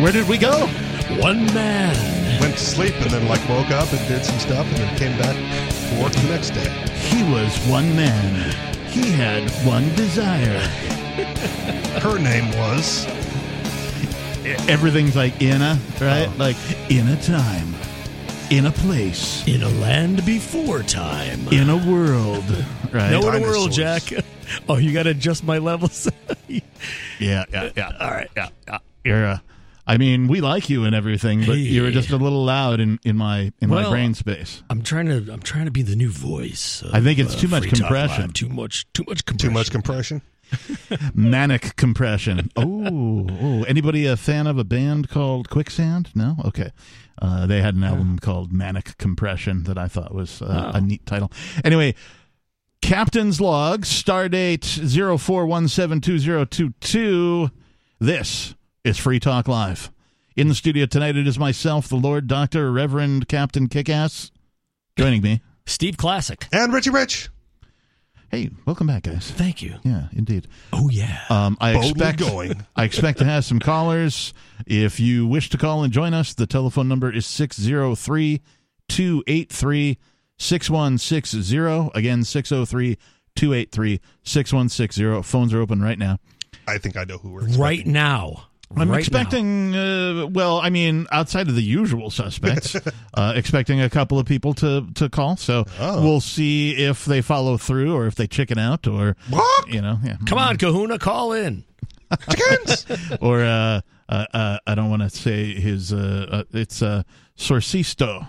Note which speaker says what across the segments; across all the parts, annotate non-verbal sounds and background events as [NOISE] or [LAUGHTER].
Speaker 1: Where did we go?
Speaker 2: One man.
Speaker 1: Went to sleep and then like woke up and did some stuff and then came back to work the next day.
Speaker 2: He was one man. He had one desire.
Speaker 1: [LAUGHS] Her name was
Speaker 2: Everything's like in a,
Speaker 1: Oh.
Speaker 2: right? Like in a time, in a place,
Speaker 3: In a land before time.
Speaker 2: in a
Speaker 3: [LAUGHS]
Speaker 2: world, right?
Speaker 3: No, in a
Speaker 1: Dinosaurs.
Speaker 3: world, Jack. [LAUGHS] Oh, you got to adjust my levels. [LAUGHS]
Speaker 2: Yeah, yeah, yeah. All right, yeah, yeah. You're, uh, I mean, we like you and everything, but you were just a little loud in, in my in my
Speaker 3: Well-
Speaker 2: brain space.
Speaker 3: I'm trying to. I'm trying to be the new voice. of, uh,
Speaker 2: I think it's too much
Speaker 3: Free Talk
Speaker 2: compression.
Speaker 3: Live. Too much. Too much compression.
Speaker 1: too much compression.
Speaker 2: [LAUGHS] Manic compression. Oh, oh. anybody a fan of a band called Quicksand? No, okay. Uh, they had an album called Manic Compression that I thought was uh,
Speaker 3: Oh.
Speaker 2: a neat title. Anyway, Captain's Log, Stardate zero four one seven two zero two two. This is Free Talk Live. In the studio tonight, it is myself, the Lord Doctor Reverend Captain Kickass, joining me.
Speaker 3: Steve Classic.
Speaker 1: And Richie Rich.
Speaker 2: Hey, welcome back, guys.
Speaker 3: Thank you.
Speaker 2: Yeah, indeed.
Speaker 3: Oh yeah.
Speaker 2: Um, I
Speaker 1: Boldly
Speaker 2: expect
Speaker 1: going.
Speaker 2: [LAUGHS] I expect to have some callers. If you wish to call and join us, the telephone number is 603 283 6160. Again, 603 283 6160. Phones are open right now.
Speaker 1: I think I know who we're
Speaker 3: right now.
Speaker 2: I'm
Speaker 3: Right
Speaker 2: expecting, uh, well, I mean, outside of the
Speaker 1: [LAUGHS]
Speaker 2: usual suspects, uh, expecting a couple of people to, to call. So
Speaker 1: Oh.
Speaker 2: we'll see if they follow through or if they chicken out or,
Speaker 1: What?
Speaker 2: you know, yeah.
Speaker 3: now. Come on, Kahuna, call in.
Speaker 1: [LAUGHS] Chickens.
Speaker 2: [LAUGHS] or uh, uh, uh, I don't want to say his. Uh, uh, it's uh, Sorcisto,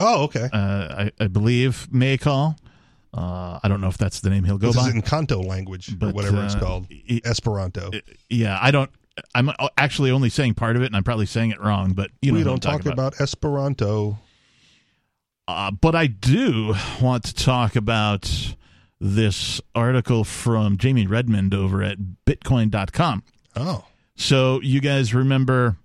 Speaker 1: oh, okay.
Speaker 2: uh, I, I believe may call. Uh, I don't know if that's the name he'll go
Speaker 1: This is
Speaker 2: by.
Speaker 1: in Kanto language or
Speaker 2: But,
Speaker 1: whatever it's
Speaker 2: uh,
Speaker 1: called.
Speaker 2: it-
Speaker 1: Esperanto.
Speaker 2: yeah, I don't. I'm actually only saying part of it, and I'm probably saying it wrong. But you know,
Speaker 1: we
Speaker 2: who I'm
Speaker 1: don't talk
Speaker 2: talking
Speaker 1: about. Esperanto. [LAUGHS]
Speaker 2: Uh, but I do want to talk about this article from Jamie Redmond over at Bitcoin.com.
Speaker 1: Oh.
Speaker 2: So you guys remember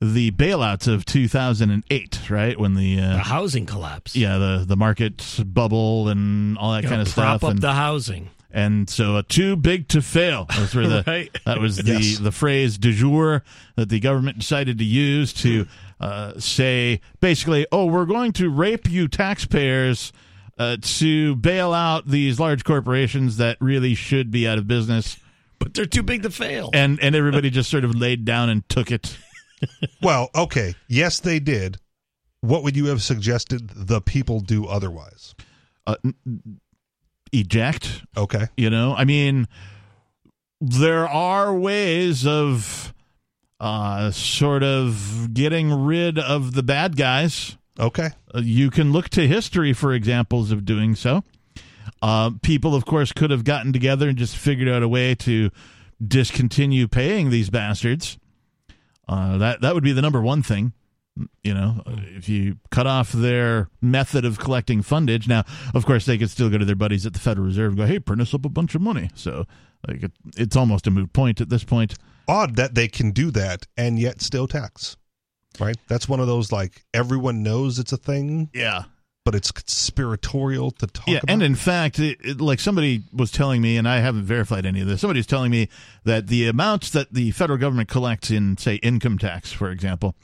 Speaker 2: the bailouts of 2008, right? When the uh,
Speaker 1: Ah,
Speaker 3: The housing collapse.
Speaker 2: yeah the the market bubble and all that
Speaker 3: Gotta
Speaker 2: kind of
Speaker 3: prop
Speaker 2: stuff
Speaker 3: up
Speaker 2: and,
Speaker 3: the housing.
Speaker 2: and so uh, too big to fail those were the
Speaker 3: [LAUGHS] Right.
Speaker 2: that was the
Speaker 1: Yes.
Speaker 2: the phrase du jour that the government decided to use to
Speaker 3: Hmm.
Speaker 2: uh, say basically oh we're going to rape you taxpayers uh, to bail out these large corporations that really should be out of business
Speaker 3: But they're too big to fail.
Speaker 2: and and everybody just sort of laid down and took it
Speaker 1: Well, okay. Yes, they did. What would you have suggested the people do otherwise?
Speaker 2: uh, n- n- eject
Speaker 1: Okay.
Speaker 2: You know, I mean, there are ways of uh, sort of getting rid of the bad guys.
Speaker 1: Okay.
Speaker 2: Uh, you can look to history for examples of doing so. Uh, people, of course, could have gotten together and just figured out a way to discontinue paying these bastards. Uh, that that would be the number one thing. You know, if you cut off their method of collecting fundage. Now, of course, they could still go to their buddies at the Federal Reserve and go, "Hey, print us up a bunch of money." So, like, it, it's almost a moot point at this point.
Speaker 1: Odd that they can do that and yet still tax. Right? That's one of those like everyone knows it's a thing,
Speaker 2: Yeah,
Speaker 1: but it's conspiratorial to talk
Speaker 2: yeah,
Speaker 1: about.
Speaker 2: and in fact, it, it- like somebody was telling me, and I haven't verified any of this. Somebody was telling me that the amounts that the federal government collects in, say, income tax, for example,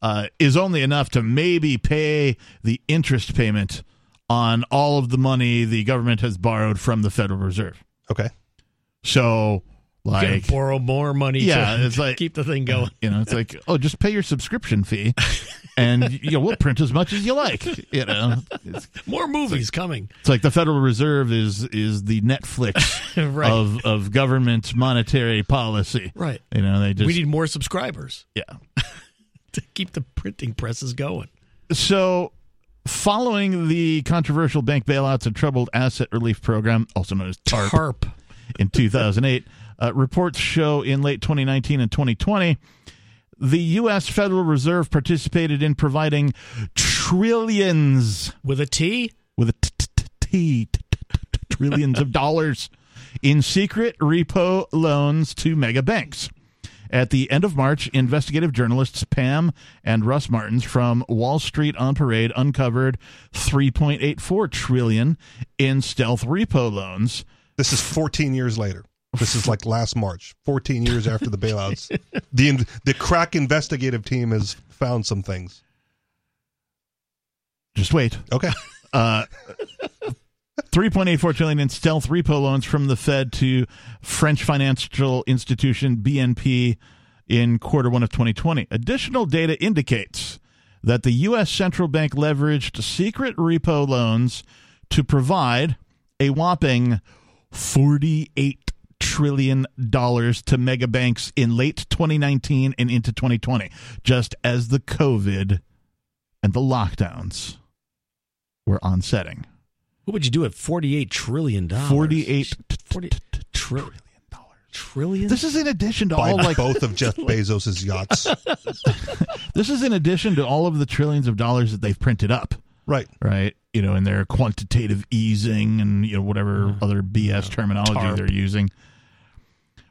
Speaker 2: uh, is only enough to maybe pay the interest payment on all of the money the government has borrowed from the Federal Reserve.
Speaker 1: okay.
Speaker 2: So,
Speaker 3: Gotta
Speaker 2: like,
Speaker 3: borrow more money
Speaker 2: Yeah,
Speaker 3: to
Speaker 2: it's like-
Speaker 3: keep the thing going.
Speaker 2: you know, it's like, oh, just pay your subscription fee,
Speaker 3: [LAUGHS]
Speaker 2: and you know, we'll print as much as you like. You know, it's
Speaker 3: More movies coming.
Speaker 2: It's like the Federal Reserve is is the Netflix
Speaker 3: [LAUGHS] Right.
Speaker 2: of of government monetary policy.
Speaker 3: Right.
Speaker 2: You know, they just
Speaker 3: we need more subscribers
Speaker 2: yeah.
Speaker 3: [LAUGHS] to keep the printing presses going.
Speaker 2: So, following the controversial bank bailouts and troubled asset relief program, also known as TARP,
Speaker 3: Harp.
Speaker 2: in [LAUGHS] 2008, uh, reports show in late 2019 and 2020, the U.S. Federal Reserve participated in providing trillions
Speaker 3: With a T?
Speaker 2: with a t- t- t- t- t- t- t- [LAUGHS] trillions of dollars in secret repo loans to mega banks. At the end of March, investigative journalists Pam and Russ Martins from Wall Street on Parade uncovered 3.84 trillion in stealth repo loans
Speaker 1: This is 14 years later. This is like last March, 14 years after the bailouts. the in- the crack investigative team has found some things.
Speaker 2: Just wait.
Speaker 1: Okay.
Speaker 2: Uh, 3.84 trillion in stealth repo loans from the Fed to French financial institution BNP in quarter 1 of 2020. Additional data indicates that the US central bank leveraged secret repo loans to provide a whopping 48 trillion dollars to mega banks in late 2019 and into 2020 just as the covid and the lockdowns were on setting.
Speaker 3: What would you do at $48 trillion?
Speaker 2: 48
Speaker 3: 40 trillion. Trillion?
Speaker 2: This is in addition to
Speaker 1: Buy
Speaker 2: all like
Speaker 1: both of
Speaker 3: [LAUGHS]
Speaker 1: Jeff Bezos' yachts.
Speaker 2: [LAUGHS] this is in addition to all of the trillions of dollars that they've printed up,
Speaker 1: Right.
Speaker 2: right? You know, in their quantitative easing and you know whatever other BS terminology
Speaker 3: Mm-hmm. TARP.
Speaker 2: they're using.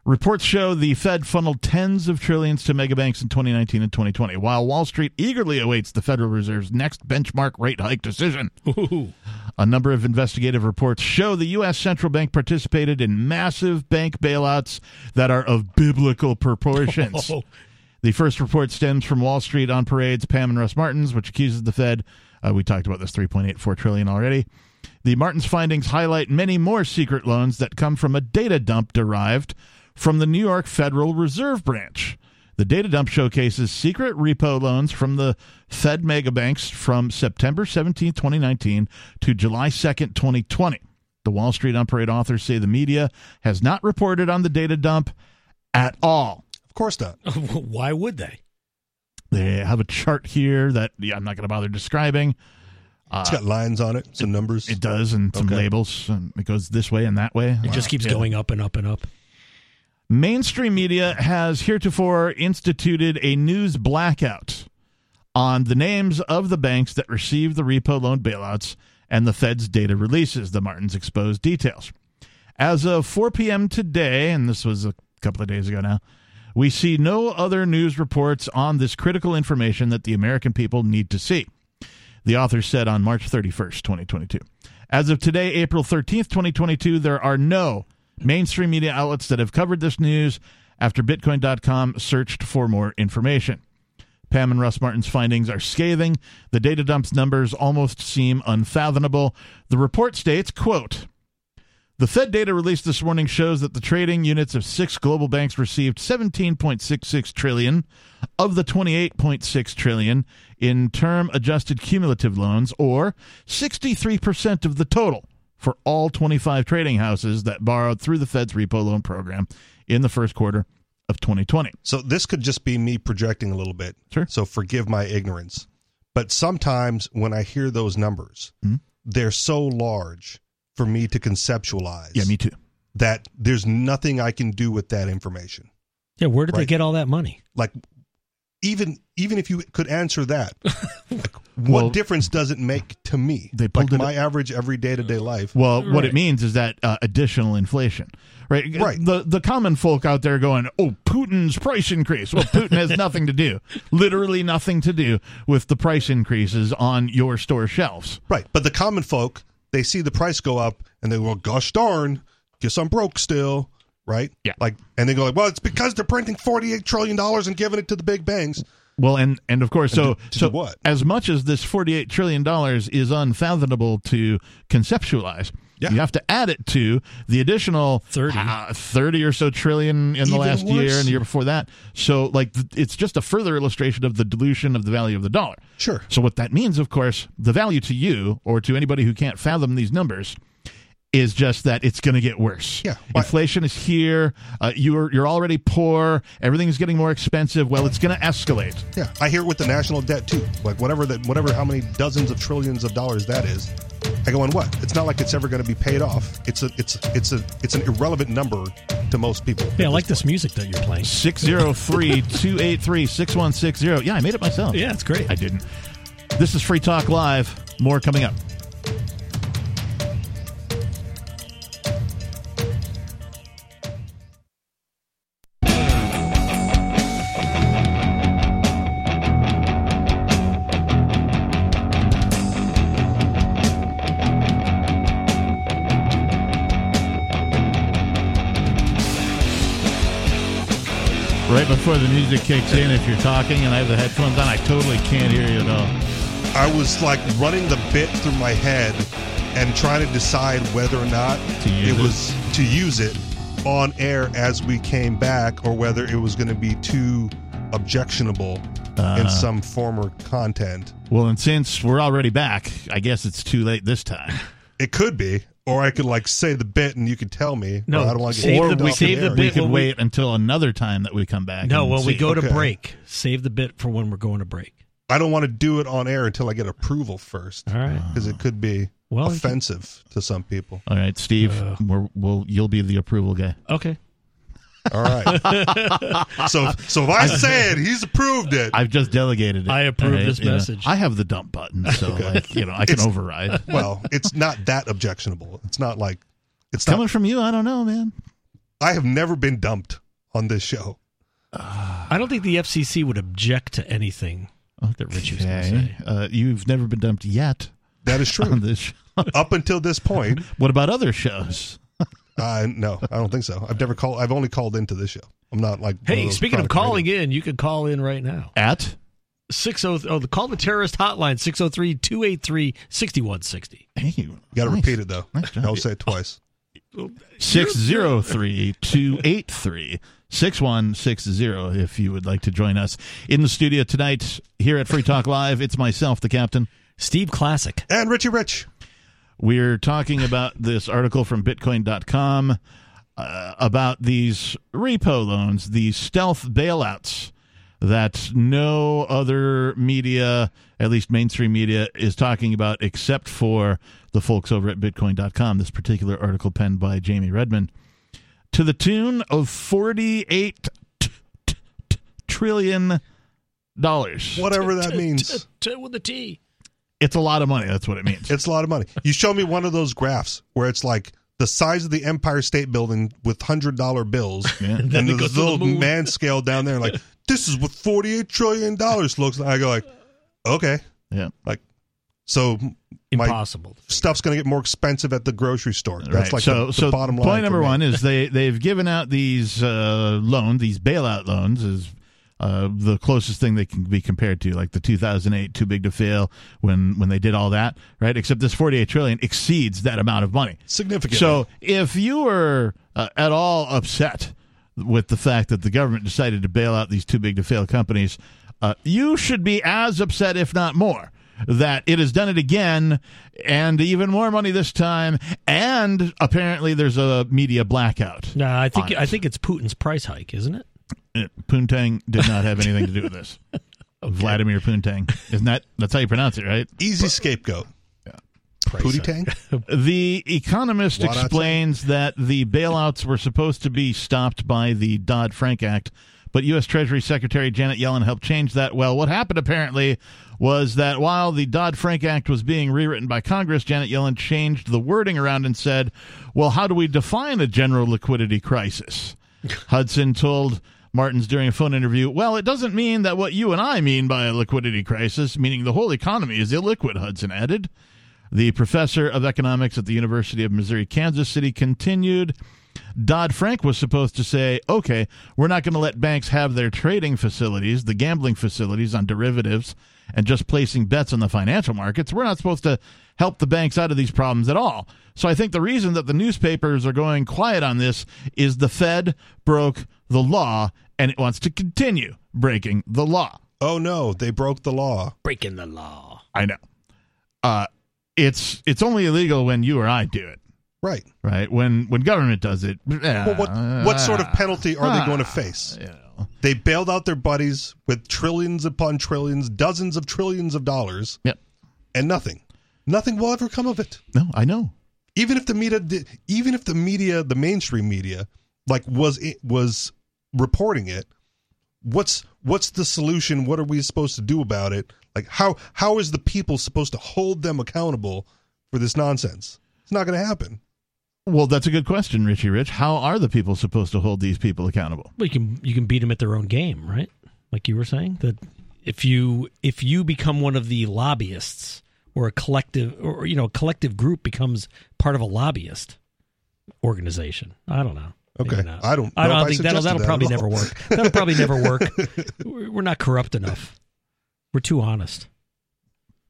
Speaker 2: Reports show the Fed funneled tens of trillions to megabanks in 2019 and 2020, while Wall Street eagerly awaits the Federal Reserve's next benchmark rate hike decision.
Speaker 3: Ooh.
Speaker 2: A number of investigative reports show the U.S. central bank participated in massive bank bailouts that are of biblical proportions.
Speaker 3: [LAUGHS] Oh,
Speaker 2: The first report stems from Wall Street on Parade's Pam and Russ Martins, which accuses the Fed. Uh, we talked about this 3.84 trillion already. The Martins findings highlight many more secret loans that come from a data dump derived from the New York Federal Reserve Branch. The data dump showcases secret repo loans from the Fed megabanks from September 17, 2019 to July 2nd, 2020. The Wall Street on Parade authors say the media has not reported on the data dump at all.
Speaker 1: Of course not.
Speaker 3: [LAUGHS] Why would they?
Speaker 2: They have a chart here that yeah, I'm not going to bother describing. Uh,
Speaker 1: It's got lines on it, some numbers.
Speaker 2: It does, and some
Speaker 1: Okay.
Speaker 2: labels, and it goes this way and that way.
Speaker 3: It just keeps
Speaker 2: Yeah.
Speaker 3: going up and up and up.
Speaker 2: Mainstream media has heretofore instituted a news blackout on the names of the banks that received the repo loan bailouts and the Fed's data releases. The Martins exposed details. As of 4 p.m. today, and this was a couple of days ago now, we see no other news reports on this critical information that the American people need to see. The author said on March 31st, 2022. As of today, April 13th, 2022, there are no mainstream media outlets that have covered this news after Bitcoin.com searched for more information. Pam and Russ Martin's findings are scathing. The data dump's numbers almost seem unfathomable. The report states, quote, the Fed data released this morning shows that the trading units of six global banks received 17.66 trillion of the 28.6 trillion in term adjusted cumulative loans or 63% of the total for all 25 trading houses that borrowed through the Fed's repo loan program in the first quarter of 2020.
Speaker 1: So this could just be me projecting a little bit.
Speaker 2: Sure.
Speaker 1: So forgive my ignorance. But sometimes when I hear those numbers,
Speaker 2: Hmm?
Speaker 1: they're so large for me to conceptualize
Speaker 2: Yeah, me too.
Speaker 1: that there's nothing I can do with that information.
Speaker 3: Yeah, where did they
Speaker 1: Right.
Speaker 3: get all that money?
Speaker 1: Like even even if you could answer
Speaker 2: [LAUGHS]
Speaker 1: that, like,
Speaker 2: Well-
Speaker 1: what difference does it make to me?
Speaker 2: They
Speaker 1: like
Speaker 2: pulled it-
Speaker 1: my average every day to day life.
Speaker 2: Well, what it
Speaker 3: Right.
Speaker 2: means is that uh, additional inflation, right?
Speaker 1: Right.
Speaker 2: The the common folk out there going, "Oh, Putin's price increase." Well, Putin
Speaker 1: [LAUGHS]
Speaker 2: has nothing to do, literally nothing to do with the price increases on your store shelves.
Speaker 1: Right. But the common folk, they see the price go up and they go, gosh darn, guess I'm broke still. Right?
Speaker 2: Yeah.
Speaker 1: Like and they go like, Well, it's because they're printing forty eight trillion dollars and giving it to the big banks.
Speaker 2: Well, and and of course, so
Speaker 1: to do
Speaker 2: so
Speaker 1: what?
Speaker 2: as much as this forty eight trillion dollars is unfathomable to conceptualize,
Speaker 1: Yeah.
Speaker 2: you have to add it to the additional
Speaker 3: 30.
Speaker 2: uh, 30 or so trillion in the
Speaker 1: Even
Speaker 2: last year
Speaker 1: worse.
Speaker 2: and the year before that. So, like, th- it's just a further illustration of the dilution of the value of the dollar.
Speaker 1: Sure.
Speaker 2: So what that means, of course, the value to you or to anybody who can't fathom these numbers is just that it's going to get worse.
Speaker 1: Yeah. Why-
Speaker 2: Inflation is here. Uh, you're you're already poor. Everything's getting more expensive. Well, it's going to escalate.
Speaker 1: Yeah. I hear it with the national debt too. Like whatever that whatever how many dozens of trillions of dollars that is. I go on what? It's not like it's ever gonna be paid off. It's a it's it's a it's an irrelevant number to most people.
Speaker 3: Yeah, I like this music that you're playing.
Speaker 2: 603-283-6160. Yeah, I made it myself.
Speaker 3: Yeah, it's great.
Speaker 2: I didn't. This is Free Talk Live. More coming up. right before the music kicks in, if you're talking and I have the headphones on, I totally can't hear you at all.
Speaker 1: I was like running the bit through my head and trying to decide whether or not
Speaker 2: To use
Speaker 1: it
Speaker 2: it?
Speaker 1: was to use it on air as we came back or whether it was going to be too objectionable
Speaker 2: Uh-huh.
Speaker 1: in some form or content.
Speaker 2: Well, and since we're already back, I guess it's too late this time.
Speaker 1: It could be, or I could like say the bit and you could tell me.
Speaker 3: No,
Speaker 1: but I don't want to
Speaker 3: save the-
Speaker 1: get
Speaker 3: we save the
Speaker 2: We
Speaker 3: bit.
Speaker 2: could
Speaker 3: Well, we-
Speaker 2: wait until another time that we come back.
Speaker 3: No,
Speaker 2: and
Speaker 3: when we
Speaker 2: see.
Speaker 3: go to
Speaker 1: Okay.
Speaker 3: break, save the bit for when we're going to break.
Speaker 1: I don't want to do it on air until I get approval first
Speaker 3: All right.
Speaker 1: because it could be
Speaker 3: Well, you-
Speaker 1: offensive to some people.
Speaker 2: All right, Steve,
Speaker 3: Uh.
Speaker 2: we're, we'll you'll be the approval guy.
Speaker 3: Okay.
Speaker 1: [LAUGHS] All right. [LAUGHS] so so if I say it, he's approved it.
Speaker 2: [LAUGHS] I've just delegated it.
Speaker 3: I approve
Speaker 2: All
Speaker 3: this
Speaker 2: you know.
Speaker 3: message.
Speaker 2: I have the dump button, [LAUGHS] so like you know, I can
Speaker 1: It's-
Speaker 2: override.
Speaker 1: [LAUGHS] well, it's not that objectionable. It's not like it's not,
Speaker 2: Coming from you, I don't know, man.
Speaker 1: I have never been dumped on this show.
Speaker 3: I don't think the FCC would object to anything. That Richie was gonna
Speaker 2: Okay.
Speaker 3: say.
Speaker 2: Uh, you've never been dumped yet
Speaker 1: That is
Speaker 2: [LAUGHS] on
Speaker 1: true.
Speaker 2: this. Show.
Speaker 1: Up until this point,
Speaker 2: [LAUGHS] What about other shows?
Speaker 1: uh, no, I don't think so. I've never called. I've only called into this show. I'm not like. one
Speaker 3: Hey,
Speaker 1: those
Speaker 3: speaking of
Speaker 1: chronic
Speaker 3: calling in, you can call in right now.
Speaker 2: At
Speaker 3: 603 oh, the call the terrorist hotline 603-283-6160.
Speaker 2: hey,
Speaker 1: radio- You got to
Speaker 2: nice.
Speaker 1: repeat it though.
Speaker 2: Nice job.
Speaker 1: I'll say it twice.
Speaker 2: 603-283-6160 if you would like to join us in the studio tonight here at Free Talk Live. It's myself, the captain.
Speaker 3: Steve Classic.
Speaker 1: And Richie Rich.
Speaker 2: We're talking about this article from Bitcoin.com uh, about these repo loans, these stealth bailouts that no other media, at least mainstream media, is talking about except for the folks over at Bitcoin.com. This particular article penned by Jamie Redmond to the tune of 48 t- t- t- trillion dollars.
Speaker 1: Whatever that means,
Speaker 3: T- t- with the T.
Speaker 2: It's a lot of money. That's what it means.
Speaker 1: it's a lot of money. You show me one of those graphs where it's like the size of the Empire State Building with hundred dollar bills,
Speaker 2: Yeah.
Speaker 1: and,
Speaker 3: [LAUGHS] Then it goes
Speaker 1: there's
Speaker 3: to the
Speaker 1: little
Speaker 3: moon.
Speaker 1: man scale down there, like this is what forty eight trillion dollars looks like. I go like, okay,
Speaker 2: Yeah.
Speaker 1: like so my
Speaker 3: Impossible.
Speaker 1: stuff's going to get more expensive at the grocery store. That's
Speaker 2: Right.
Speaker 1: like
Speaker 2: so,
Speaker 1: the, the
Speaker 2: so
Speaker 1: bottom line.
Speaker 2: Point number
Speaker 1: for me.
Speaker 2: one is they they've given out these uh, loans, these bailout loans, is uh, the closest thing they can be compared to, like the 2008 "Too Big to Fail" when when they did all that, right? Except this 48 trillion exceeds that amount of money.
Speaker 1: significant.
Speaker 2: So if you were uh, at all upset with the fact that the government decided to bail out these too big to fail companies, uh, you should be as upset, if not more, that it has done it again and even more money this time. And apparently there's a media blackout.
Speaker 3: No, I think
Speaker 2: Honest.
Speaker 3: I think it's Putin's price hike, isn't it?
Speaker 2: Uh, Poontang did not have anything to do with
Speaker 3: [LAUGHS]
Speaker 2: this. Vladimir Poontang. Isn't that that's how you pronounce it, right?
Speaker 1: easy scapegoat.
Speaker 3: Price
Speaker 1: Pootie
Speaker 3: hike.
Speaker 1: tang.
Speaker 2: The Economist
Speaker 1: Why not say-
Speaker 2: explains that the bailouts were supposed to be stopped by the Dodd Frank Act, but U.S. Treasury Secretary Janet Yellen helped change that. Well, what happened apparently was that while the Dodd Frank Act was being rewritten by Congress, Janet Yellen changed the wording around and said, well, how do we define a general liquidity crisis? Hudson told Martins during a phone interview, well, it doesn't mean that what you and I mean by a liquidity crisis, meaning the whole economy is illiquid, Hudson added. The professor of economics at the University of Missouri Kansas City continued Dodd Frank was supposed to say, okay, we're not going to let banks have their trading facilities, the gambling facilities on derivatives, and just placing bets on the financial markets. We're not supposed to help the banks out of these problems at all. So I think the reason that the newspapers are going quiet on this is the Fed broke the law and it wants to continue breaking the law.
Speaker 1: Oh no, they broke the law.
Speaker 3: Breaking the law.
Speaker 2: I know. Uh, it's it's only illegal when you or I do it,
Speaker 1: Right.
Speaker 2: right? When when government does it. Ah.
Speaker 1: Well, what what sort of penalty are they going to face?
Speaker 2: You know.
Speaker 1: They bailed out their buddies with trillions upon trillions, dozens of trillions of dollars,
Speaker 2: Yep.
Speaker 1: and nothing. Nothing will ever come of it.
Speaker 2: No, I know.
Speaker 1: Even if the media, did, even if the media, the mainstream media, like was it was reporting it, what's what's the solution? What are we supposed to do about it? Like how how is the people supposed to hold them accountable for this nonsense? It's not going to happen.
Speaker 2: Well, that's a good question, Richie Rich. How are the people supposed to hold these people accountable?
Speaker 3: Well, you can you can beat them at their own game, right? Like you were saying that if you if you become one of the lobbyists or a collective or you know a collective group becomes part of a lobbyist organization, I don't know.
Speaker 1: Okay.
Speaker 3: Maybe not.
Speaker 1: I don't. Know
Speaker 3: I don't
Speaker 1: if
Speaker 3: think
Speaker 1: suggested
Speaker 3: that'll that'll
Speaker 1: that at
Speaker 3: probably
Speaker 1: all.
Speaker 3: never work. That'll probably
Speaker 1: [LAUGHS]
Speaker 3: never work. We're we're not corrupt enough. We're too honest.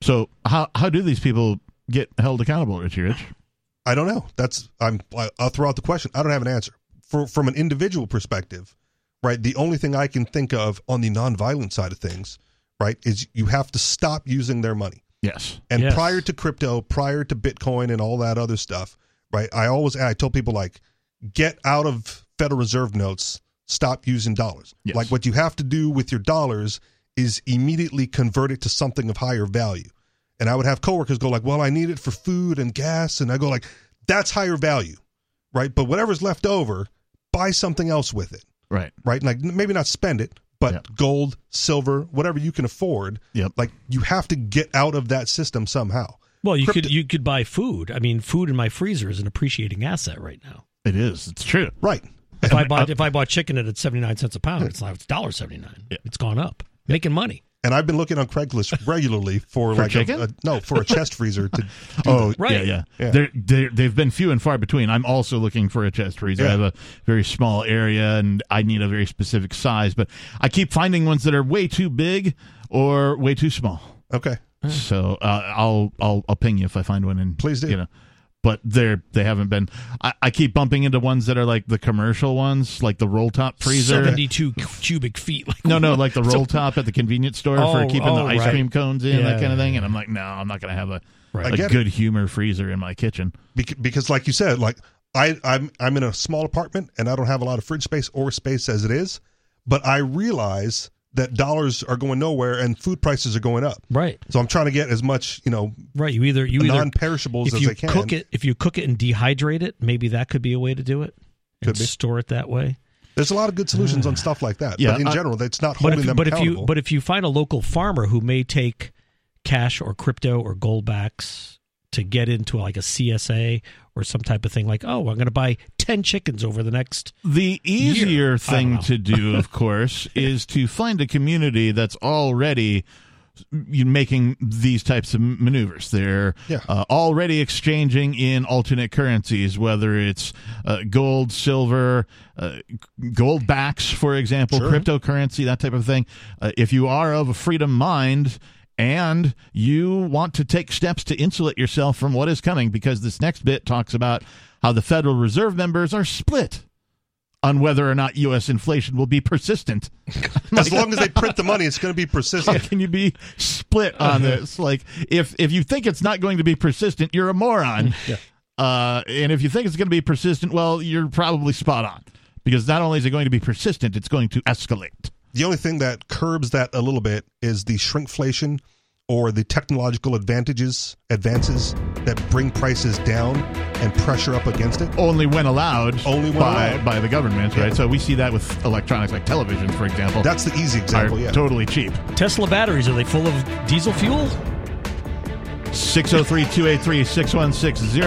Speaker 2: So how how do these people get held accountable, Richie Rich?
Speaker 1: I don't know. That's I'm. I- I'll throw out the question. I don't have an answer for from an individual perspective, right? The only thing I can think of on the nonviolent side of things, right, is you have to stop using their money.
Speaker 2: Yes.
Speaker 1: And
Speaker 3: Yes.
Speaker 1: prior to crypto, prior to Bitcoin and all that other stuff, right? I always I tell people like, get out of Federal Reserve notes. Stop using dollars.
Speaker 2: Yes.
Speaker 1: Like what you have to do with your dollars is immediately convert it to something of higher value. And I would have coworkers go like, "Well, I need it for food and gas," and I go like, "That's higher value, right?" But whatever's left over, buy something else with it,
Speaker 2: Right.
Speaker 1: right? Like maybe not spend it, but
Speaker 2: Yeah.
Speaker 1: gold, silver, whatever you can afford.
Speaker 2: Yep.
Speaker 1: Like you have to get out of that system somehow.
Speaker 3: Well, you
Speaker 1: Crypto-
Speaker 3: could you could buy food. I mean, food in my freezer is an appreciating asset right now.
Speaker 2: It is. It's true.
Speaker 1: Right.
Speaker 3: If I bought if I bought chicken at seventy nine cents a pound, it's now it's dollar seventy nine. It's gone up, making money.
Speaker 1: And I've been looking on
Speaker 2: [LAUGHS]
Speaker 1: Craigslist regularly for, like
Speaker 2: chicken?
Speaker 1: a, a no for a chest freezer to [LAUGHS]
Speaker 2: Oh,
Speaker 3: Right.
Speaker 2: yeah, yeah.
Speaker 1: Yeah.
Speaker 2: They're, they're, they've been few and far between. I'm also looking for a chest freezer. I
Speaker 1: Yeah.
Speaker 2: have a very small area, and I need a very specific size. But I keep finding ones that are way too big or way too small.
Speaker 1: Okay.
Speaker 2: So uh, I'll I'll I'll ping you if I find one. And
Speaker 1: Please do.
Speaker 2: You know, but they're they haven't been. I, I keep bumping into ones that are like the commercial ones, like the roll top freezer.
Speaker 3: Seventy two cubic feet. Like
Speaker 2: No, no, like the roll top at the convenience store for
Speaker 3: Oh,
Speaker 2: keeping the
Speaker 3: oh,
Speaker 2: ice
Speaker 3: right.
Speaker 2: cream cones in, that
Speaker 3: Yeah,
Speaker 2: kind of
Speaker 3: yeah,
Speaker 2: thing. And I'm like, no, I'm not going to have a,
Speaker 3: Right.
Speaker 1: I
Speaker 2: a
Speaker 1: get it.
Speaker 2: good humor freezer in my kitchen.
Speaker 1: Bec- because like you said, like I I'm I'm in a small apartment and I don't have a lot of fridge space or space as it is, but I realize that dollars are going nowhere and food prices are going up.
Speaker 3: right,
Speaker 1: So I'm trying to get as much, you know,
Speaker 3: right. You either you either
Speaker 1: non-perishables
Speaker 3: if
Speaker 1: as
Speaker 3: you
Speaker 1: I can.
Speaker 3: cook it if you cook it and dehydrate it, maybe that could be a way to do it and
Speaker 1: Could be.
Speaker 3: store it that way.
Speaker 1: There's a lot of good solutions
Speaker 2: [SIGHS]
Speaker 1: on stuff like that.
Speaker 2: Yeah,
Speaker 1: but in
Speaker 2: I-
Speaker 1: general, that's not
Speaker 3: But
Speaker 1: holding
Speaker 3: if, you-
Speaker 1: them
Speaker 3: but if
Speaker 1: accountable.
Speaker 3: you but if you find a local farmer who may take cash or crypto or gold backs to get into like a CSA or some type of thing like oh I'm going to buy 10 chickens over the next
Speaker 2: The easier
Speaker 3: I don't
Speaker 2: thing
Speaker 3: know.
Speaker 2: to do,
Speaker 3: [LAUGHS]
Speaker 2: of course, is to find a community that's already you making these types of maneuvers. They're
Speaker 1: Yeah.
Speaker 2: uh, already exchanging in alternate currencies, whether it's uh, gold, silver, uh, gold backs, for example,
Speaker 1: Sure.
Speaker 2: cryptocurrency, that type of thing. Uh, if you are of a freedom mind and you want to take steps to insulate yourself from what is coming, because this next bit talks about how the Federal Reserve members are split on whether or not U.S. inflation will be persistent.
Speaker 1: [LAUGHS] as long as they print the money, it's going to be
Speaker 2: How
Speaker 1: persistent.
Speaker 2: [LAUGHS]
Speaker 1: Uh-huh.
Speaker 2: can you be split on this? Like, if if you think it's not going to be persistent, you're a moron. Uh, and if you think it's going to be persistent, well, you're probably spot on because not only is it going to be persistent, it's going to escalate.
Speaker 1: The only thing that curbs that a little bit is the shrinkflation or the technological advantages advances that bring prices down and pressure up against it.
Speaker 2: Only when allowed.
Speaker 1: Only when
Speaker 2: by
Speaker 1: allowed.
Speaker 2: by the government, right?
Speaker 1: Yeah.
Speaker 2: So we see that with electronics like television, for example.
Speaker 1: That's the easy
Speaker 2: are
Speaker 1: example, yeah.
Speaker 2: totally cheap.
Speaker 3: Tesla batteries are they full of diesel fuel?
Speaker 2: 603 283 6160.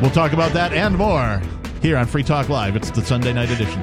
Speaker 2: We'll talk about that and more here on Free Talk Live. It's the Sunday night edition.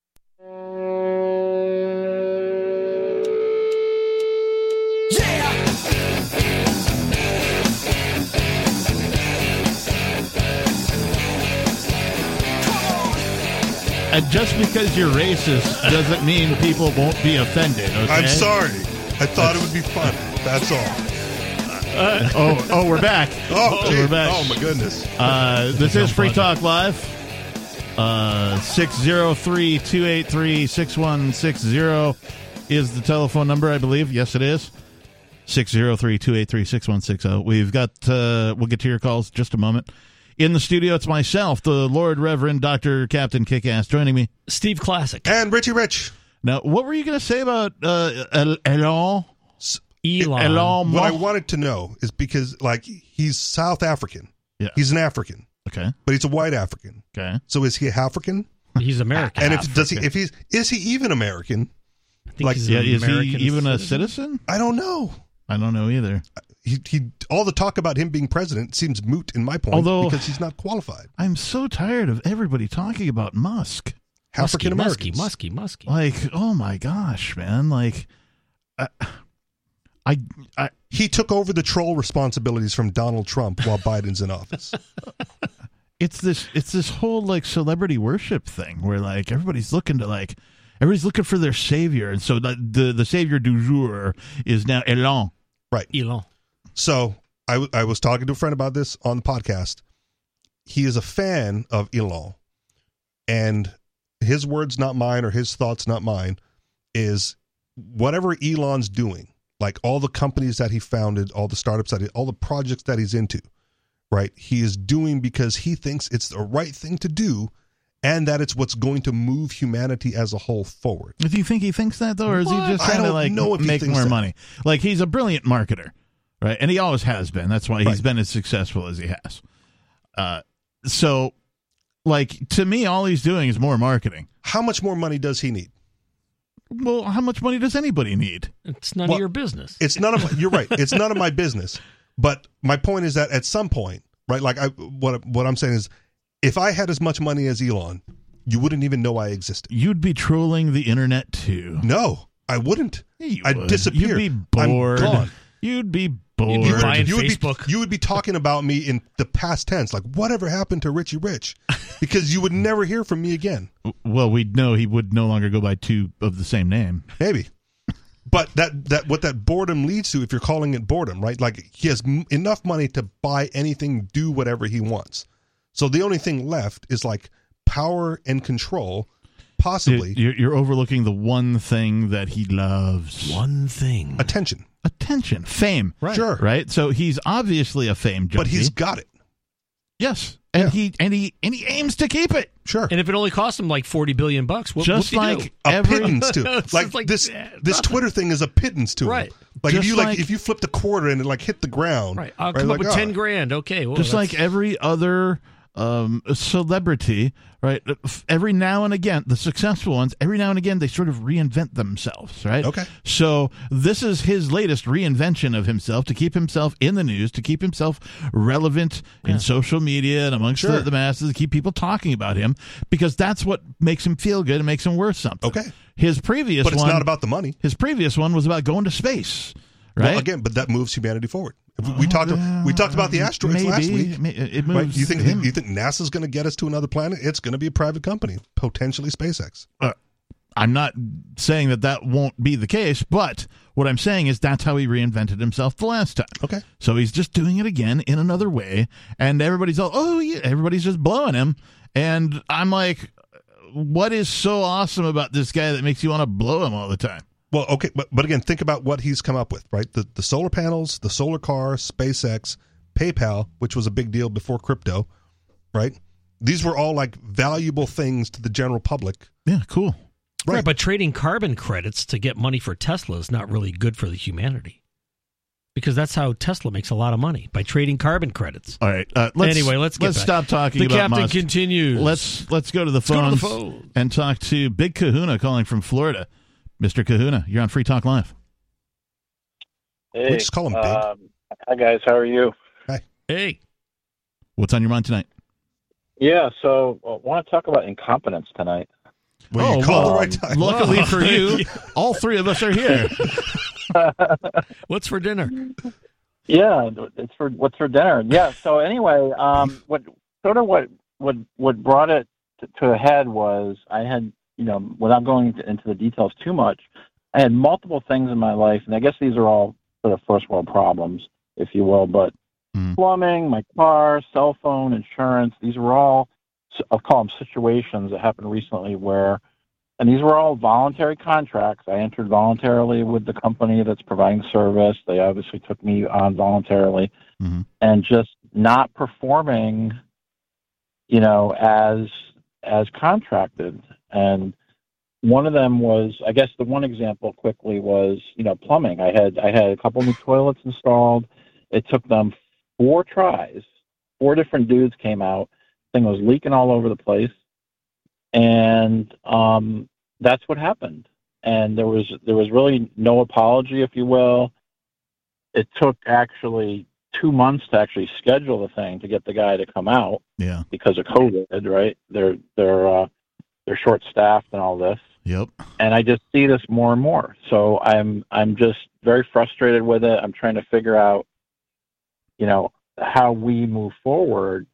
Speaker 2: And just because you're racist doesn't mean people won't be offended. Okay?
Speaker 1: I'm sorry. I thought it would be fun. That's all.
Speaker 2: oh, oh, we're back.
Speaker 1: [LAUGHS] Oh, gee.
Speaker 2: we're back.
Speaker 1: oh my goodness.
Speaker 2: Uh, this is Free Talk Live. Uh, 603-283-6160 is the telephone number, I believe. Yes, it is. 603-283-6160. We've got uh, we'll get to your calls in just a moment. In the studio, it's myself, the Lord Reverend Dr. Captain Kickass joining me.
Speaker 3: Steve Classic.
Speaker 1: And Richie Rich.
Speaker 2: Now, what were you going to say about uh, El- Elon?
Speaker 3: Elon.
Speaker 2: Elon
Speaker 1: What I
Speaker 2: Musk?
Speaker 1: wanted to know is because like he's South African.
Speaker 2: Yeah.
Speaker 1: He's an African,
Speaker 2: Okay,
Speaker 1: but he's a white African.
Speaker 2: okay.
Speaker 1: So is he African?
Speaker 3: He's American.
Speaker 1: And if does he if he's is he even American?
Speaker 3: I think
Speaker 1: like,
Speaker 3: he's an
Speaker 2: Yeah, is
Speaker 3: American
Speaker 2: he even a
Speaker 3: citizen.
Speaker 2: citizen?
Speaker 1: I don't know.
Speaker 2: I don't know either.
Speaker 1: He, he all the talk about him being president seems moot in my point
Speaker 2: Although-
Speaker 1: because he's not qualified.
Speaker 2: I'm so tired of everybody talking about Musk.
Speaker 3: Musky,
Speaker 1: African Americans.
Speaker 3: Musky, musky, musky.
Speaker 2: Like, oh my gosh, man! Like, I, Uh, I, I
Speaker 1: He took over the troll responsibilities from Donald Trump while Biden's in office.
Speaker 2: [LAUGHS] it's this, it's this whole like celebrity worship thing where like everybody's looking to like, everybody's looking for their savior, and so the the, the savior du jour is now Elon.
Speaker 3: Elon.
Speaker 1: So I, w- I was talking to a friend about this on the podcast. He is a fan of Elon, and his words, not mine, or his thoughts, not mine, is whatever Elon's doing, like all the companies that he founded, all the startups that he, all the projects that he's into, right? He is doing because he thinks it's the right thing to do, and that it's what's going to move humanity as a whole forward.
Speaker 2: Do you think he thinks that though, or is
Speaker 1: What?
Speaker 2: he just
Speaker 1: I
Speaker 2: trying to
Speaker 1: don't
Speaker 2: like
Speaker 1: know if he
Speaker 2: make
Speaker 1: thinks
Speaker 2: more
Speaker 1: that.
Speaker 2: money? Like he's a brilliant marketer, right? And he always has been. That's why he's
Speaker 1: Right.
Speaker 2: been as successful as he has. Uh, so, like to me, all he's doing is more marketing.
Speaker 1: How much more money does he need?
Speaker 2: Well, how much money does anybody need?
Speaker 3: It's none
Speaker 1: Well,
Speaker 3: of your business.
Speaker 1: It's none of my, you're right. It's none of
Speaker 3: [LAUGHS]
Speaker 1: my business. But my point is that at some point, right? Like I what what I'm saying is, if I had as much money as Elon, you wouldn't even know I existed.
Speaker 2: You'd be trolling the internet too.
Speaker 1: No, I wouldn't.
Speaker 2: Yeah, you
Speaker 1: I'd
Speaker 2: would.
Speaker 1: disappear.
Speaker 2: You'd be
Speaker 1: I'm
Speaker 2: bored.
Speaker 1: gone.
Speaker 2: You'd be bored.
Speaker 3: You'd be buying
Speaker 1: you would
Speaker 3: Facebook.
Speaker 1: Be, you would be talking about me in the past tense, like whatever happened to Richie Rich, because you would never hear from me again.
Speaker 2: well, we'd know he would no longer go by two of the same name.
Speaker 1: Maybe. But that that what that boredom leads to, if you're calling it boredom, right? Like he has m- enough money to buy anything, do whatever he wants. So the only thing left is like power and control, possibly
Speaker 2: You're, you're overlooking the one thing that he loves.
Speaker 3: One thing.
Speaker 1: attention.
Speaker 2: attention, fame.
Speaker 3: Right.
Speaker 1: Sure,
Speaker 2: Right? So he's obviously a fame junkie.
Speaker 1: but he's got it.
Speaker 2: yes, and he and he and he aims to keep it.
Speaker 1: Sure,
Speaker 3: And if it only cost him like 40 billion bucks, what,
Speaker 2: just
Speaker 3: what'd he
Speaker 2: like
Speaker 3: do?
Speaker 1: a
Speaker 2: every
Speaker 1: pittance to
Speaker 3: No, [LAUGHS] it's
Speaker 1: like,
Speaker 3: just like,
Speaker 1: this
Speaker 3: eh,
Speaker 1: this Twitter thing is a pittance to him.
Speaker 3: Right.
Speaker 1: Like if
Speaker 2: Just
Speaker 1: you like,
Speaker 2: like-
Speaker 1: if you flipped a quarter and it like hit the ground,
Speaker 3: Right. I'll come
Speaker 1: like,
Speaker 3: up with
Speaker 1: oh,
Speaker 3: 10 grand. Okay. Well,
Speaker 2: just
Speaker 3: that's-
Speaker 2: like every other um celebrity, right? F- Every now and again, the successful ones, every now and again they sort of reinvent themselves, right?
Speaker 1: Okay.
Speaker 2: So this is his latest reinvention of himself to keep himself in the news, to keep himself relevant in social media and amongst
Speaker 1: Sure.
Speaker 2: the, the masses, to keep people talking about him because that's what makes him feel good and makes him worth something.
Speaker 1: Okay.
Speaker 2: His previous
Speaker 1: But it's
Speaker 2: one,
Speaker 1: not about the money.
Speaker 2: his previous one was about going to space, right?
Speaker 1: Well, again, but that moves humanity forward. If we, we talked we talked about the asteroids
Speaker 2: Oh, Um, Maybe.
Speaker 1: last week.
Speaker 2: May- It moves
Speaker 1: Right? You think
Speaker 2: him.
Speaker 1: you think NASA's going to get us to another planet? It's going to be a private company, potentially SpaceX.
Speaker 2: Uh, I'm not saying that that won't be the case, but what I'm saying is that's how he reinvented himself the last time.
Speaker 1: Okay.
Speaker 2: So he's just doing it again in another way, and everybody's all, oh, yeah, everybody's just blowing him. And I'm like, what is so awesome about this guy that makes you want to blow him all the time?
Speaker 1: Well, okay, but but again, think about what he's come up with, right? The the solar panels, the solar car, SpaceX, PayPal, which was a big deal before crypto, right? These were all like valuable things to the general public.
Speaker 2: Yeah, cool.
Speaker 3: right.
Speaker 1: right.
Speaker 3: But trading carbon credits to get money for Tesla is not really good for the humanity because that's how Tesla makes a lot of money by trading carbon credits.
Speaker 2: All right. Uh, let's,
Speaker 3: anyway, let's get
Speaker 2: let's
Speaker 3: back.
Speaker 2: stop talking
Speaker 3: The
Speaker 2: about
Speaker 3: captain
Speaker 2: Musk.
Speaker 3: continues.
Speaker 2: Let's let's go to the
Speaker 3: go to the
Speaker 2: phones
Speaker 3: phones.
Speaker 2: and talk to Big Kahuna calling from Florida. Mr. Kahuna, you're on Free Talk Live.
Speaker 4: Hey,
Speaker 1: We'll just call him Big.
Speaker 4: Um, hi guys, how are you?
Speaker 3: hey,
Speaker 2: What's on your mind tonight?
Speaker 4: Yeah, so I want to talk about incompetence tonight.
Speaker 1: Well, you
Speaker 2: Oh,
Speaker 1: called
Speaker 2: well,
Speaker 1: the right time.
Speaker 2: Luckily for
Speaker 1: [LAUGHS]
Speaker 2: you,
Speaker 3: Yeah.
Speaker 2: all three of us are here.
Speaker 3: what's for dinner?
Speaker 4: Yeah, it's for what's for dinner. Yeah, so anyway, um, what sort of what what what brought it to, to a head was I had you know without going into, into the details too much, I had multiple things in my life, and I guess these are all sort of first world problems. if you will. But
Speaker 2: Mm.
Speaker 4: plumbing, my car, cell phone, insurance, these were all, s- I'll call them situations that happened recently where, and these were all voluntary contracts. I entered voluntarily with the company that's providing service. They obviously took me on voluntarily
Speaker 2: Mhm.
Speaker 4: and just not performing, you know, as, as contracted. And one of them was i guess the one example quickly was you know plumbing i had i had a couple new toilets installed it took them four tries four different dudes came out thing was leaking all over the place and um that's what happened and there was there was really no apology if you will it took actually two months to actually schedule the thing to get the guy to come out
Speaker 2: Yeah.
Speaker 4: because of COVID, right? They're they're uh, they're short staffed and all this,
Speaker 2: Yep.
Speaker 4: and I just see this more and more. So I'm I'm just very frustrated with it. I'm trying to figure out, you know, how we move forward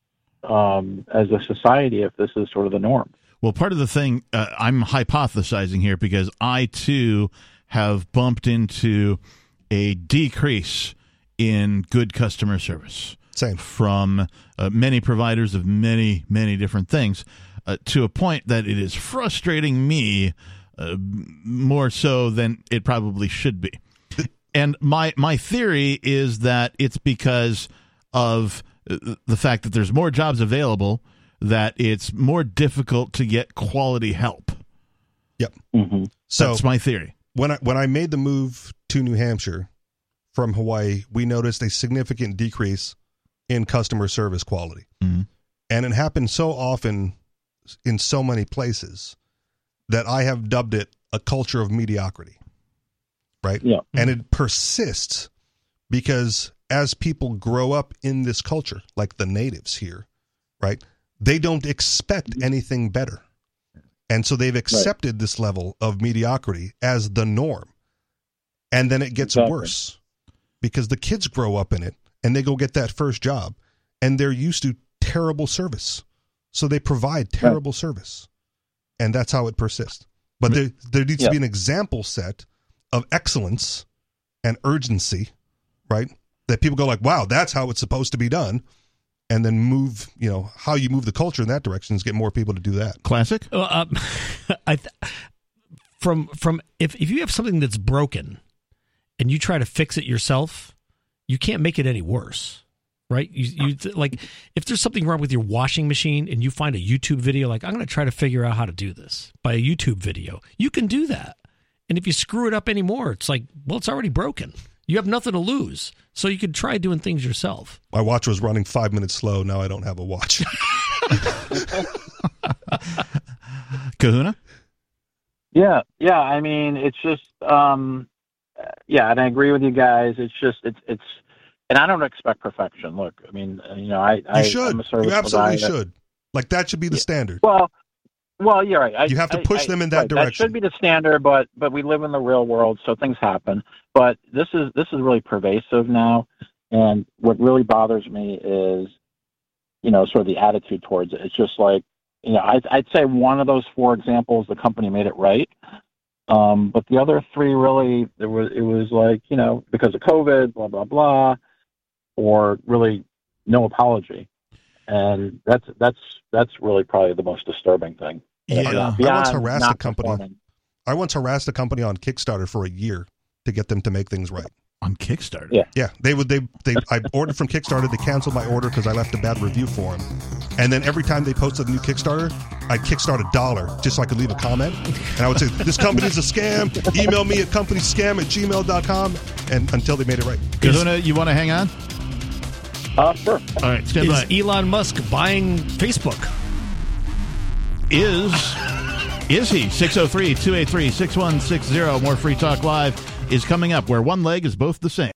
Speaker 4: um, as a society if this is sort of the norm.
Speaker 2: Well, part of the thing uh, I'm hypothesizing here because I too have bumped into a decrease in good customer service
Speaker 1: Same.
Speaker 2: from uh, many providers of many, many different things uh, to a point that it is frustrating me uh, more so than it probably should be. And my my theory is that it's because of uh, the fact that there's more jobs available that it's more difficult to get quality help.
Speaker 4: Mm-hmm.
Speaker 1: So
Speaker 2: That's my theory.
Speaker 1: when I when I made the move to New Hampshire from Hawaii, we noticed a significant decrease in customer service quality,
Speaker 2: Mhm.
Speaker 1: and it happened so often in so many places that I have dubbed it a culture of mediocrity. Right?
Speaker 4: Yeah.
Speaker 1: And it persists because as people grow up in this culture, like the natives here, right? They don't expect anything better. And so they've accepted this level of mediocrity as the norm. And then it gets
Speaker 4: Exactly.
Speaker 1: worse because the kids grow up in it and they go get that first job and they're used to terrible service. So they provide terrible service. And that's how it persists. But there, there needs to be an example set of excellence and urgency, right? That people go like, wow, that's how it's supposed to be done. And then move, you know, how you move the culture in that direction is get more people to do that.
Speaker 2: Classic.
Speaker 3: Well, um, [LAUGHS] I th- from from if if you have something that's broken and you try to fix it yourself, you can't make it any worse, right? You you th- like if there's something wrong with your washing machine and you find a YouTube video, like I'm going to try to figure out how to do this by a YouTube video, you can do that. And if you screw it up anymore, it's like well, it's already broken. You have nothing to lose, so you could try doing things yourself.
Speaker 1: My watch was running five minutes slow. Now I don't have a
Speaker 4: [LAUGHS]
Speaker 1: watch.
Speaker 2: Kahuna?
Speaker 4: Yeah, yeah. I mean, it's just, um, uh, yeah, and I agree with you guys. It's just, it's, it's, and I don't expect perfection. Look, I mean, uh, you know, I,
Speaker 1: You
Speaker 4: I I'm
Speaker 1: should.
Speaker 4: a service
Speaker 1: You absolutely
Speaker 4: provider.
Speaker 1: should. Like that should be the
Speaker 4: Yeah.
Speaker 1: standard.
Speaker 4: Well, well, you're right. I,
Speaker 1: You have to
Speaker 4: I-
Speaker 1: push
Speaker 4: I-
Speaker 1: them in that
Speaker 4: right, That
Speaker 1: direction.
Speaker 4: should be the standard, but but we live in the real world, so things happen. But this is this is really pervasive now, and what really bothers me is, you know, sort of the attitude towards it. It's just like, you know, I'd, I'd say one of those four examples, the company made it right. Um, but the other three really, there was it was like you know because of COVID, blah blah blah, or really no apology, and that's that's that's really probably the most disturbing thing. uh,
Speaker 2: Yeah.
Speaker 1: I once
Speaker 4: Beyond
Speaker 1: harassed
Speaker 4: not
Speaker 1: a company.
Speaker 4: performing.
Speaker 1: I once harassed a company on Kickstarter for a year to get them to make things right.
Speaker 2: On Kickstarter.
Speaker 4: Yeah.
Speaker 1: Yeah, they would. They they. I ordered from Kickstarter. They canceled my order because I left a bad review for them. And then every time they posted a new Kickstarter, I kickstart a dollar just so I could leave a comment. And I would say, "This company's a scam. Email me at companiescam at gmail.com. And until they made it right,
Speaker 2: Kahuna, you want to hang on?
Speaker 4: Uh, sure.
Speaker 2: All right, stand by.
Speaker 3: Is Elon Musk buying Facebook?
Speaker 2: is is he 603-283-6160 more free talk live is coming up where one leg is both the same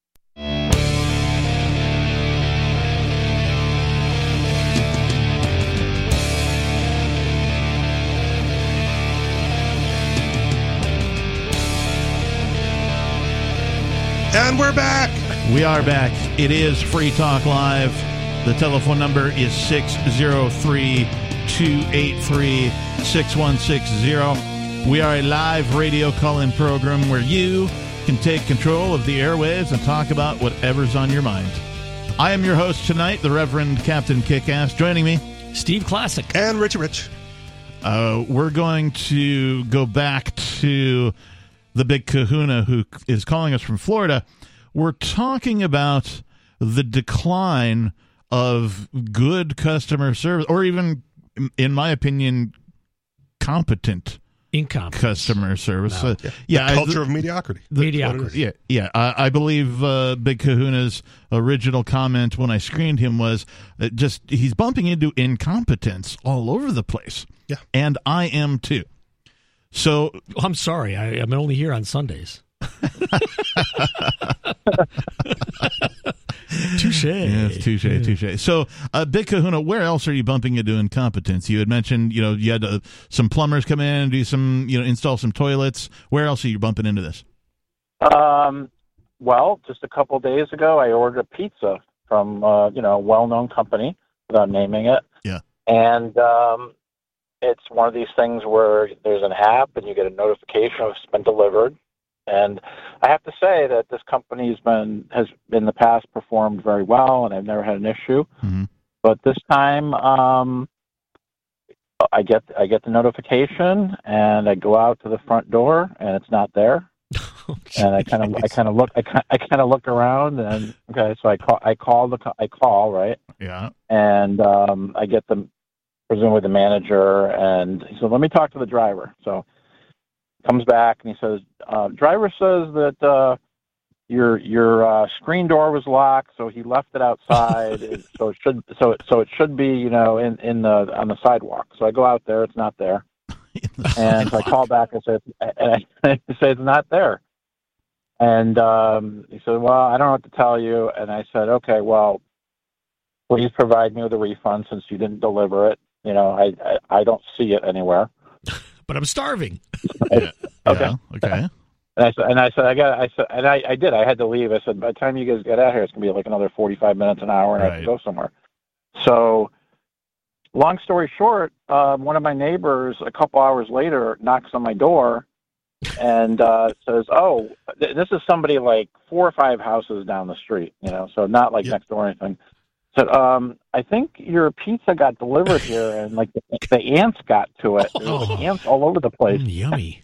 Speaker 1: and we're back.
Speaker 2: we are back it is free talk live the telephone number is 603-283-6160 we are a live radio call-in program where you can take control of the airwaves and talk about whatever's on your mind. I am your host tonight, the Reverend Captain Kickass. Joining me,
Speaker 3: Steve Classic.
Speaker 1: And Richie Rich.
Speaker 2: uh, we're going to go back to the big kahuna who is calling us from Florida. We're talking about the decline of good customer service, or even, in my opinion, competent
Speaker 3: Income.
Speaker 2: customer service. Uh, yeah, I-
Speaker 1: Culture of mediocrity.
Speaker 3: Mediocrity.
Speaker 2: yeah, yeah. I, I believe uh, Big Kahuna's original comment when I screened him was uh, just he's bumping into incompetence all over the place.
Speaker 1: Yeah.
Speaker 2: and I am too. So
Speaker 3: Well, I'm sorry. I, I'm only here on Sundays. [LAUGHS]
Speaker 2: [LAUGHS]
Speaker 3: Touche.
Speaker 2: yes, touche, touche. So uh, Big Kahuna, where else are you bumping into incompetence? You had mentioned you know you had uh, some plumbers come in and do some you know install some toilets. Where else are you bumping into this?
Speaker 4: Um, well, just a couple days ago, I ordered a pizza from uh, you know a well-known company without naming it.
Speaker 2: Yeah.
Speaker 4: And um, it's one of these things where there's an app, and you get a notification of it's been delivered. And I have to say that this company has been has in the past performed very well, and I've never had an issue.
Speaker 2: Mhm.
Speaker 4: But this time, um, I get I get the notification, and I go out to the front door, and it's not there and I kind of I kind of look I kind I kind of look around and okay, so I call I call the co- I call right,
Speaker 2: Yeah,
Speaker 4: and um, I get the presumably the manager and he said let me talk to the driver. So comes back and he says uh, driver says that uh, your your uh, screen door was locked, so he left it outside, and so it should so it, so it should be you know in in the on the sidewalk. So I go out there, it's not there. And so I call back and say, and I [LAUGHS] say it's not there. And um, he said, well, I don't know what to tell you. And I said, okay, well, please provide me with a refund since you didn't deliver it. You know, I I, I don't see it anywhere.
Speaker 3: but I'm starving.
Speaker 4: Okay.
Speaker 2: Yeah, okay.
Speaker 4: And I said, and I said, I got, I said, and I, I did. I had to leave. I said, by the time you guys get out here, it's gonna be like another forty-five minutes, an hour, and I have to
Speaker 2: Right.
Speaker 4: go somewhere. So, long story short, uh, one of my neighbors, a couple hours later, knocks on my door, and uh, says, "Oh, th- this is somebody like four or five houses down the street, you know, so not like
Speaker 1: Yeah.
Speaker 4: next door or anything." Said, um, I think your pizza got delivered here, and like the, the ants got to it. There was ants all over the place.
Speaker 3: Mm, yummy.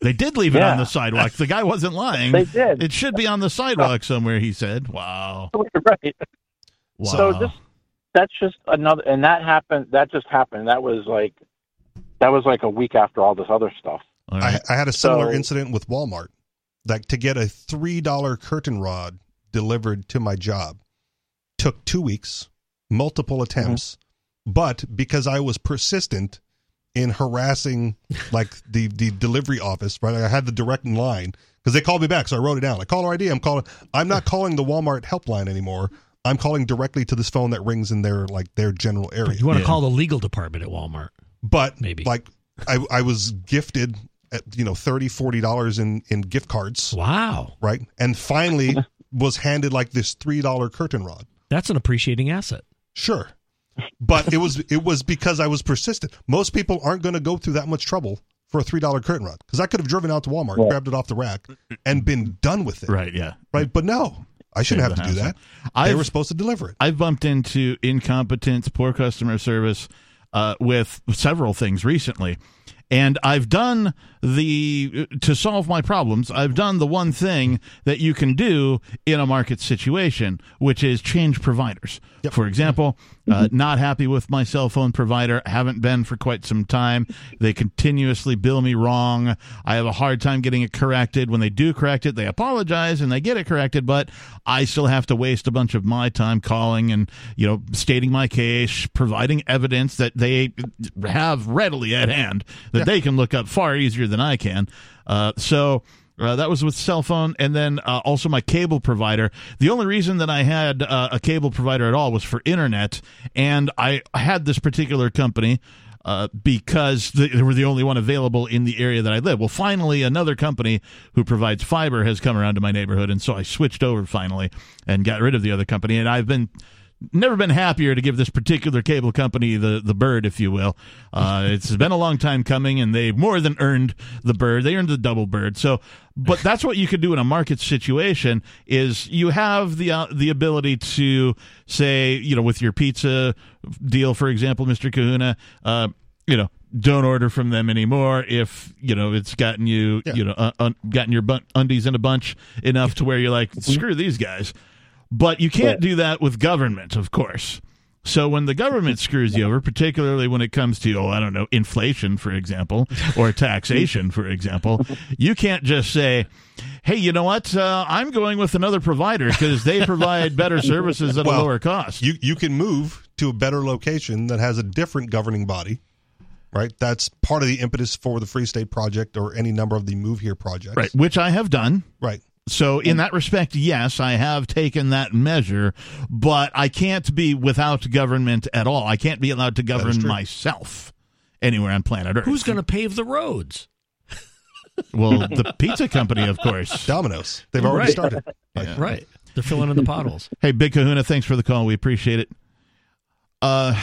Speaker 2: They did leave it
Speaker 4: Yeah.
Speaker 2: on the sidewalk. The guy wasn't lying.
Speaker 4: They did.
Speaker 2: It should be on the sidewalk somewhere, he said. Wow.
Speaker 4: [LAUGHS] right.
Speaker 2: Wow.
Speaker 4: So this that's just another, and that happened. That just happened. That was like, that was like a week after all this other stuff.
Speaker 2: All
Speaker 1: I,
Speaker 2: right.
Speaker 1: I had a similar
Speaker 4: So-
Speaker 1: incident with Walmart. Like to get a three dollar curtain rod delivered to my job took two weeks, multiple attempts, but because I was persistent in harassing like the the delivery office, right? I had the direct line because they called me back, so I wrote it down. I caller ID. I'm calling. I'm not calling the Walmart helpline anymore. I'm calling directly to this phone that rings in their like their general area
Speaker 3: You want to
Speaker 2: Yeah.
Speaker 3: call the legal department at Walmart.
Speaker 1: but
Speaker 3: Maybe.
Speaker 1: like I, I was gifted at, you know 30 40 dollars in in gift cards
Speaker 3: Wow.
Speaker 1: right and finally [LAUGHS] was handed like this three dollar curtain rod
Speaker 3: That's an appreciating asset.
Speaker 1: sure but it was it was because i was persistent most people aren't going to go through that much trouble for a three dollar curtain rod because i could have driven out to walmart
Speaker 4: Yeah.
Speaker 1: grabbed it off the rack and been done with it right,
Speaker 2: Right, yeah.
Speaker 1: but no i shouldn't have
Speaker 2: Save
Speaker 1: to
Speaker 2: the
Speaker 1: do
Speaker 2: hassle.
Speaker 1: that they
Speaker 2: I've,
Speaker 1: were supposed to deliver it
Speaker 2: I've bumped into incompetence, poor customer service uh, with several things recently. And I've done the, uh, to solve my problems, I've done the one thing that you can do in a market situation, which is change providers.
Speaker 1: Yep. Mm-hmm.
Speaker 2: For example, uh, not happy with my cell phone provider, haven't been for quite some time. They continuously bill me wrong. I have a hard time getting it corrected. When they do correct it, they apologize and they get it corrected, but I still have to waste a bunch of my time calling and, you know, stating my case, providing evidence that they have readily at hand that they can look up far easier than I can. Uh, so. Uh, that was with cell phone, and then uh, also my cable provider. The only reason that I had uh, a cable provider at all was for internet, and I had this particular company uh, because th- they were the only one available in the area that I live. Well, finally, another company who provides fiber has come around to my neighborhood, and so I switched over finally and got rid of the other company, and I've been never been happier to give this particular cable company the, the bird, if you will. Uh, it's been a long time coming, and they more than earned the bird. They earned the double bird. So, but that's what you could do in a market situation is you have the uh, the ability to say, you know, with your pizza deal, for example, Mister Kahuna, uh, you know. Don't order from them anymore if you know it's gotten you you know uh, un- gotten your bun- undies in a bunch enough to where you're like screw these guys but you can't do that with government, of course. So when the government screws you over, particularly when it comes to, oh, I don't know, inflation, for example, or taxation, for example, you can't just say, hey, you know what? Uh, I'm going with another provider because they provide better services at
Speaker 1: [LAUGHS]
Speaker 2: a
Speaker 1: Well,
Speaker 2: lower cost.
Speaker 1: You you can move to a better location that has a different governing body, right? That's part of the impetus for the Free State Project or any number of the Move Here projects.
Speaker 2: right, which I have done.
Speaker 1: Right.
Speaker 2: So in that respect, yes, I have taken that measure, but I can't be without government at all. I can't be allowed to govern
Speaker 1: true.
Speaker 2: myself anywhere on planet Earth.
Speaker 3: Who's going to pave the roads?
Speaker 1: [LAUGHS]
Speaker 2: Well, the pizza company, of course.
Speaker 1: Domino's. They've already
Speaker 3: Right. [LAUGHS]
Speaker 1: started.
Speaker 2: Yeah.
Speaker 3: Right. They're filling in
Speaker 1: [LAUGHS]
Speaker 3: the potholes.
Speaker 2: Hey, Big Kahuna, thanks for the call. We appreciate it. Uh,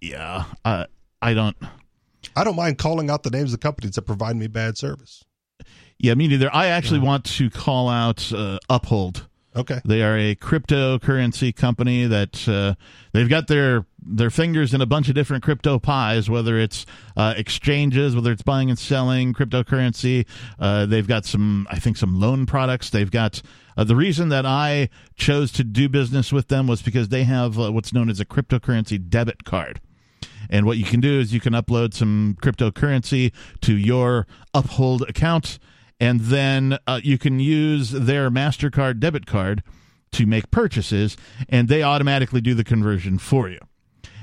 Speaker 2: yeah, uh, I don't.
Speaker 1: I don't mind calling out the names of companies that provide me bad service.
Speaker 2: Yeah, me neither. I actually want to call out uh, Uphold.
Speaker 1: Okay.
Speaker 2: They are a cryptocurrency company that uh, they've got their their fingers in a bunch of different crypto pies. Whether it's uh, exchanges, whether it's buying and selling cryptocurrency, uh, they've got some I think some loan products. They've got uh, the reason that I chose to do business with them was because they have uh, what's known as a cryptocurrency debit card. And what you can do is you can upload some cryptocurrency to your Uphold account, and then uh, you can use their MasterCard debit card to make purchases, and they automatically do the conversion for you.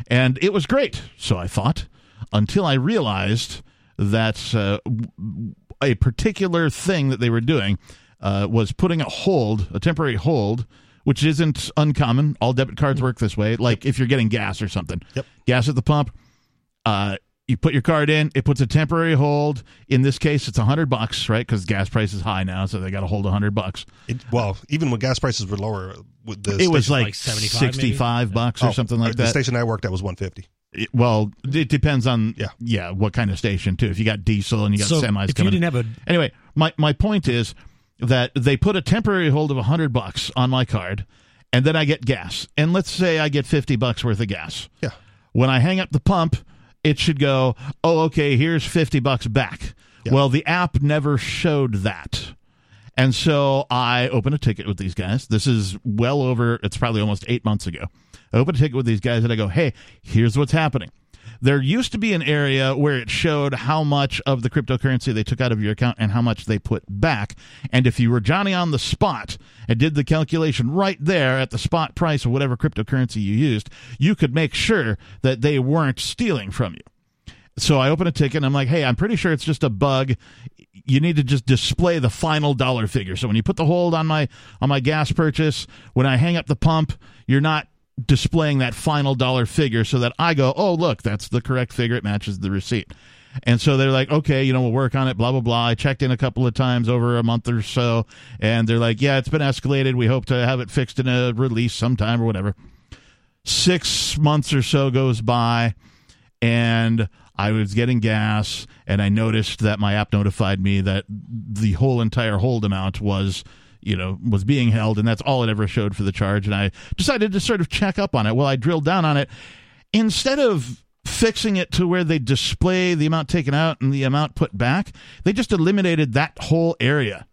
Speaker 2: And it was great, so I thought, until I realized that uh, w- a particular thing that they were doing uh, was putting a hold, a temporary hold, which isn't uncommon. All debit cards work this way. Like if you're getting gas or something,
Speaker 1: Yep.
Speaker 2: gas at the pump, uh, you put your card in, it puts a temporary hold. In this case, it's a hundred bucks, right? Because gas price is high now, so they got to hold a hundred bucks.
Speaker 1: It, well, even when gas prices were lower, uh, with the
Speaker 2: It was
Speaker 1: station-
Speaker 2: like,
Speaker 3: like 75 maybe?
Speaker 2: sixty-five bucks or
Speaker 1: Oh,
Speaker 2: something like
Speaker 1: The
Speaker 2: that.
Speaker 1: station I worked at was 150.
Speaker 2: It- well, it depends on
Speaker 1: Yeah.
Speaker 2: what kind of station too. If you got diesel and you got
Speaker 3: so
Speaker 2: semis
Speaker 3: if you
Speaker 2: coming,
Speaker 3: didn't have a
Speaker 2: anyway, my my point is that they put a temporary hold of 100 bucks on my card and then I get gas. And let's say I get 50 bucks worth of gas.
Speaker 1: Yeah.
Speaker 2: When I hang up the pump, it should go, "Oh, okay, here's 50 bucks back." Well, the app never showed that. And so I opened a ticket with these guys. This is well over, it's probably almost eight months ago. I opened a ticket with these guys and I go, hey, here's what's happening. There used to be an area where it showed how much of the cryptocurrency they took out of your account and how much they put back. And if you were Johnny on the spot and did the calculation right there at the spot price of whatever cryptocurrency you used, you could make sure that they weren't stealing from you so I open a ticket and I'm like, hey, I'm pretty sure it's just a bug. You need to just display the final dollar figure. So when you put the hold on my on my gas purchase, when I hang up the pump, you're not displaying that final dollar figure so that I go, oh look, that's the correct figure. It matches the receipt. And so they're like, okay, you know, we'll work on it, blah, blah, blah. I checked in a couple of times over a month or so, and they're like, yeah, it's been escalated. We hope to have it fixed in a release sometime or whatever six months or so goes by and I was getting gas and I noticed that my app notified me that the whole entire hold amount was you know was being held and that's all it ever showed for the charge and I decided to sort of check up on it well I drilled down on it instead of fixing it to where they display the amount taken out and the amount put back they just eliminated that whole area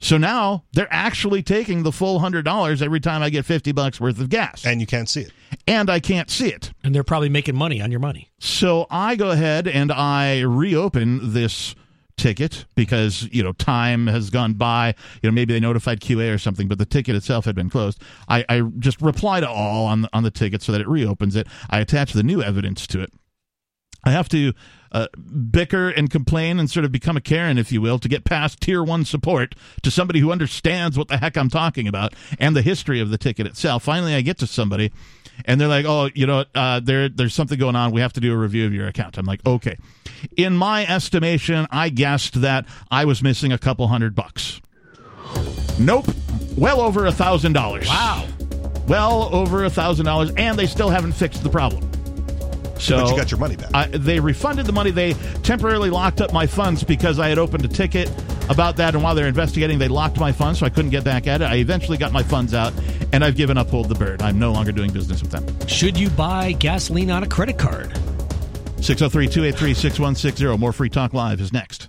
Speaker 2: so now they're actually taking the full $100 every time I get 50 bucks worth of gas
Speaker 1: And you can't see it.
Speaker 2: and I can't see it.
Speaker 3: and they're probably making money on your money.
Speaker 2: So I go ahead and I reopen this ticket because, you know, time has gone by. You know, maybe they notified QA or something, but the ticket itself had been closed. I, I just reply to all on the, on the ticket so that it reopens it. I attach the new evidence to it. I have to uh, bicker and complain and sort of become a Karen, if you will, to get past tier one support to somebody who understands what the heck I'm talking about and the history of the ticket itself. Finally, I get to somebody, and they're like, "Oh, you know, what, uh, there there's something going on. We have to do a review of your account." I'm like, "Okay." In my estimation, I guessed that I was missing a couple hundred bucks. Nope, well over a thousand dollars.
Speaker 3: Wow.
Speaker 2: well over a thousand dollars, and they still haven't fixed the problem. So
Speaker 1: But you got your money back.
Speaker 2: I, they refunded the money. They temporarily locked up my funds because I had opened a ticket about that, and while they're investigating, they locked my funds, so I couldn't get back at it. I eventually got my funds out, and I've given up hold the bird. I'm no longer doing business with them.
Speaker 3: Should you buy gasoline on a credit card?
Speaker 2: 603 283 6160. More Free Talk Live is next.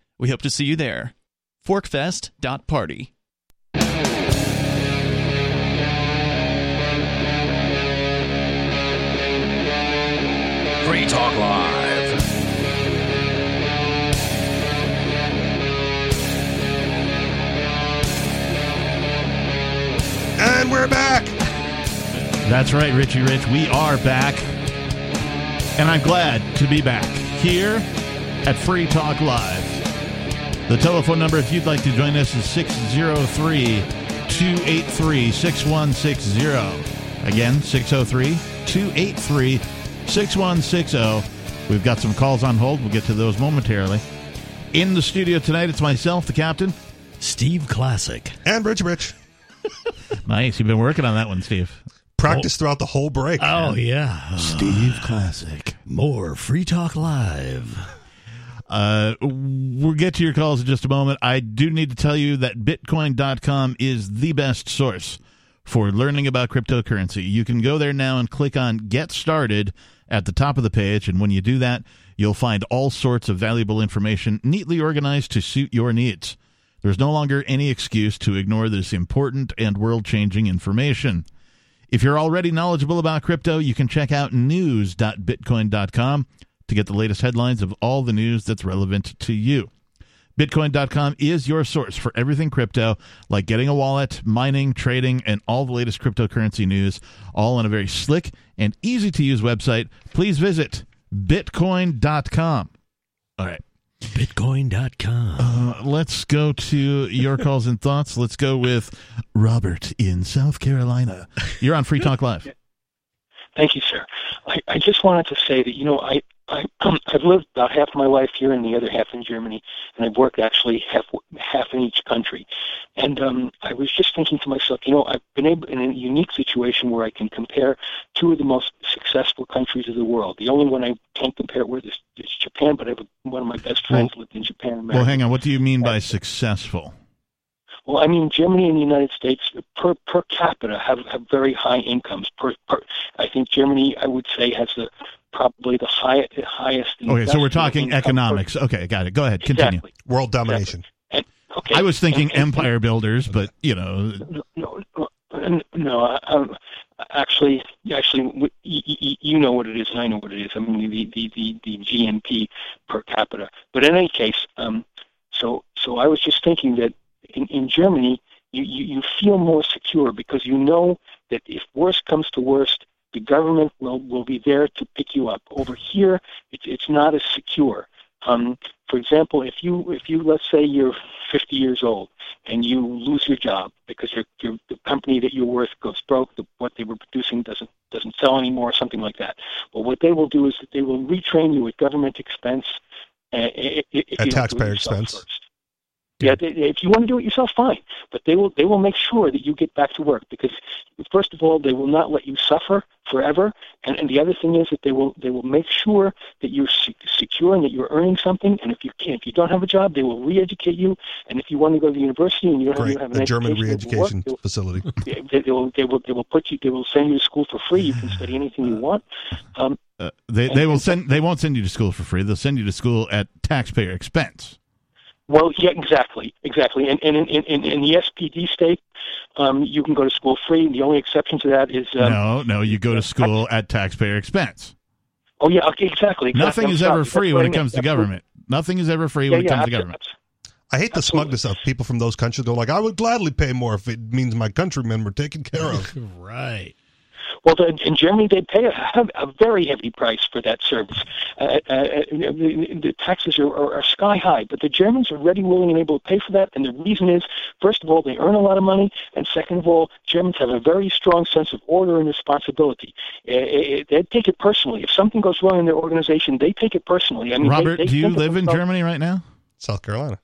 Speaker 5: We hope to see you there. Forkfest.party.
Speaker 6: Free Talk Live.
Speaker 1: And we're back.
Speaker 2: That's right, Richie Rich. We are back. And I'm glad to be back here at Free Talk Live. The telephone number, if you'd like to join us, is 603 283 6160. oh. Again, 603 283 6160. oh. We've got some calls on hold. We'll get to those momentarily. In the studio tonight, it's myself, the captain.
Speaker 3: Steve Classic.
Speaker 1: And Rich Rich.
Speaker 2: Nice. You've been working on that one, Steve.
Speaker 1: Practice throughout the whole break.
Speaker 3: Oh yeah,
Speaker 2: Steve Classic.
Speaker 3: more Free Talk Live.
Speaker 2: Uh, we'll get to your calls in just a moment. I do need to tell you that Bitcoin.com is the best source for learning about cryptocurrency. You can go there now and click on Get Started at the top of the page. And when you do that, you'll find all sorts of valuable information neatly organized to suit your needs. There's no longer any excuse to ignore this important and world changing information. If you're already knowledgeable about crypto, you can check out news.bitcoin.com to get the latest headlines of all the news that's relevant to you. Bitcoin.com is your source for everything crypto, like getting a wallet, mining, trading, and all the latest cryptocurrency news, all on a very slick and easy to use website. Please visit Bitcoin.com. All right.
Speaker 3: Bitcoin.com.
Speaker 2: Uh, let's go to your calls and thoughts. Let's go with Robert in South Carolina. You're on Free Talk Live.
Speaker 7: Thank you, sir. I, I just wanted to say that you know I, I [CLEARS THROAT] I've lived about half my life here and the other half in Germany, and I've worked actually half half in each country. And um, I was just thinking to myself, you know, I've been able in a unique situation where I can compare two of the most successful countries of the world. The only one I can't compare with is, is Japan, but I have a- one of my best friends lived in Japan. America.
Speaker 2: Well, hang on. What do you mean by successful?
Speaker 7: Well, I mean, Germany and the United States per per capita have, have very high incomes. Per, per I think Germany, I would say, has the probably the highest highest.
Speaker 2: Okay, so we're
Speaker 7: investment
Speaker 2: talking
Speaker 7: income per-
Speaker 2: economics. Okay, got it. Go ahead. Continue.
Speaker 7: Exactly.
Speaker 1: World domination.
Speaker 7: And, okay.
Speaker 2: I was
Speaker 7: and-
Speaker 2: thinking
Speaker 7: and-
Speaker 2: empire builders, but you know,
Speaker 7: No, no, no, no I- um, actually, actually, w- y- y- you know what it is, and I know what it is. I mean, the the the, the GNP per capita. But in any case, um, so so I was just thinking that in, in Germany, you, you you feel more secure because you know that if worst comes to worst, the government will will be there to pick you up. Over here, it's it's not as secure. Um, for example, if you if you let's say you're 50 years old and you lose your job because your, your the company that you're with goes broke, the, what they were producing doesn't doesn't sell anymore, something like that. Well, what they will do is that they will retrain you at government expense. Uh, i- i- if you don't
Speaker 1: At
Speaker 7: do it
Speaker 1: taxpayer
Speaker 7: yourself
Speaker 1: expense.
Speaker 7: first. Yeah, they, they- if you want to do it yourself, fine. But they will they will make sure that you get back to work because first of all, they will not let you suffer forever, and, and the other thing is that they will they will make sure that you're se- secure and that you're earning something. And if you can, if you don't have a job, they will re-educate you. And if you want to go to university and you don't
Speaker 1: Great.
Speaker 7: have, have an
Speaker 1: The German
Speaker 7: education, it will work.
Speaker 1: re-education facility.
Speaker 7: They will, they, they will they will they will put you they will send you to school for free. You can study anything you want. Um,
Speaker 2: Uh, they they will send they won't send you to school for free. They'll send you to school at taxpayer expense.
Speaker 7: Well, yeah, exactly, exactly. And, and in, in, in the SPD state, um, you can go to school free. The only exception to that is um,
Speaker 2: no, no, you go to school at taxpayer expense.
Speaker 7: oh yeah, okay, exactly. exactly.
Speaker 2: Nothing
Speaker 7: I'm
Speaker 2: is
Speaker 7: sorry.
Speaker 2: ever free
Speaker 7: That's
Speaker 2: when
Speaker 7: what I
Speaker 2: it comes to
Speaker 7: meant.
Speaker 2: government. Nothing is ever free
Speaker 7: Yeah,
Speaker 2: when it
Speaker 7: yeah,
Speaker 2: comes to
Speaker 7: abso-
Speaker 2: government.
Speaker 1: I hate the smugness of people from those countries go like, I would gladly pay more if it means my countrymen were taken care
Speaker 2: [LAUGHS]
Speaker 1: of.
Speaker 3: right.
Speaker 7: Well, the, in Germany, they pay a, a very heavy price for that service. Uh, uh, uh, the, the taxes are, are, are sky high, but the Germans are ready, willing, and able to pay for that. And the reason is, first of all, they earn a lot of money, and second of all, Germans have a very strong sense of order and responsibility. Uh, uh, they take it personally. If something goes wrong in their organization, they take it personally. I mean, they-
Speaker 2: Robert,
Speaker 7: they
Speaker 2: do you
Speaker 7: think of
Speaker 2: live in
Speaker 7: themselves-
Speaker 2: Germany right now?
Speaker 1: South Carolina.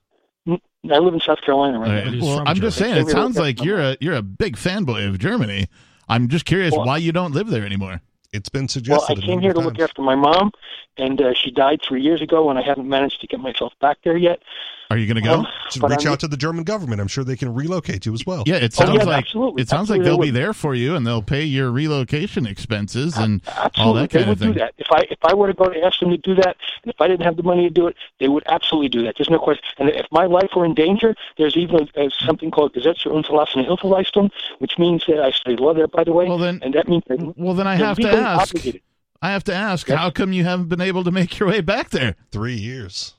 Speaker 7: N- I live in South Carolina right
Speaker 2: All right.
Speaker 7: now.
Speaker 3: He's
Speaker 2: Well,
Speaker 3: from
Speaker 2: I'm just
Speaker 7: Germany.
Speaker 2: saying it
Speaker 7: They really
Speaker 2: sounds
Speaker 7: have
Speaker 2: like
Speaker 7: some-
Speaker 2: you're a you're a big fanboy of Germany. I'm just curious
Speaker 7: Well-
Speaker 2: why you don't live there anymore.
Speaker 1: It's been
Speaker 7: Well,
Speaker 1: suggested.
Speaker 7: I
Speaker 1: a
Speaker 7: came
Speaker 1: number
Speaker 7: here
Speaker 1: of
Speaker 7: to look
Speaker 1: times.
Speaker 7: after my mom, and uh, she died three years ago, and I haven't managed to get myself back there yet.
Speaker 2: Are you going to go?
Speaker 7: Um,
Speaker 1: Just
Speaker 7: but
Speaker 1: reach
Speaker 7: I'm-
Speaker 1: out to the German government. I'm sure they can relocate you as well.
Speaker 2: yeah, it
Speaker 7: Oh, yeah,
Speaker 2: sounds like
Speaker 7: absolutely.
Speaker 2: it sounds like
Speaker 7: Absolutely,
Speaker 2: they'll
Speaker 7: they
Speaker 2: be
Speaker 7: would.
Speaker 2: there for you and they'll pay your relocation expenses and all
Speaker 7: Absolutely,
Speaker 2: that
Speaker 7: they
Speaker 2: kind of
Speaker 7: would do
Speaker 2: thing.
Speaker 7: that. If I if I were to go to ask them to do that, and if I didn't have the money to do it, they would absolutely do that. There's no question. And if my life were in danger, there's even uh, something called Gesetz zur unterlassenen Hilfeleistung, which means that I study law there, by the way,
Speaker 2: Well, then-
Speaker 7: and that means that
Speaker 2: Well, then I
Speaker 7: they're
Speaker 2: have to
Speaker 7: legally
Speaker 2: ask.
Speaker 7: obligated.
Speaker 2: I have to ask,
Speaker 7: Yes.
Speaker 2: how come you haven't been able to make your way back there?
Speaker 1: Three years.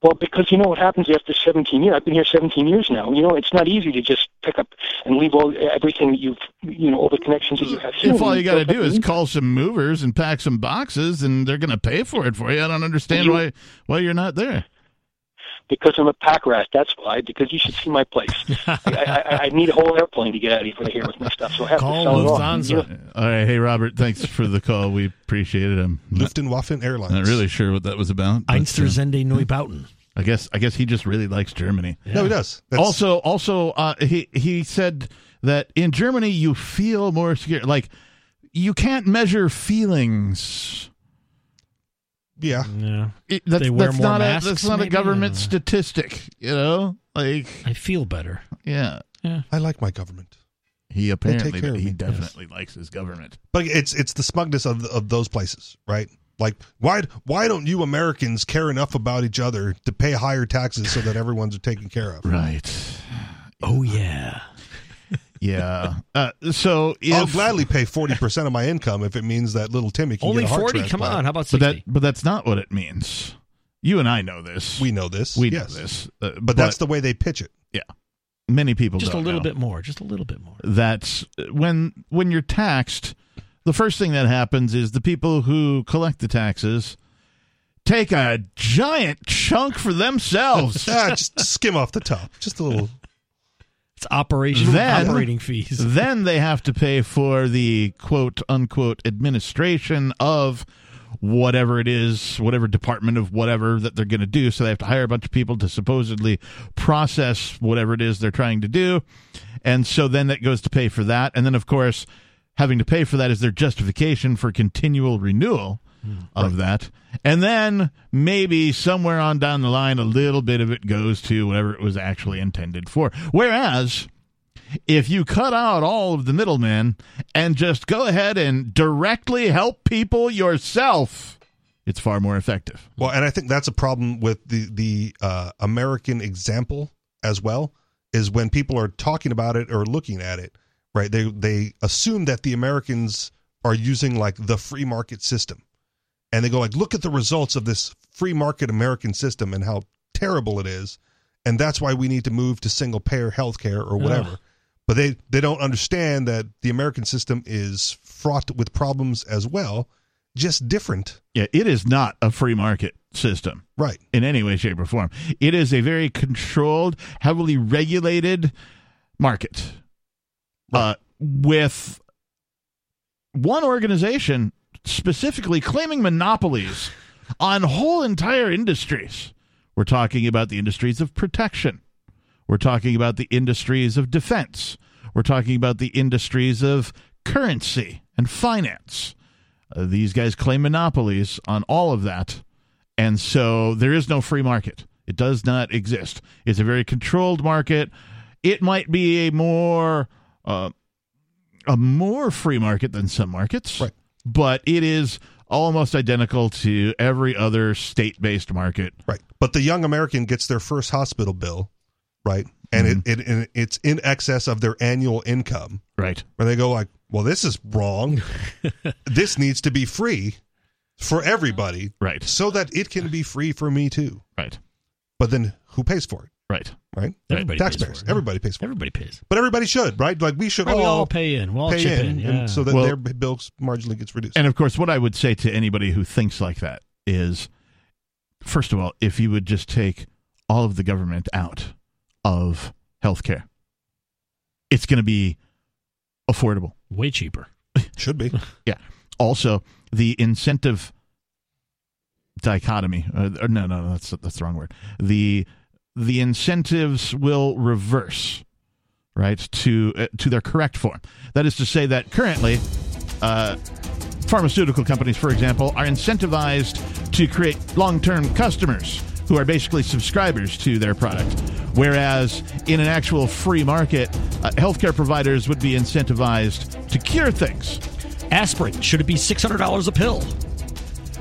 Speaker 7: Well, because you know what happens after 17 years. I've been here 17 years now. You know, it's not easy to just pick up and leave all everything that you've, you know, all the connections that you have.
Speaker 2: If all you got to
Speaker 7: built up
Speaker 2: do is
Speaker 7: in-
Speaker 2: call some movers and pack some boxes, and they're going to pay for it for you, I don't understand
Speaker 7: You-
Speaker 2: why why you're not there.
Speaker 7: because I'm a pack rat. That's why. Because you should see my
Speaker 2: [LAUGHS]
Speaker 7: place. I, I, I- I need a whole airplane to get out of here, here with my stuff. So I have
Speaker 3: Call
Speaker 7: to sell it off.
Speaker 3: Lufthansa.
Speaker 7: You know,
Speaker 2: All right, hey Robert, thanks for the call. We appreciate it. I'm not,
Speaker 1: Luftwaffe Airlines.
Speaker 2: not really sure what that was about. but, uh,
Speaker 3: Einsterzende Neubauten.
Speaker 2: I guess I guess he just really likes Germany.
Speaker 1: No, he does. That's,
Speaker 2: also, also, uh, he he said that in Germany you feel more secure. Like you can't measure feelings.
Speaker 1: yeah.
Speaker 3: Yeah.
Speaker 2: It- that's,
Speaker 3: They wear
Speaker 2: that's
Speaker 3: more
Speaker 2: not
Speaker 3: masks,
Speaker 2: a that's not a
Speaker 3: maybe?
Speaker 2: government
Speaker 3: Uh,
Speaker 2: statistic. You know, like
Speaker 3: I feel better.
Speaker 2: yeah,
Speaker 1: I like my government.
Speaker 2: he apparently
Speaker 1: care of
Speaker 2: he
Speaker 1: me.
Speaker 2: definitely likes his government.
Speaker 1: But it's it's the smugness of of those places, right? Like why why don't you Americans care enough about each other to pay higher taxes so that everyone's taken care of?
Speaker 2: Right.
Speaker 3: Oh yeah.
Speaker 2: Yeah. uh, so if,
Speaker 1: I'll gladly pay forty percent of my income if it means that little Timmy can
Speaker 3: Only
Speaker 1: get a heart
Speaker 3: 40. Come
Speaker 1: transplant.
Speaker 3: on. How about
Speaker 2: but
Speaker 3: 60?
Speaker 2: that but that's not what it means. You and I know this.
Speaker 1: We know this.
Speaker 2: we
Speaker 1: yes.
Speaker 2: know this. Uh,
Speaker 1: But, that's the way they pitch it.
Speaker 2: many people
Speaker 3: just a
Speaker 2: don't
Speaker 3: little
Speaker 2: know.
Speaker 3: bit more. Just a little bit more.
Speaker 2: that's uh, when when you're taxed the first thing that happens is the people who collect the taxes take a giant chunk for
Speaker 1: [LAUGHS]
Speaker 2: themselves
Speaker 1: Ah, just skim off the top. Just a little
Speaker 3: It's operation
Speaker 2: Then-
Speaker 3: operating fees.
Speaker 2: [LAUGHS] then they have to pay for the quote unquote administration of whatever it is whatever department of whatever that they're going to do so they have to hire a bunch of people to supposedly process whatever it is they're trying to do and so then that goes to pay for that and then of course having to pay for that is their justification for continual renewal of that and then maybe somewhere on down the line a little bit of it goes to whatever it was actually intended for whereas if you cut out all of the middlemen and just go ahead and directly help people yourself, it's far more effective.
Speaker 1: Well, and I think that's a problem with the the uh, American example as well is when people are talking about it or looking at it, right? They they assume that the Americans are using like the free market system, and they go like, look at the results of this free market American system and how terrible it is, and that's why we need to move to single payer healthcare or whatever. But they they don't understand that the American system is fraught with problems as well, just different,
Speaker 2: Yeah, it is not a free market system
Speaker 1: right?
Speaker 2: in any way, shape, or form. It is a very controlled, heavily regulated market uh, with one organization specifically claiming monopolies on whole entire industries. We're talking about the industries of protection. We're talking about the industries of defense. We're talking about the industries of currency and finance. Uh, these guys claim monopolies on all of that. And so there is no free market. It does not exist. It's a very controlled market. It might be a more uh, a more free market than some markets,
Speaker 1: Right.
Speaker 2: but it is almost identical to every other state-based market.
Speaker 1: Right. But the young American gets their first hospital bill, right? And
Speaker 3: Mm-hmm.
Speaker 1: it, it and it's in excess of their annual income.
Speaker 2: Right.
Speaker 1: Where they go like, "Well, this is
Speaker 3: [LAUGHS]
Speaker 1: wrong. this needs to be free for everybody
Speaker 2: Right.
Speaker 1: so that it can be free for me too."
Speaker 2: Right.
Speaker 1: But then who pays for it,
Speaker 2: Right.
Speaker 1: right?
Speaker 3: Everybody pays
Speaker 1: Taxpayers.
Speaker 3: for it.
Speaker 1: Everybody pays for it.
Speaker 3: Everybody pays.
Speaker 1: But everybody should, right? Like we should
Speaker 3: Right,
Speaker 1: all,
Speaker 3: we all pay in. We'll all
Speaker 1: pay
Speaker 3: chip in.
Speaker 1: in, and
Speaker 3: yeah.
Speaker 1: so that
Speaker 2: Well-
Speaker 1: their bill marginally gets reduced.
Speaker 2: And of course, what I would say to anybody who thinks like that is first of all, if you would just take all of the government out of healthcare, it's going to be affordable.
Speaker 3: Way cheaper.
Speaker 1: should
Speaker 2: [LAUGHS]
Speaker 1: be.
Speaker 2: Also, the incentive dichotomy uh, or no no no that's that's the wrong word. The the incentives will reverse right to uh, to their correct form. That is to say that currently uh pharmaceutical companies, for example, are incentivized to create long term customers who are basically subscribers to their product. Whereas in an actual free market, uh, healthcare providers would be incentivized to cure things.
Speaker 3: Aspirin. Should it be six hundred dollars a pill?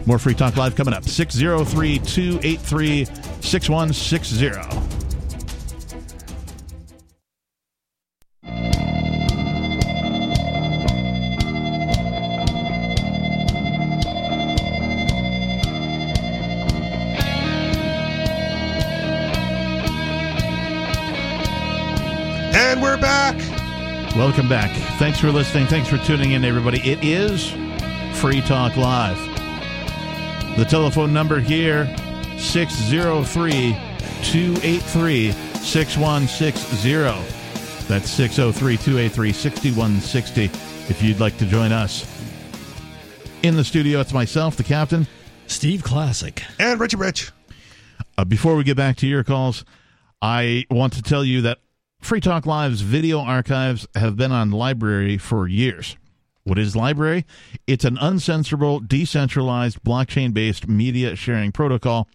Speaker 2: More Free Talk Live coming up 603 283 6160.
Speaker 1: And we're back.
Speaker 2: Welcome back. Thanks for listening. Thanks for tuning in, everybody. It is Free Talk Live. The telephone number here 603 283 6160. oh. That's 603 283 6160 if you'd like to join us. In the studio, it's myself, the captain.
Speaker 3: Steve Classic.
Speaker 1: And Richie Rich.
Speaker 2: Uh, before we get back to your calls, I want to tell you that Free Talk Live's video archives have been on Library for years. What is Library? It's an uncensorable, decentralized, blockchain based media sharing protocol,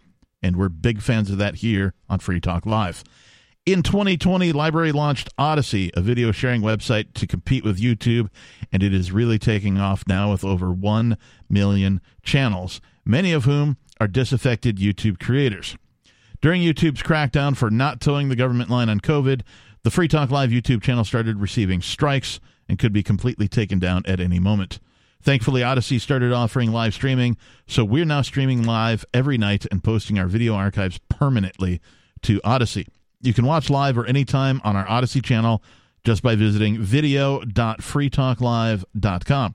Speaker 2: and we're big fans of that here on Free Talk Live. In 2020, Library launched Odyssey, a video sharing website to compete with YouTube, and it is really taking off now with over 1 million channels, many of whom are disaffected YouTube creators. During YouTube's crackdown for not towing the government line on COVID, the Free Talk Live YouTube channel started receiving strikes and could be completely taken down at any moment. Thankfully, Odyssey started offering live streaming, so we're now streaming live every night and posting our video archives permanently to Odyssey. You can watch live or anytime on our Odyssey channel just by visiting video.freetalklive.com.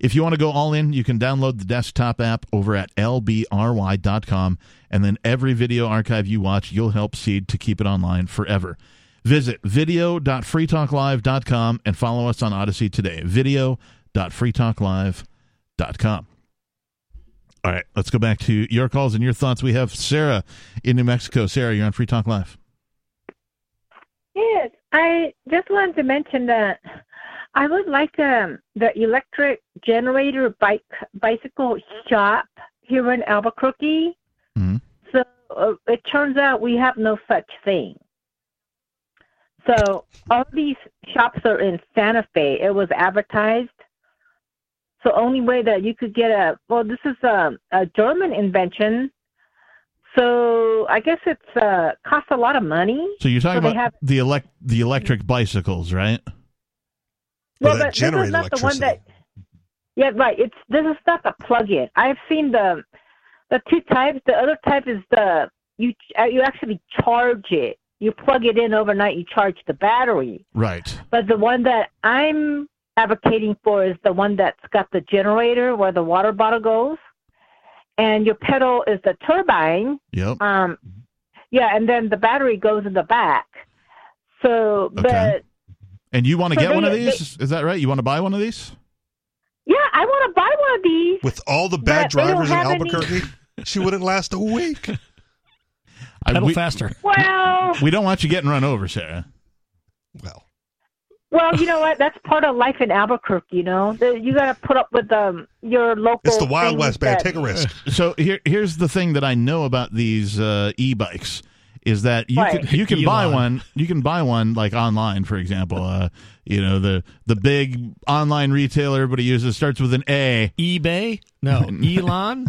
Speaker 2: If you want to go all in, you can download the desktop app over at lbry.com, and then every video archive you watch, you'll help Seed to keep it online forever. Visit video.freetalklive.com and follow us on Odyssey today. Video.freetalklive.com. All right, let's go back to your calls and your thoughts. We have Sarah in New Mexico. Sarah, you're on Free Talk Live.
Speaker 8: Yes, I just wanted to mention that I would like um, the electric generator bike bicycle shop here in Albuquerque.
Speaker 2: Mhm.
Speaker 8: So uh, it turns out we have no such thing. So all these shops are in Santa Fe. It was advertised. So only way that you could get a well, this is a, a German invention. So I guess it's uh, costs a lot of money.
Speaker 2: So you're talking
Speaker 8: So they
Speaker 2: about
Speaker 8: have-
Speaker 2: the elect the electric bicycles, right?
Speaker 1: Well,
Speaker 8: Well,
Speaker 1: that
Speaker 8: but this
Speaker 1: generated
Speaker 8: is not the one that.
Speaker 1: electricity.
Speaker 8: Yeah, right. It's this is not the plug-in. I've seen the the two types. The other type is the you uh, you actually charge it. You plug it in overnight. You charge the battery.
Speaker 2: Right.
Speaker 8: But the one that I'm advocating for is the one that's got the generator where the water bottle goes, and your pedal is the turbine.
Speaker 2: Yep.
Speaker 8: Um, yeah, and then the battery goes in the back. So,
Speaker 2: Okay.
Speaker 8: but
Speaker 2: And you want to
Speaker 8: So
Speaker 2: get
Speaker 8: they-
Speaker 2: one of
Speaker 8: they-
Speaker 2: these? Is that right? You want to buy one of these?
Speaker 8: yeah, I want to buy one of these.
Speaker 1: With all the bad
Speaker 8: But they don't
Speaker 1: drivers in
Speaker 8: have any-
Speaker 1: Albuquerque, she wouldn't last a week.
Speaker 2: [LAUGHS] I-
Speaker 3: Pedal
Speaker 2: we,
Speaker 3: faster.
Speaker 8: Well,
Speaker 2: we don't want you getting run over, Sarah.
Speaker 1: Well,
Speaker 8: Well, you know what? That's part of life in Albuquerque. You know, The- you got to put up with um, your local.
Speaker 1: it's the Wild
Speaker 8: things
Speaker 2: [LAUGHS]
Speaker 1: West, man.
Speaker 8: that-
Speaker 1: Take a risk.
Speaker 2: So here, here's the thing that I know about these uh, e-bikes is that you
Speaker 8: Right.
Speaker 2: can you can buy
Speaker 3: Elon.
Speaker 2: one you can buy one like online for example uh you know the the big online retailer everybody uses starts with an A
Speaker 3: eBay?
Speaker 2: [LAUGHS]
Speaker 3: No. Elon?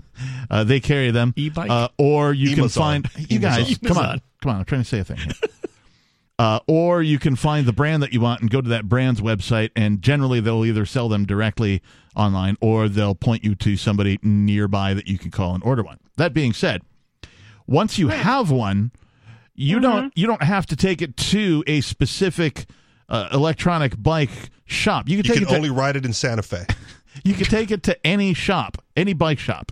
Speaker 2: uh, they carry them
Speaker 3: E-bike?
Speaker 2: uh, or you can
Speaker 1: Amazon.
Speaker 2: find [LAUGHS] you guys
Speaker 1: Amazon.
Speaker 2: come on
Speaker 3: Amazon.
Speaker 2: come on I'm trying to say a thing here. [LAUGHS] Uh, or you can find the brand that you want and go to that brand's website, and generally they'll either sell them directly online or they'll point you to somebody nearby that you can call and order one. That being said, once you have one, you
Speaker 1: Mm-hmm.
Speaker 2: don't you don't have to take it to a specific uh, electronic bike shop. You can
Speaker 1: You
Speaker 2: take
Speaker 1: can
Speaker 2: it to,
Speaker 1: only ride it in Santa Fe.
Speaker 2: [LAUGHS] you can take it to any shop, any bike shop,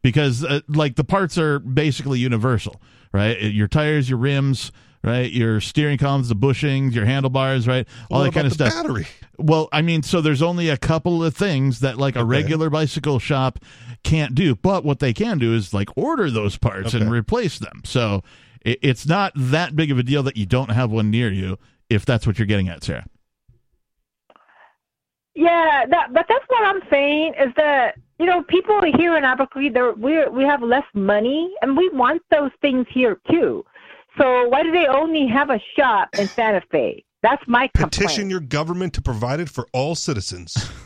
Speaker 2: because uh, like the parts are basically universal, right? Your tires, your rims, right? Your steering columns, the bushings, your handlebars, right? All
Speaker 1: What
Speaker 2: that kind of
Speaker 1: about the
Speaker 2: stuff.
Speaker 1: Battery.
Speaker 2: Well, I mean, so there's only a couple of things that like a regular bicycle shop can't do, but what they can do is like order those parts and
Speaker 1: Okay.
Speaker 2: replace them. So it, it's not that big of a deal that you don't have one near you if that's what you're getting at, Sarah.
Speaker 8: [LAUGHS] Yeah, that, but that's what I'm saying is that you know people here in Albuquerque, they're, we we have less money, and we want those things here too. So why do they only have a shop in Santa Fe? That's my complaint.
Speaker 1: Petition your government to provide it for all citizens.
Speaker 2: [LAUGHS]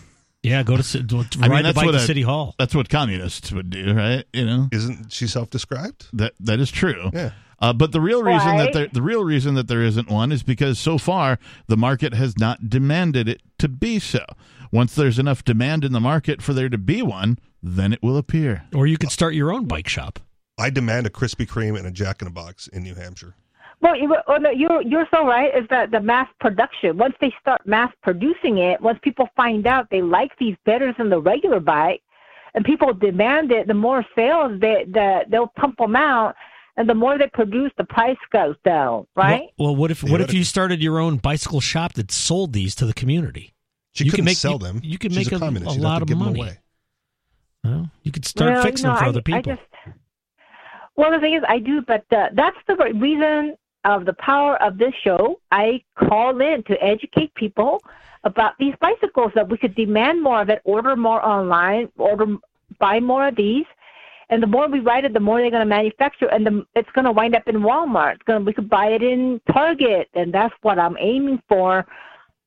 Speaker 3: Yeah, go to ci- d- ride
Speaker 2: mean,
Speaker 3: the
Speaker 2: that's
Speaker 3: bike
Speaker 2: what
Speaker 3: to
Speaker 2: a-
Speaker 3: City Hall.
Speaker 2: That's what communists would do, right? You know.
Speaker 1: Isn't she self-described?
Speaker 2: That that is true.
Speaker 1: Yeah.
Speaker 2: Uh, but the real reason that
Speaker 8: Right.
Speaker 2: there, the real reason that there isn't one is because so far the market has not demanded it to be so. Once there's enough demand in the market for there to be one, then it will appear.
Speaker 3: Or you could start your own bike shop.
Speaker 1: I demand a Krispy Kreme and a Jack in a Box in New Hampshire.
Speaker 8: Well, you, oh, no, you're you're so right. Is that the mass production? Once they start mass producing it, once people find out they like these better than the regular bike, and people demand it, the more sales they that they'll pump them out, and the more they produce, the price goes down, right?
Speaker 3: Well, well, what if what if
Speaker 1: Theoretically.
Speaker 3: you started your own bicycle shop that sold these to the community?
Speaker 1: She
Speaker 3: You can
Speaker 1: couldn't
Speaker 3: make-
Speaker 1: sell
Speaker 3: you-
Speaker 1: them.
Speaker 3: you can
Speaker 1: She's
Speaker 3: make a-
Speaker 1: communist.
Speaker 3: a
Speaker 1: She'd have
Speaker 3: lot
Speaker 1: to
Speaker 3: of
Speaker 1: give them
Speaker 3: money.
Speaker 1: away.
Speaker 3: Well, you could start
Speaker 8: Well,
Speaker 3: fixing
Speaker 8: no,
Speaker 3: them for
Speaker 8: I-
Speaker 3: other people.
Speaker 8: I just, well, the thing is, I do, but uh, that's the re- reason of the power of this show. I call in to educate people about these bicycles that we could demand more of it, order more online, order buy more of these. And the more we ride it, the more they're going to manufacture, and the, it's going to wind up in Walmart. It's going to, we could buy it in Target, and that's what I'm aiming for.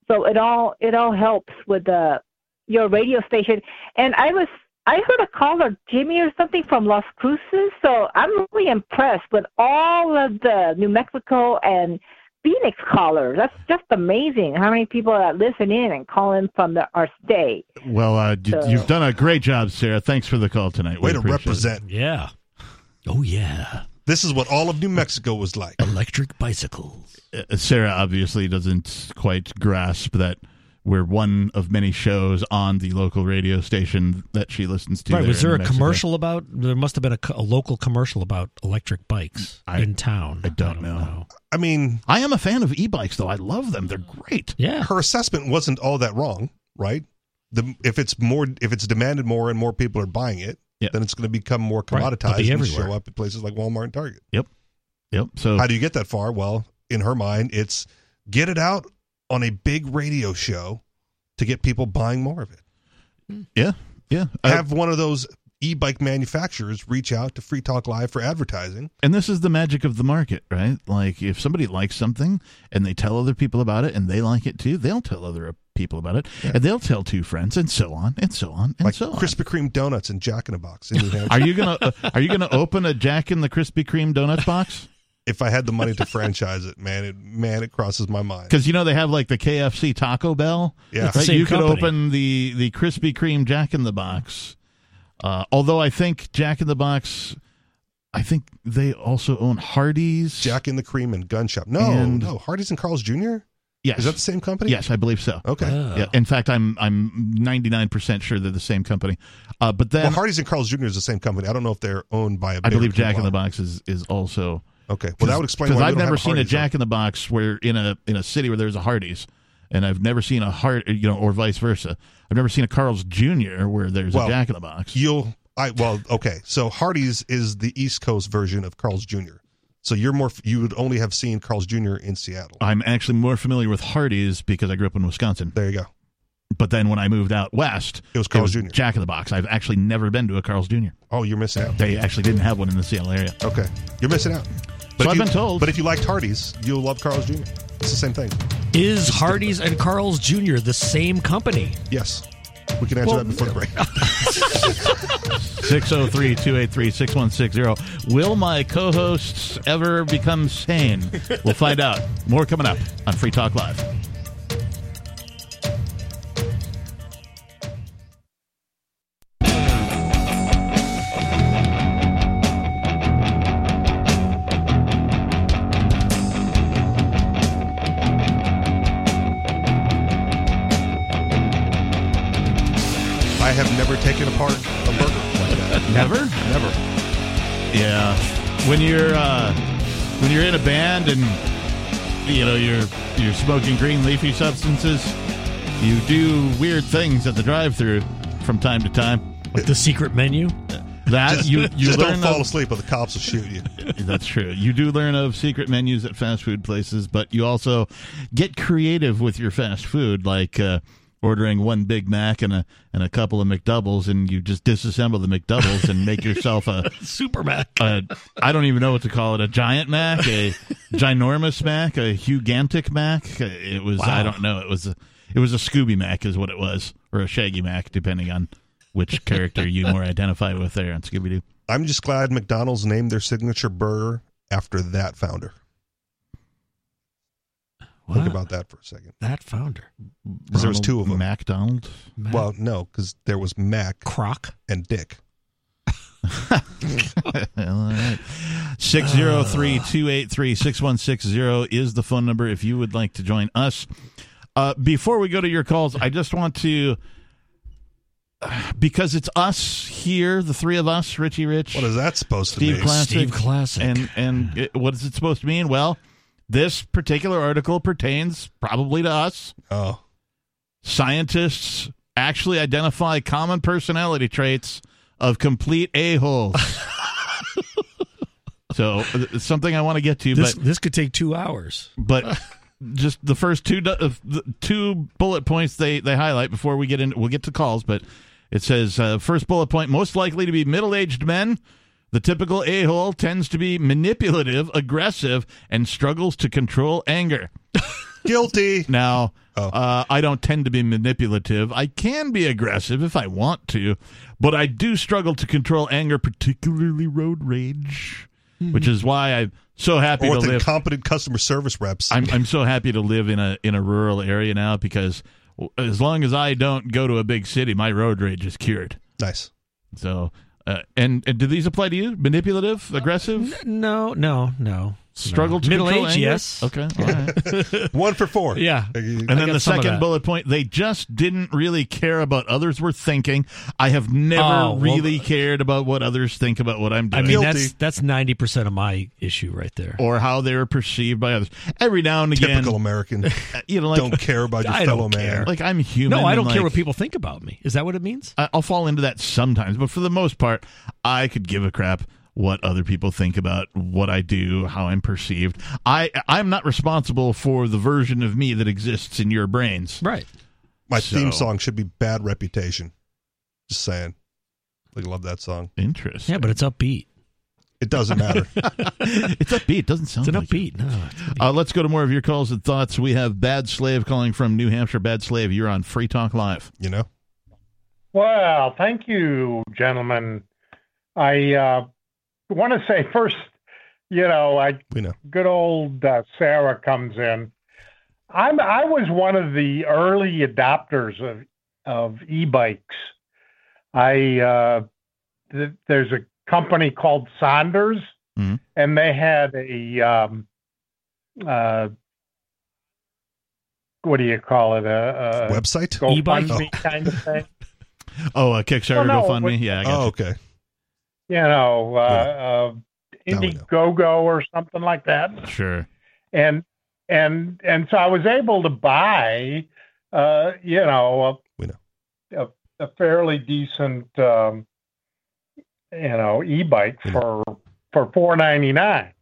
Speaker 8: So it all it all helps with the your radio station. And I was I heard a caller, Jimmy or something from Las Cruces. So I'm really impressed with all of the New Mexico and Phoenix callers. That's just amazing how many people that listen in and call in from the, our state.
Speaker 2: Well, uh, you,
Speaker 8: So-
Speaker 2: you've done a great job, Sarah. Thanks for the call tonight. We
Speaker 1: Way to
Speaker 2: appreciate it.
Speaker 1: represent.
Speaker 3: yeah. Oh yeah,
Speaker 1: This is what all of New Mexico was like.
Speaker 3: electric bicycles.
Speaker 2: Uh, Sarah obviously doesn't quite grasp that we're one of many shows on the local radio station that she listens to.
Speaker 3: right?
Speaker 2: in
Speaker 3: Was there a
Speaker 2: New Mexico.
Speaker 3: commercial about? There must have been a, co- a local commercial about electric bikes
Speaker 2: I-
Speaker 3: in town.
Speaker 2: I don't know.
Speaker 1: Oh. I mean,
Speaker 2: Oh. I am a fan of e-bikes, though. I love them. They're great.
Speaker 3: Yeah.
Speaker 1: her assessment wasn't all that wrong, right? The, if it's more, if it's demanded more and more people are buying it,
Speaker 2: Yeah.
Speaker 1: then it's going to become more
Speaker 3: Right. They'll be
Speaker 1: commoditized and
Speaker 3: everywhere.
Speaker 1: show up at places like Walmart and Target.
Speaker 2: Yep. So
Speaker 1: How do you get that far? Well, in her mind, it's get it out on a big radio show to get people buying more of it.
Speaker 2: yeah, yeah. I-
Speaker 1: Have one of those e-bike manufacturers reach out to Free Talk Live for advertising.
Speaker 2: and this is the magic of the market, right? Like if somebody likes something and they tell other people about it and they like it too, they'll tell other people about it and they'll tell two friends and so on and so on and
Speaker 1: like
Speaker 2: so on.
Speaker 1: Krispy Kreme donuts and Jack in a Box. In New Hampshire.
Speaker 2: Are you gonna uh, Are you gonna open a Jack in the Krispy Kreme donut box?
Speaker 1: [LAUGHS] if I had the money to franchise it, man, it man, it crosses my mind.
Speaker 2: Because you know they have like the KFC Taco Bell.
Speaker 1: Yeah. It's
Speaker 3: the
Speaker 2: Right?
Speaker 3: same
Speaker 2: you could
Speaker 3: company.
Speaker 2: open the the Krispy Kreme Jack in the Box. Uh, although I think Jack in the Box, I think they also own Hardee's.
Speaker 1: Jack in the Cream and Gun Shop. No,
Speaker 2: And-
Speaker 1: no, Hardy's and Carl's Jr.
Speaker 2: yes,
Speaker 1: Is that the same company?
Speaker 2: yes, I believe so.
Speaker 1: Okay.
Speaker 3: Oh.
Speaker 2: Yeah. In fact, I'm I'm 99% sure they're the same company. Uh, but then
Speaker 1: well, Hardy's and Carl's Jr. is the same company. I don't know if they're owned by a.
Speaker 2: I
Speaker 1: bigger
Speaker 2: believe Jack in the
Speaker 1: conglomerate.
Speaker 2: Box is, is also
Speaker 1: Okay. Well, that would explain
Speaker 2: because
Speaker 1: why we
Speaker 2: I've
Speaker 1: don't
Speaker 2: never
Speaker 1: have
Speaker 2: seen a
Speaker 1: Hardee's
Speaker 2: Jack in the Box where in a in a city where there's a Hardee's, and I've never seen a Hard you know or vice versa. I've never seen a Carl's Jr. where there's
Speaker 1: Well,
Speaker 2: a Jack in the Box.
Speaker 1: You'll I well okay. So Hardee's is the East Coast version of Carl's Jr. So you're more you would only have seen Carl's Jr. in Seattle.
Speaker 2: I'm actually more familiar with Hardee's because I grew up in Wisconsin.
Speaker 1: There you go.
Speaker 2: But then when I moved out west,
Speaker 1: It was Carl's Jr..
Speaker 2: Jack in the Box. I've actually never been to a Carl's Jr.
Speaker 1: Oh, you're missing out.
Speaker 2: They actually didn't have one in the Seattle area.
Speaker 1: Okay, you're missing out. But
Speaker 2: So
Speaker 1: if
Speaker 2: I've
Speaker 1: you-
Speaker 2: been told.
Speaker 1: But if you liked Hardee's, you'll love Carl's Jr. It's the same thing.
Speaker 3: Is Hardee's and Carl's Jr. the same company?
Speaker 1: Yes, we can answer
Speaker 3: Well,
Speaker 1: that before the break.
Speaker 2: 603 283 6160. oh. Will my co hosts ever become sane? We'll find out. More coming up on Free Talk Live.
Speaker 1: I have never taken apart a burger like that.
Speaker 2: Never?
Speaker 1: Never.
Speaker 2: Yeah. When you're uh, when you're in a band and you know you're you're smoking green leafy substances, you do weird things at the drive-through from time to time.
Speaker 3: Like the secret menu?
Speaker 2: That you you
Speaker 1: just
Speaker 2: learn
Speaker 1: don't fall
Speaker 2: of-
Speaker 1: asleep or the cops will shoot you.
Speaker 2: [LAUGHS] That's true. You do learn of secret menus at fast food places, but you also get creative with your fast food, like uh, ordering one Big Mac and a and a couple of McDoubles, and you just disassemble the McDoubles and make yourself a,
Speaker 3: [LAUGHS] Super Mac.
Speaker 2: a I don't even know what to call it a giant Mac, a ginormous Mac, a gigantic Mac. It was I don't know. It was a, it was a Scooby Mac is what it was, or a Shaggy Mac, depending on which character you more identify with there on Scooby Doo.
Speaker 1: I'm just glad McDonald's named their signature burger after that founder.
Speaker 3: Wow.
Speaker 1: Think about that for a second. Um,
Speaker 3: that founder.
Speaker 1: 'Cause there was
Speaker 2: Ronald
Speaker 1: two of 'em.
Speaker 2: MacDonald.
Speaker 3: Mac.
Speaker 1: Well, no, because there was Mac
Speaker 3: Croc.
Speaker 1: and
Speaker 2: [LAUGHS]
Speaker 1: Dick.
Speaker 2: [LAUGHS] Six zero three two eight three six one six zero is the phone number if you would like to join us. Uh, before we go to your calls, I just want to because it's us here, the three of us, Richie Rich,
Speaker 1: What is that supposed to
Speaker 2: Steve
Speaker 1: be?
Speaker 2: Classic,
Speaker 3: Steve Classic.
Speaker 2: and and it, what is it supposed to mean? Well, this particular article pertains probably to us.
Speaker 1: Oh,
Speaker 2: Scientists actually identify common personality traits of complete a holes. so uh, it's something I want to get to,
Speaker 3: this,
Speaker 2: but
Speaker 3: this could take two hours.
Speaker 1: [LAUGHS]
Speaker 2: but just the first two du- uh, the two bullet points they they highlight before we get in. We'll get to calls, but it says uh, first bullet point most likely to be middle aged men. The typical a hole tends to be manipulative, aggressive, and struggles to control anger.
Speaker 1: [LAUGHS] guilty.
Speaker 2: Now,
Speaker 1: Oh.
Speaker 2: uh, I don't tend to be manipulative. I can be aggressive if I want to, but I do struggle to control anger, particularly road rage, which is why I'm so happy
Speaker 1: Hmm. Or
Speaker 2: to
Speaker 1: with
Speaker 2: live.
Speaker 1: incompetent customer service reps.
Speaker 2: I'm, I'm so happy to live in a in a rural area now because w- as long as I don't go to a big city, my road rage is cured.
Speaker 1: nice.
Speaker 2: So, uh, and, and do these apply to you? Manipulative, aggressive,
Speaker 3: No, no, no.
Speaker 2: struggle
Speaker 3: No.
Speaker 2: to
Speaker 3: Middle
Speaker 2: control
Speaker 3: age,
Speaker 2: anger?
Speaker 3: yes.
Speaker 2: Okay, all
Speaker 1: [LAUGHS] [LAUGHS]
Speaker 2: right.
Speaker 1: One for four.
Speaker 3: Yeah.
Speaker 1: Uh,
Speaker 2: And
Speaker 3: I
Speaker 2: then
Speaker 3: got
Speaker 2: the
Speaker 3: some of
Speaker 2: second
Speaker 3: that.
Speaker 2: bullet point, they just didn't really care about others were thinking. I have never
Speaker 3: Oh, well,
Speaker 2: really cared about what others think about what I'm
Speaker 3: I
Speaker 2: doing
Speaker 3: mean,
Speaker 1: Guilty.
Speaker 3: that's that's 90% of my issue right there.
Speaker 2: or how they were perceived by others. Every now and again,
Speaker 1: Typical American.
Speaker 2: [LAUGHS] you know, like,
Speaker 1: don't care
Speaker 3: [LAUGHS]
Speaker 1: about your
Speaker 3: I
Speaker 1: fellow
Speaker 3: don't
Speaker 1: man.
Speaker 3: care.
Speaker 2: like I'm human.
Speaker 3: no, I
Speaker 2: and,
Speaker 3: don't care
Speaker 2: like,
Speaker 3: what people think about me. Is that what it means?
Speaker 2: I- I'll fall into that sometimes, but for the most part, I could give a crap what other people think about what I do, how I'm perceived. I I'm not responsible for the version of me that exists in your brains.
Speaker 3: Right.
Speaker 1: My
Speaker 2: So-
Speaker 1: theme song should be "Bad Reputation." Just saying. Like love that song.
Speaker 2: Interesting.
Speaker 3: Yeah, but it's
Speaker 2: [LAUGHS]
Speaker 3: upbeat.
Speaker 1: It doesn't matter.
Speaker 2: it's upbeat. Doesn't sound
Speaker 3: It's an
Speaker 2: like it.
Speaker 3: upbeat. No, it's upbeat.
Speaker 2: Uh, let's go to more of your calls and thoughts. We have Bad Slave calling from New Hampshire. Bad Slave, you're on Free Talk Live.
Speaker 1: you know.
Speaker 9: Well, thank you, gentlemen. I uh, want to say first, you know, I
Speaker 1: We know.
Speaker 9: good old uh, Sarah comes in. I'm I was one of the early adopters of of e-bikes. I uh, th- there's a company called Saunders,
Speaker 2: Mhm.
Speaker 9: and they had a um, uh, what do you call it? A, a
Speaker 1: Website.
Speaker 9: GoFundMe
Speaker 3: E-bike?
Speaker 9: kind of thing.
Speaker 2: Oh, uh, Kickstarter,
Speaker 9: Well, no,
Speaker 2: GoFundMe.
Speaker 9: what-
Speaker 2: yeah, I got
Speaker 1: Oh,
Speaker 2: you.
Speaker 1: okay.
Speaker 9: you know, uh, uh,
Speaker 1: Now we know.
Speaker 9: Indiegogo or something like that.
Speaker 2: sure.
Speaker 9: And and and so I was able to buy, uh, you know, a,
Speaker 1: We know.
Speaker 9: a, a fairly decent, um, you know, e-bike
Speaker 1: We
Speaker 9: for for four ninety nine.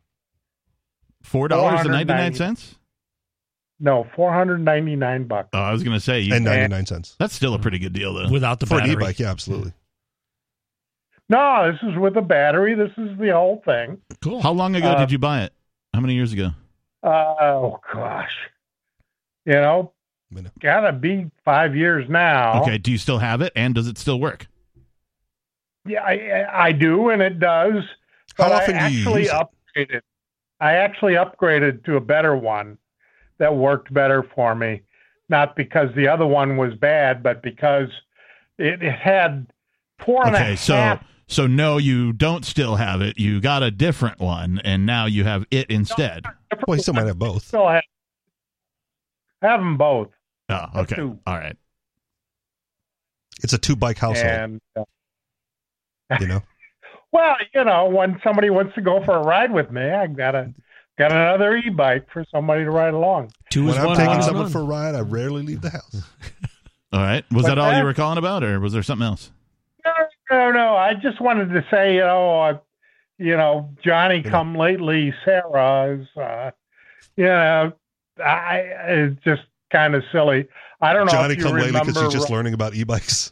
Speaker 2: Four dollars and ninety nine cents.
Speaker 9: No, four hundred ninety nine bucks.
Speaker 2: Oh, I was gonna say you,
Speaker 1: and ninety nine cents
Speaker 2: that's still a pretty good deal though.
Speaker 3: without the
Speaker 1: for an
Speaker 3: battery.
Speaker 1: e-bike. Yeah, absolutely.
Speaker 9: No, this is with a battery. This is the whole thing.
Speaker 3: Cool.
Speaker 2: How long ago
Speaker 9: Uh,
Speaker 2: did you buy it? How many years ago?
Speaker 9: Uh, oh gosh, you know,
Speaker 1: Minute.
Speaker 9: gotta be five years now.
Speaker 2: Okay, do you still have it, and does it still work?
Speaker 9: Yeah, I- I, I do, and it does.
Speaker 1: How
Speaker 9: But
Speaker 1: often
Speaker 9: I
Speaker 1: do you
Speaker 9: actually
Speaker 1: use it?
Speaker 9: upgraded. I actually upgraded to a better one that worked better for me. Not because the other one was bad, but because it, it had four and a half.
Speaker 2: Okay, so so no, you don't still have it. You got a different one, and now you have it instead.
Speaker 1: Well, you still might have both.
Speaker 9: Still have, have them both,
Speaker 2: Oh, okay, all
Speaker 9: Two.
Speaker 2: right.
Speaker 1: It's a two bike household.
Speaker 9: and uh,
Speaker 1: You know,
Speaker 9: well, you know, when somebody wants to go for a ride with me, I gotta got another e-bike for somebody to ride along.
Speaker 3: Two is
Speaker 1: when I'm
Speaker 3: one. one
Speaker 1: taking
Speaker 3: is
Speaker 1: someone
Speaker 3: none.
Speaker 1: for a ride, I rarely leave the house.
Speaker 2: All right. Was
Speaker 9: But
Speaker 2: that all you
Speaker 9: that-
Speaker 2: were calling about, or was there something else?
Speaker 9: No, no, no. I just wanted to say, you know, uh, you know, Johnny
Speaker 1: Yeah.
Speaker 9: come lately, Sarah is, uh, you know, I it's just kind of silly. [LAUGHS] I don't know
Speaker 1: Johnny
Speaker 9: if you
Speaker 1: come lately
Speaker 9: remember
Speaker 1: because she's just learning about e-bikes.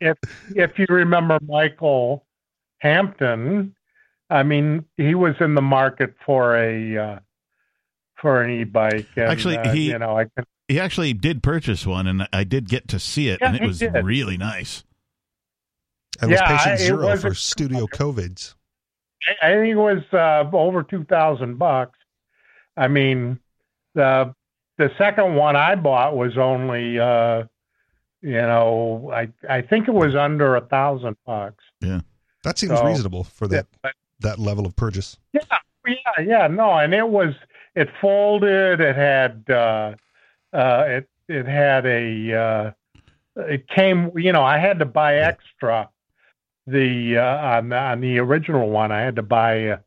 Speaker 9: if you remember Michael Hampton. I mean, he was in the market for a uh, for an e-bike. And,
Speaker 2: Actually,
Speaker 9: uh,
Speaker 2: he-
Speaker 9: you know, I can,
Speaker 2: He actually did purchase one, and I did get to see it,
Speaker 9: Yeah,
Speaker 2: and it
Speaker 9: he
Speaker 2: was
Speaker 9: did.
Speaker 2: really nice.
Speaker 1: And was
Speaker 9: Yeah, I-
Speaker 1: patient
Speaker 9: it
Speaker 1: zero
Speaker 9: was-
Speaker 1: for
Speaker 9: [LAUGHS]
Speaker 1: studio COVIDs.
Speaker 9: I I think it was uh, over two thousand bucks. I mean, the the second one I bought was only, uh, you know, I I think it was under a thousand bucks.
Speaker 1: That seems
Speaker 9: So-
Speaker 1: reasonable for that that level of purchase.
Speaker 9: Yeah, yeah, no, and it was it folded. It had uh, uh, it it had a uh, it came. You know, I had to buy extra the uh, on the, on the original one. I had to buy uh,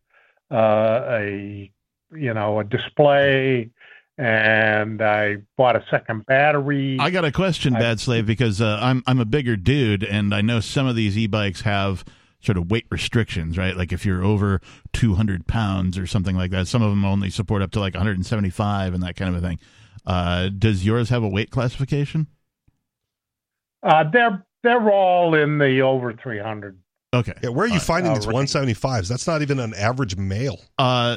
Speaker 9: a you know a display, and I bought a second battery.
Speaker 2: I got a question,
Speaker 9: I-
Speaker 2: Bad Slave, because uh, I'm I'm a bigger dude, and I know some of these e-bikes have sort of weight restrictions, right? Like if you're over 200 pounds or something like that, some of them only support up to like 175 and that kind of a thing. Uh, does yours have a weight classification?
Speaker 9: Uh, they're they're all in the over three hundred.
Speaker 2: Okay.
Speaker 1: Yeah, where are you
Speaker 2: Uh,
Speaker 1: finding these
Speaker 9: right.
Speaker 1: 175s? That's not even an average male.
Speaker 2: Uh,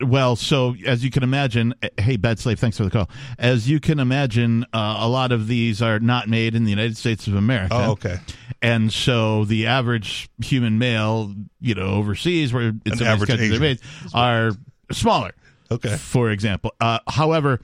Speaker 2: well, so as you can imagine, eh, hey, Bad Slave, thanks for the call. As you can imagine, uh, a lot of these are not made in the United States of America.
Speaker 1: Oh, okay.
Speaker 2: and so the average human male, you know, overseas where it's
Speaker 1: An
Speaker 2: a
Speaker 1: average
Speaker 2: country they're
Speaker 1: Asian.
Speaker 2: based, are smaller.
Speaker 1: Okay.
Speaker 2: For example, uh, however,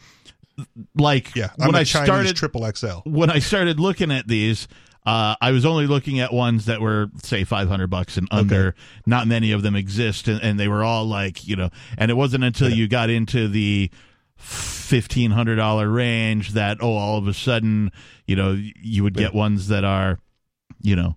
Speaker 2: like
Speaker 1: Yeah. I'm
Speaker 2: when
Speaker 1: a
Speaker 2: I
Speaker 1: Chinese
Speaker 2: started
Speaker 1: triple XL.
Speaker 2: when I started looking at these, uh, I was only looking at ones that were say five hundred bucks and under. Not many of them exist, and, and they were all like you know. And it wasn't until you got into the fifteen hundred dollar range that oh, all of a sudden you know y- you would get ones that are you know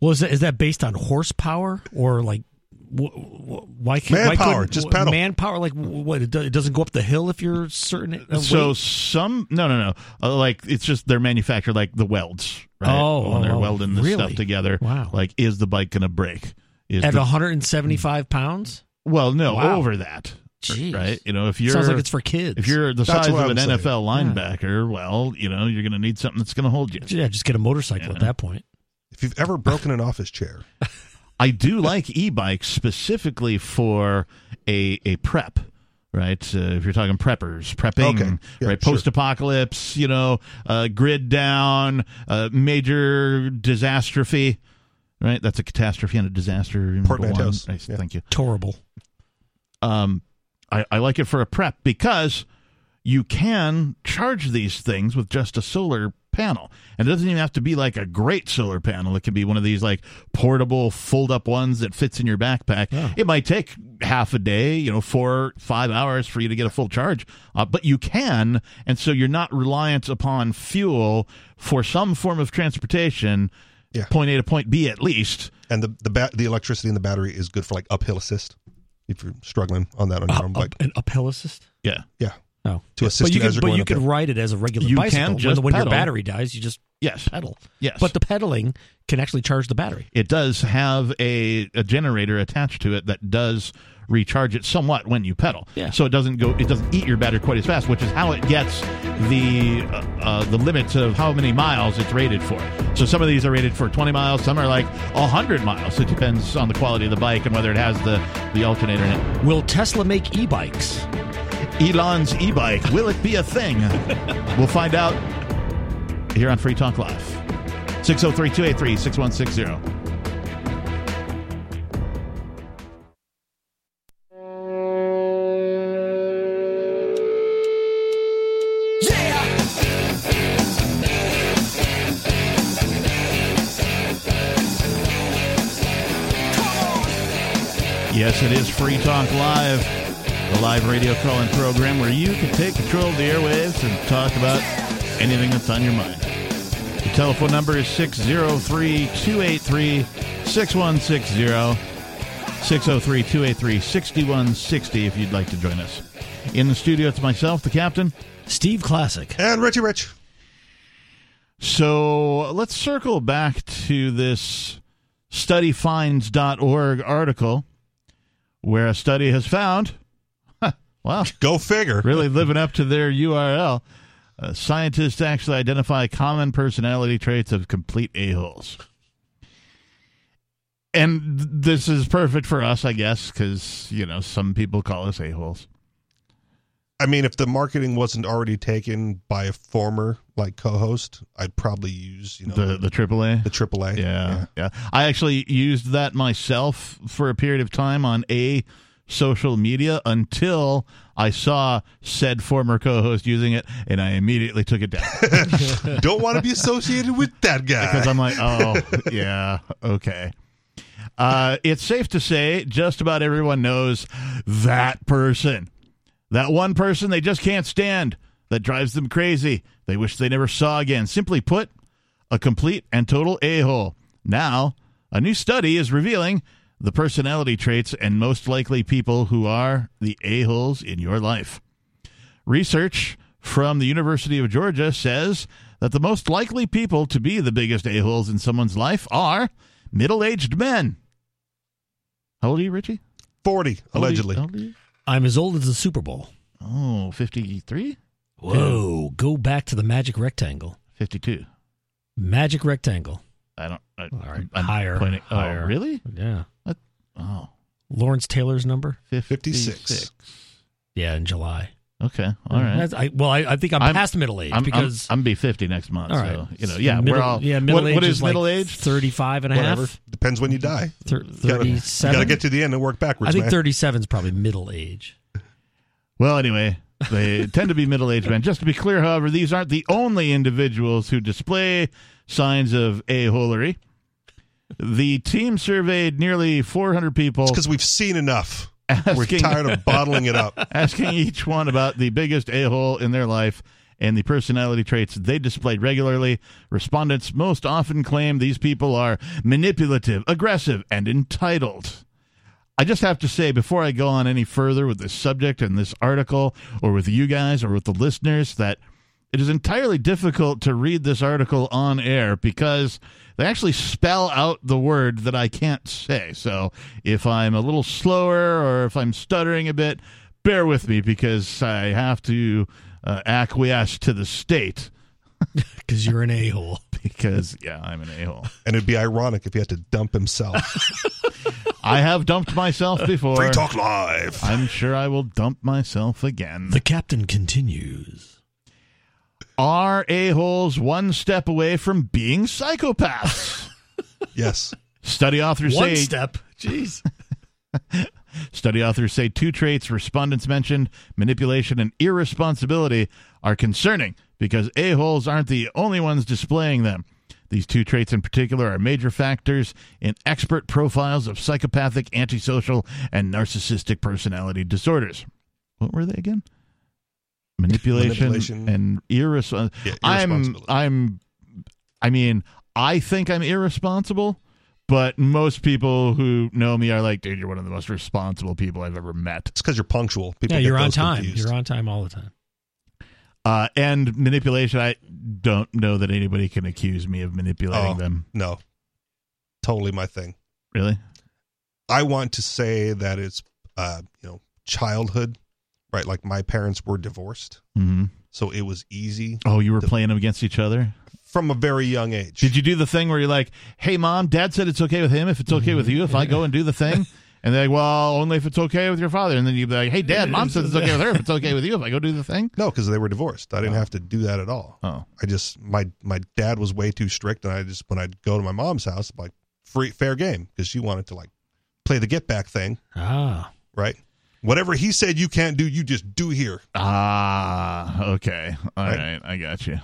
Speaker 3: Well, is that, is that based on horsepower or like wh- wh- why can't why
Speaker 1: Manpower,
Speaker 3: couldn't-
Speaker 1: just pedal.
Speaker 3: manpower? Like wh- what? It, do, it doesn't go up the hill if you're certain. uh,
Speaker 2: so
Speaker 3: weight?
Speaker 2: some no no no uh, like it's just they're manufactured like the welds right
Speaker 3: Oh,
Speaker 2: when they're
Speaker 3: oh,
Speaker 2: welding this
Speaker 3: really?
Speaker 2: stuff together
Speaker 3: Wow.
Speaker 2: like is the bike gonna break is
Speaker 3: at
Speaker 2: the-
Speaker 3: 175 pounds,
Speaker 2: well no
Speaker 3: Wow.
Speaker 2: over that
Speaker 3: Jeez.
Speaker 2: right you know if you're
Speaker 3: sounds like it's for kids.
Speaker 2: if you're the
Speaker 1: That's
Speaker 2: size of
Speaker 1: what
Speaker 2: an
Speaker 1: I'm saying.
Speaker 2: NFL linebacker well you know you're gonna need something that's gonna hold you
Speaker 3: yeah, just get a motorcycle at that point.
Speaker 1: If you've ever broken an office chair,
Speaker 2: I do like e-bikes specifically for a a prep. Right, uh, if you're talking preppers, prepping,
Speaker 1: Okay. Yeah,
Speaker 2: right,
Speaker 1: sure.
Speaker 2: post-apocalypse, you know, uh, grid down, uh, major disastrophe, right? That's a catastrophe and a disaster. remember
Speaker 1: Portmanteaus.
Speaker 2: one? Nice,
Speaker 1: Yeah.
Speaker 2: Thank you.
Speaker 3: Horrible.
Speaker 2: Um, I, I like it for a prep because you can charge these things with just a solar panel. And it doesn't even have to be like a great solar panel. It can be one of these like portable, fold up ones that fits in your backpack. It might take half a day, you know, four, five hours for you to get a full charge, uh, but you can. And so you're not reliant upon fuel for some form of transportation,
Speaker 1: Yeah.
Speaker 2: point A to point B at least.
Speaker 1: and the the bat the electricity in the battery is good for like uphill assist. If you're struggling on that on your
Speaker 3: Uh,
Speaker 1: own
Speaker 3: up,
Speaker 1: bike
Speaker 3: an uphill assist.
Speaker 2: Yeah.
Speaker 3: Oh,
Speaker 1: to assist
Speaker 3: but you
Speaker 1: you as
Speaker 3: can
Speaker 1: you're
Speaker 3: but
Speaker 1: going
Speaker 3: you can
Speaker 1: uphill.
Speaker 3: ride it as a regular
Speaker 2: You can
Speaker 3: bicycle. When-
Speaker 2: just
Speaker 3: when your
Speaker 2: pedal.
Speaker 3: battery dies, you just
Speaker 2: Yes.
Speaker 3: pedal.
Speaker 2: Yes.
Speaker 3: But the pedaling can actually charge the battery.
Speaker 2: it does have a, a generator attached to it that does recharge it somewhat when you pedal.
Speaker 5: Yeah.
Speaker 2: So it doesn't go, it doesn't eat your battery quite as fast, which is how it gets the uh, uh, the limits of how many miles it's rated for. So some of these are rated for 20 miles, some are like 100 miles. It depends on the quality of the bike and whether it has the the alternator in it.
Speaker 3: Will Tesla make e-bikes?
Speaker 2: Elon's e-bike, will it be a
Speaker 3: [LAUGHS]
Speaker 2: thing? we'll find out here on Free Talk Live. 603 283 6160. Yes, it is Free Talk Live, the live radio call in program where you can take control of the airwaves and talk about anything that's on your mind. The telephone number is 603 283 6160. 603 283 6160 if you'd like to join us. In the studio, it's myself, the captain.
Speaker 3: Steve Classic.
Speaker 1: And Richie Rich.
Speaker 2: So let's circle back to this studyfinds.org article where a study has found, wow,
Speaker 1: Go figure.
Speaker 2: really living up to their URL. Uh, scientists actually identify common personality traits of complete a-holes. And th- this is perfect for us, I guess, because, you know, some people call us a-holes.
Speaker 1: I mean, if the marketing wasn't already taken by a former like co-host, I'd probably use you know
Speaker 2: The,
Speaker 1: the,
Speaker 2: the AAA.
Speaker 1: AAA.
Speaker 2: Yeah, yeah. I actually used that myself for a period of time on a social media until I saw said former co-host using it, and I immediately took it down
Speaker 1: Yeah. [LAUGHS] Don't want to be associated with that guy.
Speaker 2: because I'm like, oh yeah, okay. Uh, it's safe to say just about everyone knows that person, that one person they just can't stand that drives them crazy. They wish they never saw again. Simply put, a complete and total a hole. Now, a new study is revealing the personality traits and most likely people who are the a holes in your life. Research from the University of Georgia says that the most likely people to be the biggest a-holes in someone's life are middle-aged men. How old are you, Richie?
Speaker 1: Forty
Speaker 2: How old are you-
Speaker 1: allegedly.
Speaker 2: how old are you?
Speaker 3: I'm as old as the Super Bowl.
Speaker 2: Oh, 53?
Speaker 3: Whoa, go back to the magic rectangle.
Speaker 2: 52.
Speaker 3: Magic rectangle.
Speaker 2: I don't. I,
Speaker 3: All right,
Speaker 2: I'm
Speaker 3: higher,
Speaker 2: pointing- oh,
Speaker 3: higher.
Speaker 2: really?
Speaker 3: Yeah.
Speaker 2: Oh,
Speaker 3: Lawrence Taylor's number?
Speaker 2: 56.
Speaker 1: 56.
Speaker 3: Yeah, in July.
Speaker 2: Okay, all right.
Speaker 3: That's- I, well, I, I think I'm,
Speaker 2: I'm-
Speaker 3: past middle age
Speaker 2: I'm,
Speaker 3: because.
Speaker 2: I'm, I'm be 50 next month.
Speaker 3: all right.
Speaker 2: So, you know, yeah,
Speaker 3: Middle-
Speaker 2: we're all.
Speaker 3: Yeah, middle
Speaker 2: what,
Speaker 3: age
Speaker 2: what is,
Speaker 3: is
Speaker 2: middle
Speaker 3: like
Speaker 2: age?
Speaker 3: 35 and a
Speaker 1: Whatever.
Speaker 3: half.
Speaker 1: Depends when you die.
Speaker 3: Thir-
Speaker 1: You gotta-
Speaker 3: 37.
Speaker 1: You got to get to the end and work backwards.
Speaker 3: I think
Speaker 1: man.
Speaker 3: 37 is probably middle age.
Speaker 2: Well, anyway, they [LAUGHS] tend to be middle aged men. Just to be clear, however, these aren't the only individuals who display signs of a holery. The team surveyed nearly 400 people,
Speaker 1: It's because we've seen enough. We're
Speaker 2: Asking-
Speaker 1: tired of bottling it up.
Speaker 2: [LAUGHS] asking each one about the biggest a hole in their life and the personality traits they displayed regularly. Respondents most often claim these people are manipulative, aggressive, and entitled. I just have to say before I go on any further with this subject and this article, or with you guys, or with the listeners, that it is entirely difficult to read this article on air because they actually spell out the word that I can't say. So if I'm a little slower or if I'm stuttering a bit, bear with me because I have to uh, acquiesce to the
Speaker 3: [LAUGHS]
Speaker 2: state
Speaker 3: Because you're an a hole.
Speaker 2: [LAUGHS] because, yeah, I'm an a hole.
Speaker 1: And it'd be ironic if he had to dump
Speaker 2: [LAUGHS]
Speaker 1: himself.
Speaker 2: I have dumped myself before.
Speaker 1: Free Talk Live.
Speaker 2: I'm sure I will dump myself again.
Speaker 3: The captain continues.
Speaker 2: are a-holes one step away from being psychopaths.
Speaker 1: [LAUGHS] Yes.
Speaker 2: study authors
Speaker 3: One
Speaker 2: say
Speaker 3: step. Jeez.
Speaker 2: study authors say two traits respondents mentioned, manipulation and irresponsibility, are concerning because a-holes aren't the only ones displaying them. These two traits in particular are major factors in expert profiles of psychopathic, antisocial, and narcissistic personality disorders. What were they again? Manipulation,
Speaker 1: Manipulation.
Speaker 2: and irresponsibility.
Speaker 1: Yeah,
Speaker 2: I'm
Speaker 1: irresponsibility.
Speaker 2: I'm I mean, I think I'm irresponsible, but most people who know me are like, dude, you're one of the most responsible people I've ever met.
Speaker 1: It's because you're punctual. People
Speaker 3: Yeah,
Speaker 1: get
Speaker 3: you're on
Speaker 1: those
Speaker 3: time.
Speaker 1: confused.
Speaker 3: You're on time all the time.
Speaker 2: Uh, and manipulation, I don't know that anybody can accuse me of manipulating
Speaker 1: Oh.
Speaker 2: them.
Speaker 1: No. Totally my thing.
Speaker 2: Really?
Speaker 1: I want to say that it's uh, you know, childhood, right? Like my parents were divorced,
Speaker 2: hmm
Speaker 1: so it was easy
Speaker 2: Oh, you were playing them against each other?
Speaker 1: from a very young age.
Speaker 2: Did you do the thing where you're like, hey, mom, dad said it's okay with him if it's okay
Speaker 3: Mm-hmm.
Speaker 2: with you if I
Speaker 3: [LAUGHS]
Speaker 2: go and do the thing? And they're like, well, only if it's okay with your father. And then you'd be like, hey, dad, mom says it's okay with her if it's okay with you if I go do the thing?
Speaker 1: No, because they were divorced. I didn't have to do that at all.
Speaker 2: Oh.
Speaker 1: I just my my dad was way too strict, and I just when I'd go to my mom's house, like free fair game because she wanted to like play the get back thing,
Speaker 3: Ah,
Speaker 1: right? Whatever he said you can't do, you just do here.
Speaker 2: Ah, okay. All right.
Speaker 1: Right.
Speaker 2: I got you.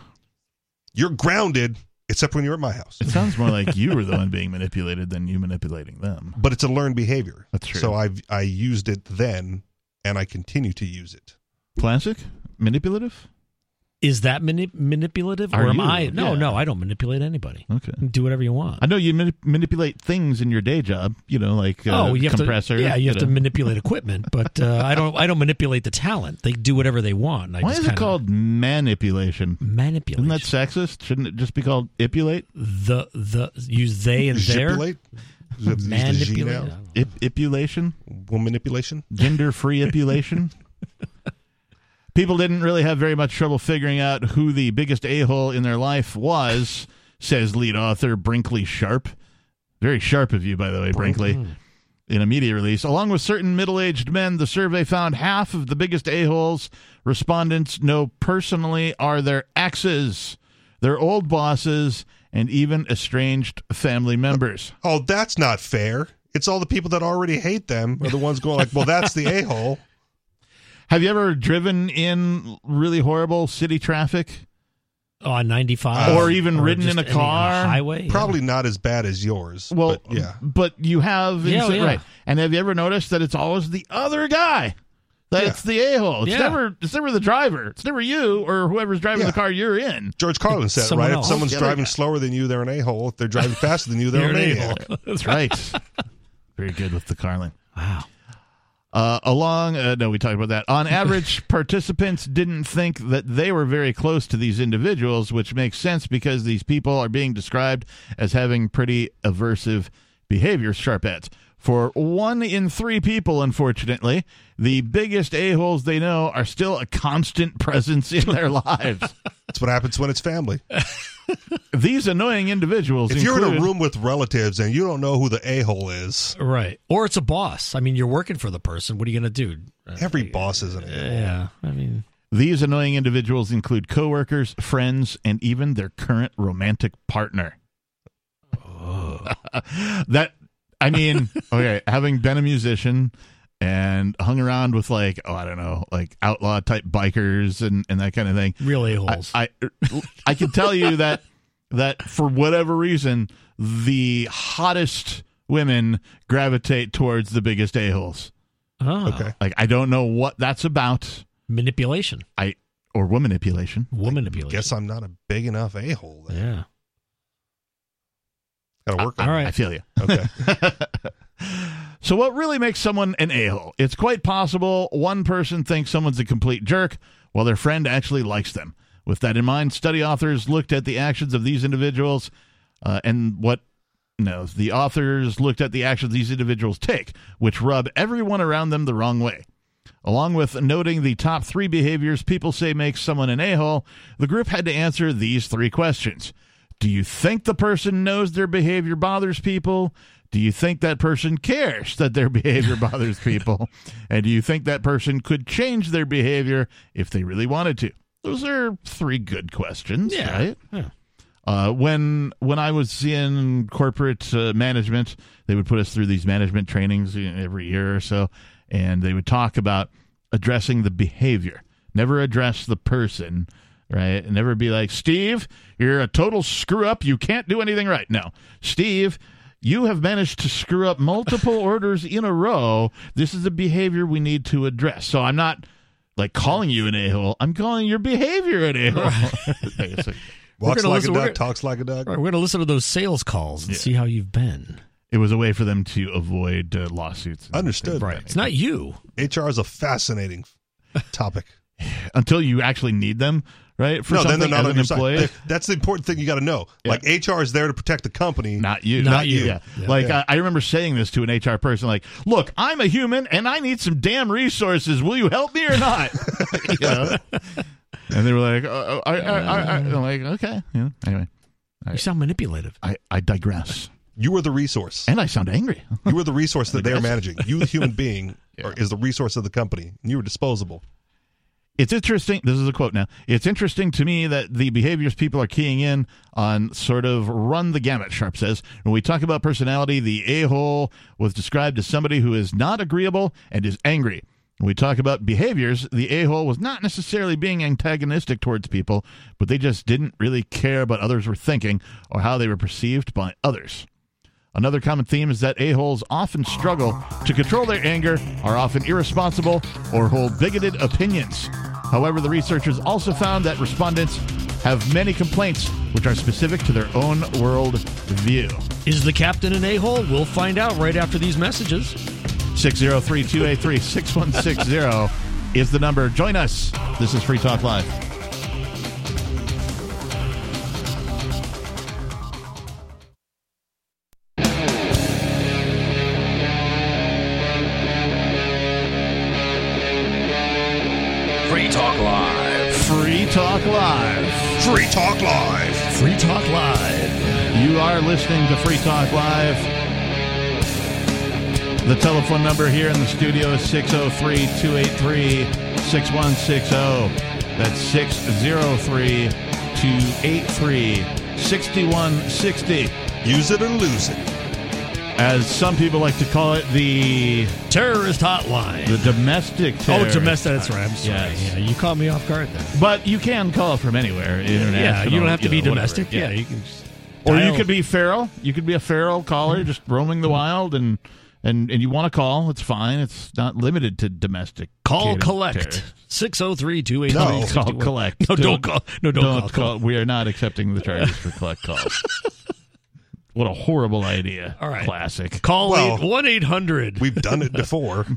Speaker 1: You're grounded, except when you're at my house.
Speaker 2: It sounds more like you were the
Speaker 1: [LAUGHS]
Speaker 2: one being manipulated than you manipulating them.
Speaker 1: But it's a learned behavior.
Speaker 2: That's true.
Speaker 1: So I I used it then, and I continue to use it.
Speaker 2: [LAUGHS] Classic? Manipulative?
Speaker 3: is that mani- manipulative,
Speaker 2: Are
Speaker 3: or am
Speaker 2: you?
Speaker 3: I? No,
Speaker 2: Yeah.
Speaker 3: no, I don't manipulate anybody.
Speaker 2: Okay.
Speaker 3: Do whatever you want.
Speaker 2: I know you manip- manipulate things in your day job, you know, like uh,
Speaker 3: oh, you have
Speaker 2: compressor. uh,
Speaker 3: to. Yeah, you have to
Speaker 2: know. [LAUGHS]
Speaker 3: manipulate equipment, but uh, I don't. I don't manipulate the talent. They do whatever they want. and I
Speaker 2: Why
Speaker 3: just
Speaker 2: is it
Speaker 3: kinda
Speaker 2: called manipulation? Isn't
Speaker 3: manipulation?
Speaker 2: that sexist? Shouldn't it just be called ipulate?
Speaker 3: the the use they and their
Speaker 1: Manipulate.
Speaker 3: manipulate.
Speaker 2: Ip- ipulation?
Speaker 1: Manipulation.
Speaker 2: gender free ipulation. People didn't really have very much trouble figuring out who the biggest a hole in their life was, says lead author Brinkley Sharp. Very sharp of you, by the way, Brinkley. In a media release, along with certain middle aged men, the survey found half of the biggest a holes respondents know personally are their exes, their old bosses, and even estranged family members.
Speaker 1: oh, that's not fair. It's all the people that already hate them are the ones going like, well, that's the a hole.
Speaker 2: Have you ever driven in really horrible city traffic?
Speaker 3: Oh, on ninety five,
Speaker 2: Uh, Or even ridden in a car.
Speaker 3: highway. yeah.
Speaker 1: Probably not as bad as yours.
Speaker 2: Well,
Speaker 1: but yeah.
Speaker 2: but you have
Speaker 3: Yeah, oh,
Speaker 2: inci-
Speaker 3: yeah.
Speaker 2: right. And have you ever noticed that it's always the other guy that's the a hole? It's
Speaker 3: Yeah.
Speaker 2: never it's never the driver. It's never you or whoever's driving
Speaker 1: Yeah.
Speaker 2: the car you're in.
Speaker 1: George Carlin said,
Speaker 3: Someone
Speaker 1: right?
Speaker 3: else.
Speaker 1: If someone's
Speaker 2: Yeah,
Speaker 1: driving slower than you, they're an a hole. If they're driving faster than you, they're
Speaker 3: You're
Speaker 1: an
Speaker 3: an
Speaker 1: a
Speaker 3: a-hole.
Speaker 1: hole.
Speaker 2: [LAUGHS] That's right. Very good with the Carlin.
Speaker 3: Wow.
Speaker 2: Uh, along, uh, no, we talked about that. [LAUGHS] On average, participants didn't think that they were very close to these individuals, which makes sense because these people are being described as having pretty aversive behavior, sharp ends. For one in three people, unfortunately, the biggest a-holes they know are still a constant presence in [LAUGHS] their lives.
Speaker 1: That's what happens when it's
Speaker 2: [LAUGHS]
Speaker 1: family.
Speaker 2: These annoying individuals
Speaker 1: If you're in a
Speaker 2: include-
Speaker 1: room with relatives and you don't know who the a hole is,
Speaker 3: Right. Or it's a boss. I mean, you're working for the person. What are you going to do? Uh,
Speaker 1: every boss is an a hole.
Speaker 3: yeah. I mean,
Speaker 2: These annoying individuals include coworkers, friends, and even their current romantic partner. that I
Speaker 3: [LAUGHS]
Speaker 2: mean, okay, having been a musician and hung around with like, oh, I don't know, like outlaw type bikers and, and that kind of thing.
Speaker 3: real
Speaker 2: I,
Speaker 3: a-holes.
Speaker 2: I I can tell you that that for whatever reason, the hottest women gravitate towards the biggest a holes.
Speaker 3: Ah,
Speaker 1: Okay.
Speaker 2: Like I don't know what that's about
Speaker 3: Manipulation.
Speaker 2: or woman manipulation.
Speaker 3: Woman manipulation.
Speaker 1: Guess I'm not a big enough a hole. then.
Speaker 3: yeah.
Speaker 1: Gotta work on
Speaker 3: All
Speaker 1: it.
Speaker 3: right.
Speaker 2: I feel you.
Speaker 1: Okay.
Speaker 2: so, what really makes someone an a hole? It's quite possible one person thinks someone's a complete jerk while their friend actually likes them. With that in mind, study authors looked at the actions of these individuals uh, and what no, the authors looked at the actions these individuals take, which rub everyone around them the wrong way. Along with noting the top three behaviors people say makes someone an a hole, the group had to answer these three questions Do you think the person knows their behavior bothers people? Do you think that person cares that their [LAUGHS] behavior bothers people? And do you think that person could change their behavior if they really wanted to? Those are three good questions,
Speaker 3: Yeah.
Speaker 2: right?
Speaker 3: Yeah.
Speaker 2: Uh, when when I was in corporate uh, management, they would put us through these management trainings you know, every year or so, and they would talk about addressing the behavior, never address the person, right? And never be like, Steve, you're a total screw up. You can't do anything right. No, Steve. You have managed to screw up multiple orders in a row. This is a behavior we need to address. So I'm not like calling you an a hole. I'm calling your behavior an a hole. [LAUGHS]
Speaker 1: Walks
Speaker 3: gonna
Speaker 1: like
Speaker 3: listen-
Speaker 1: a
Speaker 3: we're
Speaker 1: duck,
Speaker 3: gonna-
Speaker 1: talks like a duck.
Speaker 3: All right. We're going to listen to those sales calls and see how you've been.
Speaker 2: It was a way for them to avoid uh, lawsuits. and
Speaker 1: Understood.
Speaker 2: things.
Speaker 3: It's not you.
Speaker 1: HR is a fascinating [LAUGHS] topic.
Speaker 2: Until you actually need them, right? For
Speaker 1: no, then
Speaker 2: something
Speaker 1: they're not
Speaker 2: as
Speaker 1: on
Speaker 2: an
Speaker 1: your
Speaker 2: employee.
Speaker 1: side. They- That's the important thing you got to know. Like HR is there to protect the company.
Speaker 2: Not you.
Speaker 3: Not you.
Speaker 2: Yeah.
Speaker 3: Yeah.
Speaker 2: Like I, I remember saying this to an HR person, like, "Look, I'm a human and I need some damn resources. Will you help me or not?" [LAUGHS] You
Speaker 3: [LAUGHS]
Speaker 2: know? And they were like, oh, I, I, I, I, am like, okay. Yeah. Anyway,
Speaker 3: You sound manipulative.
Speaker 2: I, I digress,
Speaker 1: [LAUGHS] You are the resource.
Speaker 2: and I sound angry. [LAUGHS]
Speaker 1: You are the resource that they are managing. You, the human being, are, is the resource of the company. And you are disposable.
Speaker 2: It's interesting. This is a quote now. It's interesting to me that the behaviors people are keying in on sort of run the gamut, Sharp says. When we talk about personality, the a hole was described as somebody who is not agreeable and is angry. When we talk about behaviors, the a hole was not necessarily being antagonistic towards people, but they just didn't really care what others were thinking or how they were perceived by others. Another common theme is that a-holes often struggle to control their anger, are often irresponsible, or hold bigoted opinions. However, the researchers also found that respondents have many complaints which are specific to their own world view.
Speaker 3: Is the captain an a hole? We'll find out right after these messages.
Speaker 2: 603-283-6160 is the number. Join us. This is Free Talk Live.
Speaker 6: Free Talk Live.
Speaker 2: Free Talk Live.
Speaker 1: Free Talk Live.
Speaker 3: Free Talk Live.
Speaker 2: You are listening to Free Talk Live. The telephone number here in the studio is 603 283 6160. oh. That's 603 283 6160.
Speaker 1: Use it or lose it.
Speaker 2: oh. As some people like to call it, the
Speaker 3: Terrorist Hotline.
Speaker 2: the domestic
Speaker 3: oh,
Speaker 2: terror.
Speaker 3: it's a mess. That's right. I'm sorry.
Speaker 2: Yes.
Speaker 3: Yeah, you caught me off guard there.
Speaker 2: But you can call it from anywhere. International,
Speaker 3: Yeah, Uh, you don't have to be
Speaker 2: know, whatever.
Speaker 3: domestic. Yeah. you can just
Speaker 2: Or you
Speaker 3: dial-
Speaker 2: could be feral. You could be a feral caller, just roaming the wild, and and and you want to call. It's fine. It's not limited to domestic.
Speaker 3: call collect 603
Speaker 1: No,
Speaker 2: Call collect.
Speaker 3: No, don't call. No, don't,
Speaker 2: Don't call.
Speaker 3: call.
Speaker 2: We are not accepting the charges for collect
Speaker 3: [LAUGHS]
Speaker 2: calls. what a horrible idea.
Speaker 3: All right.
Speaker 2: Classic.
Speaker 1: Well-
Speaker 3: Call 1 800.
Speaker 1: We've done it before,
Speaker 2: [LAUGHS]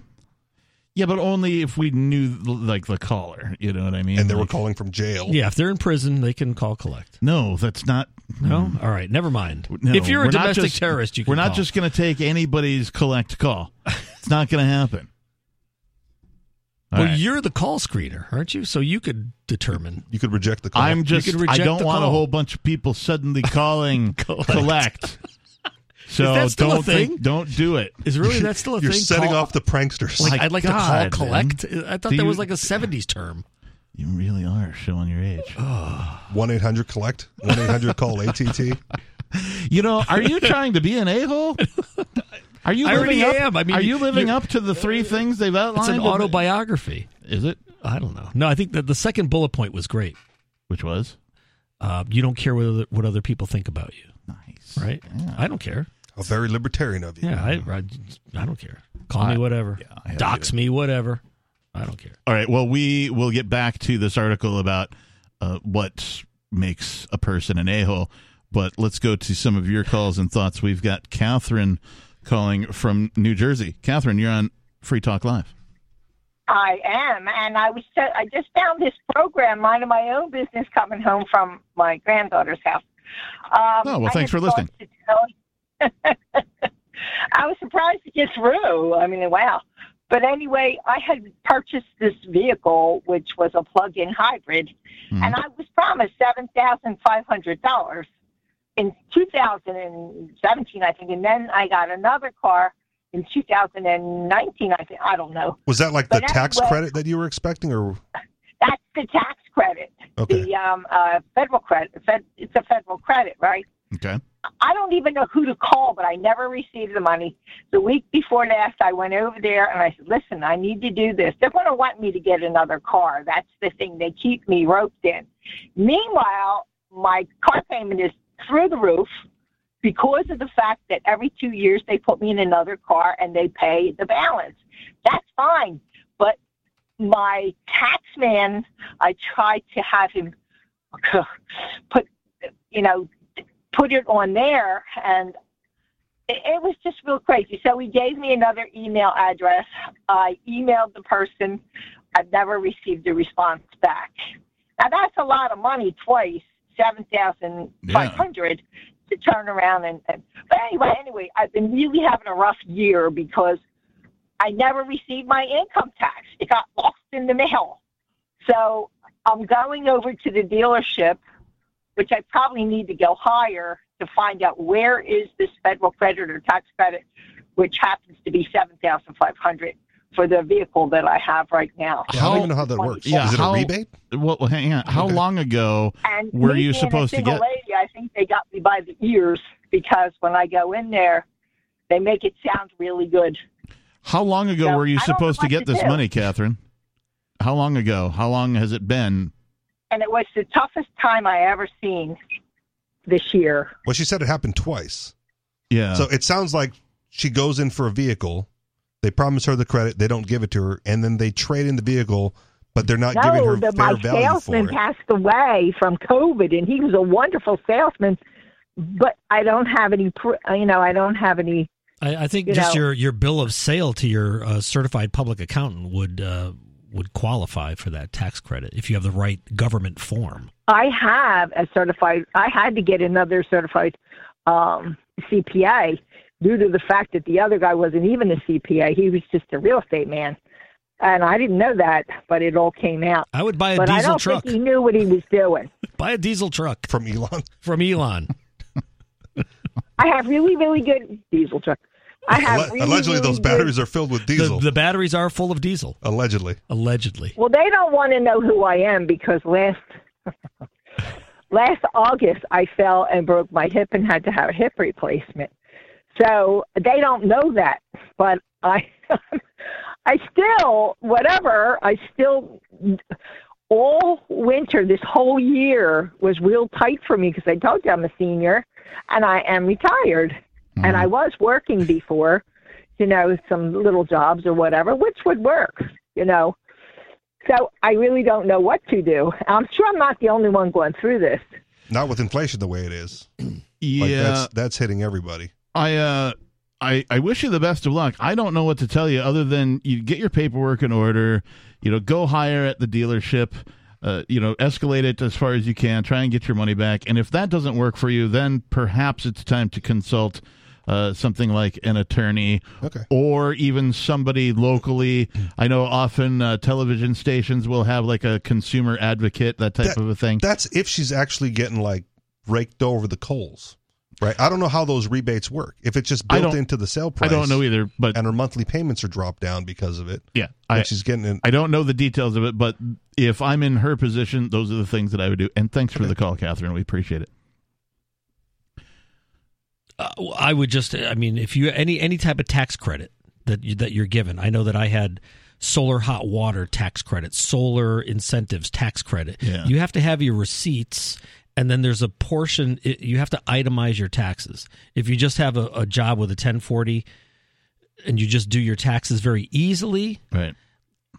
Speaker 2: Yeah, but only if we knew like the caller. You know what I mean?
Speaker 1: and they were
Speaker 2: Like,
Speaker 1: calling from jail.
Speaker 3: Yeah, if they're in prison, they can call collect.
Speaker 2: No, that's not. Mm.
Speaker 3: No? All right, never mind.
Speaker 2: No,
Speaker 3: if you're a
Speaker 2: we're not
Speaker 3: domestic
Speaker 2: just-
Speaker 3: terrorist, you can
Speaker 2: We're not
Speaker 3: call.
Speaker 2: just going to take anybody's collect
Speaker 3: [LAUGHS]
Speaker 2: call. It's not going to happen. All
Speaker 3: Well,
Speaker 2: right.
Speaker 3: you're the call screener, aren't you? So you could determine.
Speaker 1: You could reject the call.
Speaker 2: I'm just.
Speaker 3: could
Speaker 2: I
Speaker 3: reject
Speaker 2: don't
Speaker 3: the
Speaker 2: want a
Speaker 3: call.
Speaker 2: whole bunch of people suddenly calling collect.
Speaker 3: [LAUGHS] Collect.
Speaker 2: So
Speaker 3: that still a
Speaker 2: don't think-
Speaker 3: thing?
Speaker 2: don't do it.
Speaker 3: Is
Speaker 2: [LAUGHS]
Speaker 3: really that still a
Speaker 1: You're
Speaker 3: thing?
Speaker 1: setting
Speaker 3: Call-
Speaker 1: off the pranksters.
Speaker 3: Like,
Speaker 2: My
Speaker 3: I'd like
Speaker 2: God,
Speaker 3: to call collect. I thought
Speaker 2: Do
Speaker 3: that
Speaker 2: you-
Speaker 3: was like a 70s term.
Speaker 2: You really are showing your age.
Speaker 1: 1 800 collect, 1 800
Speaker 2: [LAUGHS]
Speaker 1: call ATT.
Speaker 2: You know, are you trying to be an a hole? Are you?
Speaker 3: I
Speaker 2: living
Speaker 3: already
Speaker 2: up,
Speaker 3: am. I mean,
Speaker 2: are you living
Speaker 3: you-
Speaker 2: up to the three things they've
Speaker 3: It's
Speaker 2: outlined?
Speaker 3: an autobiography.
Speaker 2: Is it?
Speaker 3: I don't know. No, I think that the second bullet point was great.
Speaker 2: Which was
Speaker 3: Uh, you don't care what other, what other people think about you,
Speaker 2: nice,
Speaker 3: right? I don't care.
Speaker 1: How very libertarian of you.
Speaker 3: Yeah, I, I, I don't care. Call
Speaker 2: I-
Speaker 3: me whatever.
Speaker 2: yeah, I have
Speaker 3: Dox me whatever. I don't care.
Speaker 2: All right. Well, we will get back to this article about uh, what makes a person an a hole, but let's go to some of your calls and thoughts. We've got Catherine calling from New Jersey. Catherine, you're on Free Talk Live.
Speaker 10: I am, and I was ju- I just found this program, mine of my own business, coming home from my granddaughter's house. Um,
Speaker 2: Oh, well,
Speaker 10: I just
Speaker 2: thanks for listening.
Speaker 10: thought to tell- [LAUGHS] I was surprised to get through. I mean, wow. But anyway, I had purchased this vehicle, which was a plug-in hybrid,
Speaker 2: Mhm.
Speaker 10: and I was promised seven thousand five hundred dollars in 2017, I think, and then I got another car in 2019. I think I don't know.
Speaker 1: Was that like the
Speaker 10: But
Speaker 1: tax
Speaker 10: anyway-
Speaker 1: credit that you were expecting, or
Speaker 10: That's the tax credit.
Speaker 1: Okay.
Speaker 10: The um, uh, federal credit. Fed, it's a federal credit, right?
Speaker 2: Okay.
Speaker 10: I don't even know who to call, but I never received the money. The week before last, I went over there and I said, "Listen, I need to do this. They're going to want me to get another car. That's the thing. They keep me roped in." Meanwhile, my car payment is through the roof because of the fact that every two years they put me in another car and they pay the balance. That's fine, but my tax man, I tried to have him [LAUGHS] put, you know, put it on there, and it, it was just real crazy. So he gave me another email address. I emailed the person. I've never received a response back. Now that's a lot of money twice, seven thousand five hundred to turn around and, and. But anyway, anyway, I've been really having a rough year because I never received my income tax. It got lost in the mail. So I'm going over to the dealership, which I probably need to go higher to find out where is this federal credit or tax credit, which happens to be seven thousand five hundred for the vehicle that I have right now.
Speaker 1: Yeah, I don't even know how that works.
Speaker 2: Yeah,
Speaker 1: Is it
Speaker 2: how-
Speaker 1: a rebate?
Speaker 2: Well, well, hang on. How long ago
Speaker 10: And
Speaker 2: were
Speaker 10: me
Speaker 2: you
Speaker 10: being a
Speaker 2: supposed to
Speaker 10: single
Speaker 2: get?
Speaker 10: Lady, I think they got me by the ears because when I go in there, they make it sound really good.
Speaker 2: How long ago
Speaker 10: No,
Speaker 2: were you
Speaker 10: I don't know
Speaker 2: supposed to
Speaker 10: what
Speaker 2: get
Speaker 10: to
Speaker 2: this
Speaker 10: do.
Speaker 2: money, Catherine? How long ago? How long has it been?
Speaker 10: And it was the toughest time I ever seen this year.
Speaker 1: Well, she said it happened twice.
Speaker 2: Yeah.
Speaker 1: So it sounds like she goes in for a vehicle. They promise her the credit. They don't give it to her, and then they trade in the vehicle, but they're not giving
Speaker 10: no,
Speaker 1: her
Speaker 10: the,
Speaker 1: fair
Speaker 10: my
Speaker 1: value for
Speaker 10: salesman
Speaker 1: it.
Speaker 10: passed away from COVID, and he was a wonderful salesman. But I don't have any, pr you know, I don't have any.
Speaker 3: I, I think
Speaker 10: You
Speaker 3: just
Speaker 10: know-
Speaker 3: your, your bill of sale to your uh, certified public accountant would uh, would qualify for that tax credit if you have the right government form.
Speaker 10: I have a certified. I had to get another certified um, CPA due to the fact that the other guy wasn't even a CPA. He was just a real estate man, and I didn't know that, but it all came out.
Speaker 3: I would buy a
Speaker 10: but I
Speaker 3: diesel
Speaker 10: don't
Speaker 3: truck.
Speaker 10: think he knew what he was doing.
Speaker 3: [LAUGHS] Buy a diesel truck
Speaker 1: from Elon.
Speaker 3: from Elon.
Speaker 10: I have really, really good diesel truck. I have
Speaker 1: Alle-
Speaker 10: really,
Speaker 1: allegedly,
Speaker 10: really
Speaker 1: those
Speaker 10: good-
Speaker 1: batteries are filled with
Speaker 3: the,
Speaker 1: diesel.
Speaker 3: the batteries are full of diesel,
Speaker 1: allegedly,
Speaker 3: allegedly.
Speaker 10: Well, they don't want to know who I am because last [LAUGHS] last August I fell and broke my hip and had to have a hip replacement. So they don't know that, but I [LAUGHS] I still whatever I still all winter this whole year was real tight for me because I told you I'm a senior and I am retired and I was working before, you know, some little jobs or whatever, which would work, you know. So I really don't know what to do. I'm sure I'm not the only one going through this.
Speaker 1: not with inflation the way it is.
Speaker 2: [CLEARS THROAT] Yeah.
Speaker 1: Like that's that's hitting everybody.
Speaker 2: I uh I, I wish you the best of luck. I don't know what to tell you other than you get your paperwork in order, you know, go higher at the dealership, uh, you know, escalate it as far as you can, try and get your money back. And if that doesn't work for you, then perhaps it's time to consult uh, something like an attorney
Speaker 1: Okay.
Speaker 2: or even somebody locally. I know often uh, television stations will have like a consumer advocate, that type
Speaker 1: That-
Speaker 2: of a thing.
Speaker 1: That's if she's actually getting like raked over the coals, right? I don't know how those rebates work. If it's just
Speaker 2: I
Speaker 1: built
Speaker 2: don't-
Speaker 1: into the sale
Speaker 2: I
Speaker 1: price,
Speaker 2: don't know either, but
Speaker 1: And her monthly payments are dropped down because of it.
Speaker 2: yeah,
Speaker 1: I,
Speaker 2: I,
Speaker 1: she's getting an,
Speaker 2: I don't know the details of it, but if I'm in her position, those are the things that I would do. And thanks for the call, Catherine. We appreciate it.
Speaker 3: Uh, I would just, I mean, if you any any type of tax credit that you, that you're given, I know that I had solar hot water tax credit, solar incentives tax credit.
Speaker 2: Yeah.
Speaker 3: You have to have your receipts, and then there's a portion it, you have to itemize your taxes. If you just have a, a job with a 1040 and you just do your taxes very easily,
Speaker 2: Right.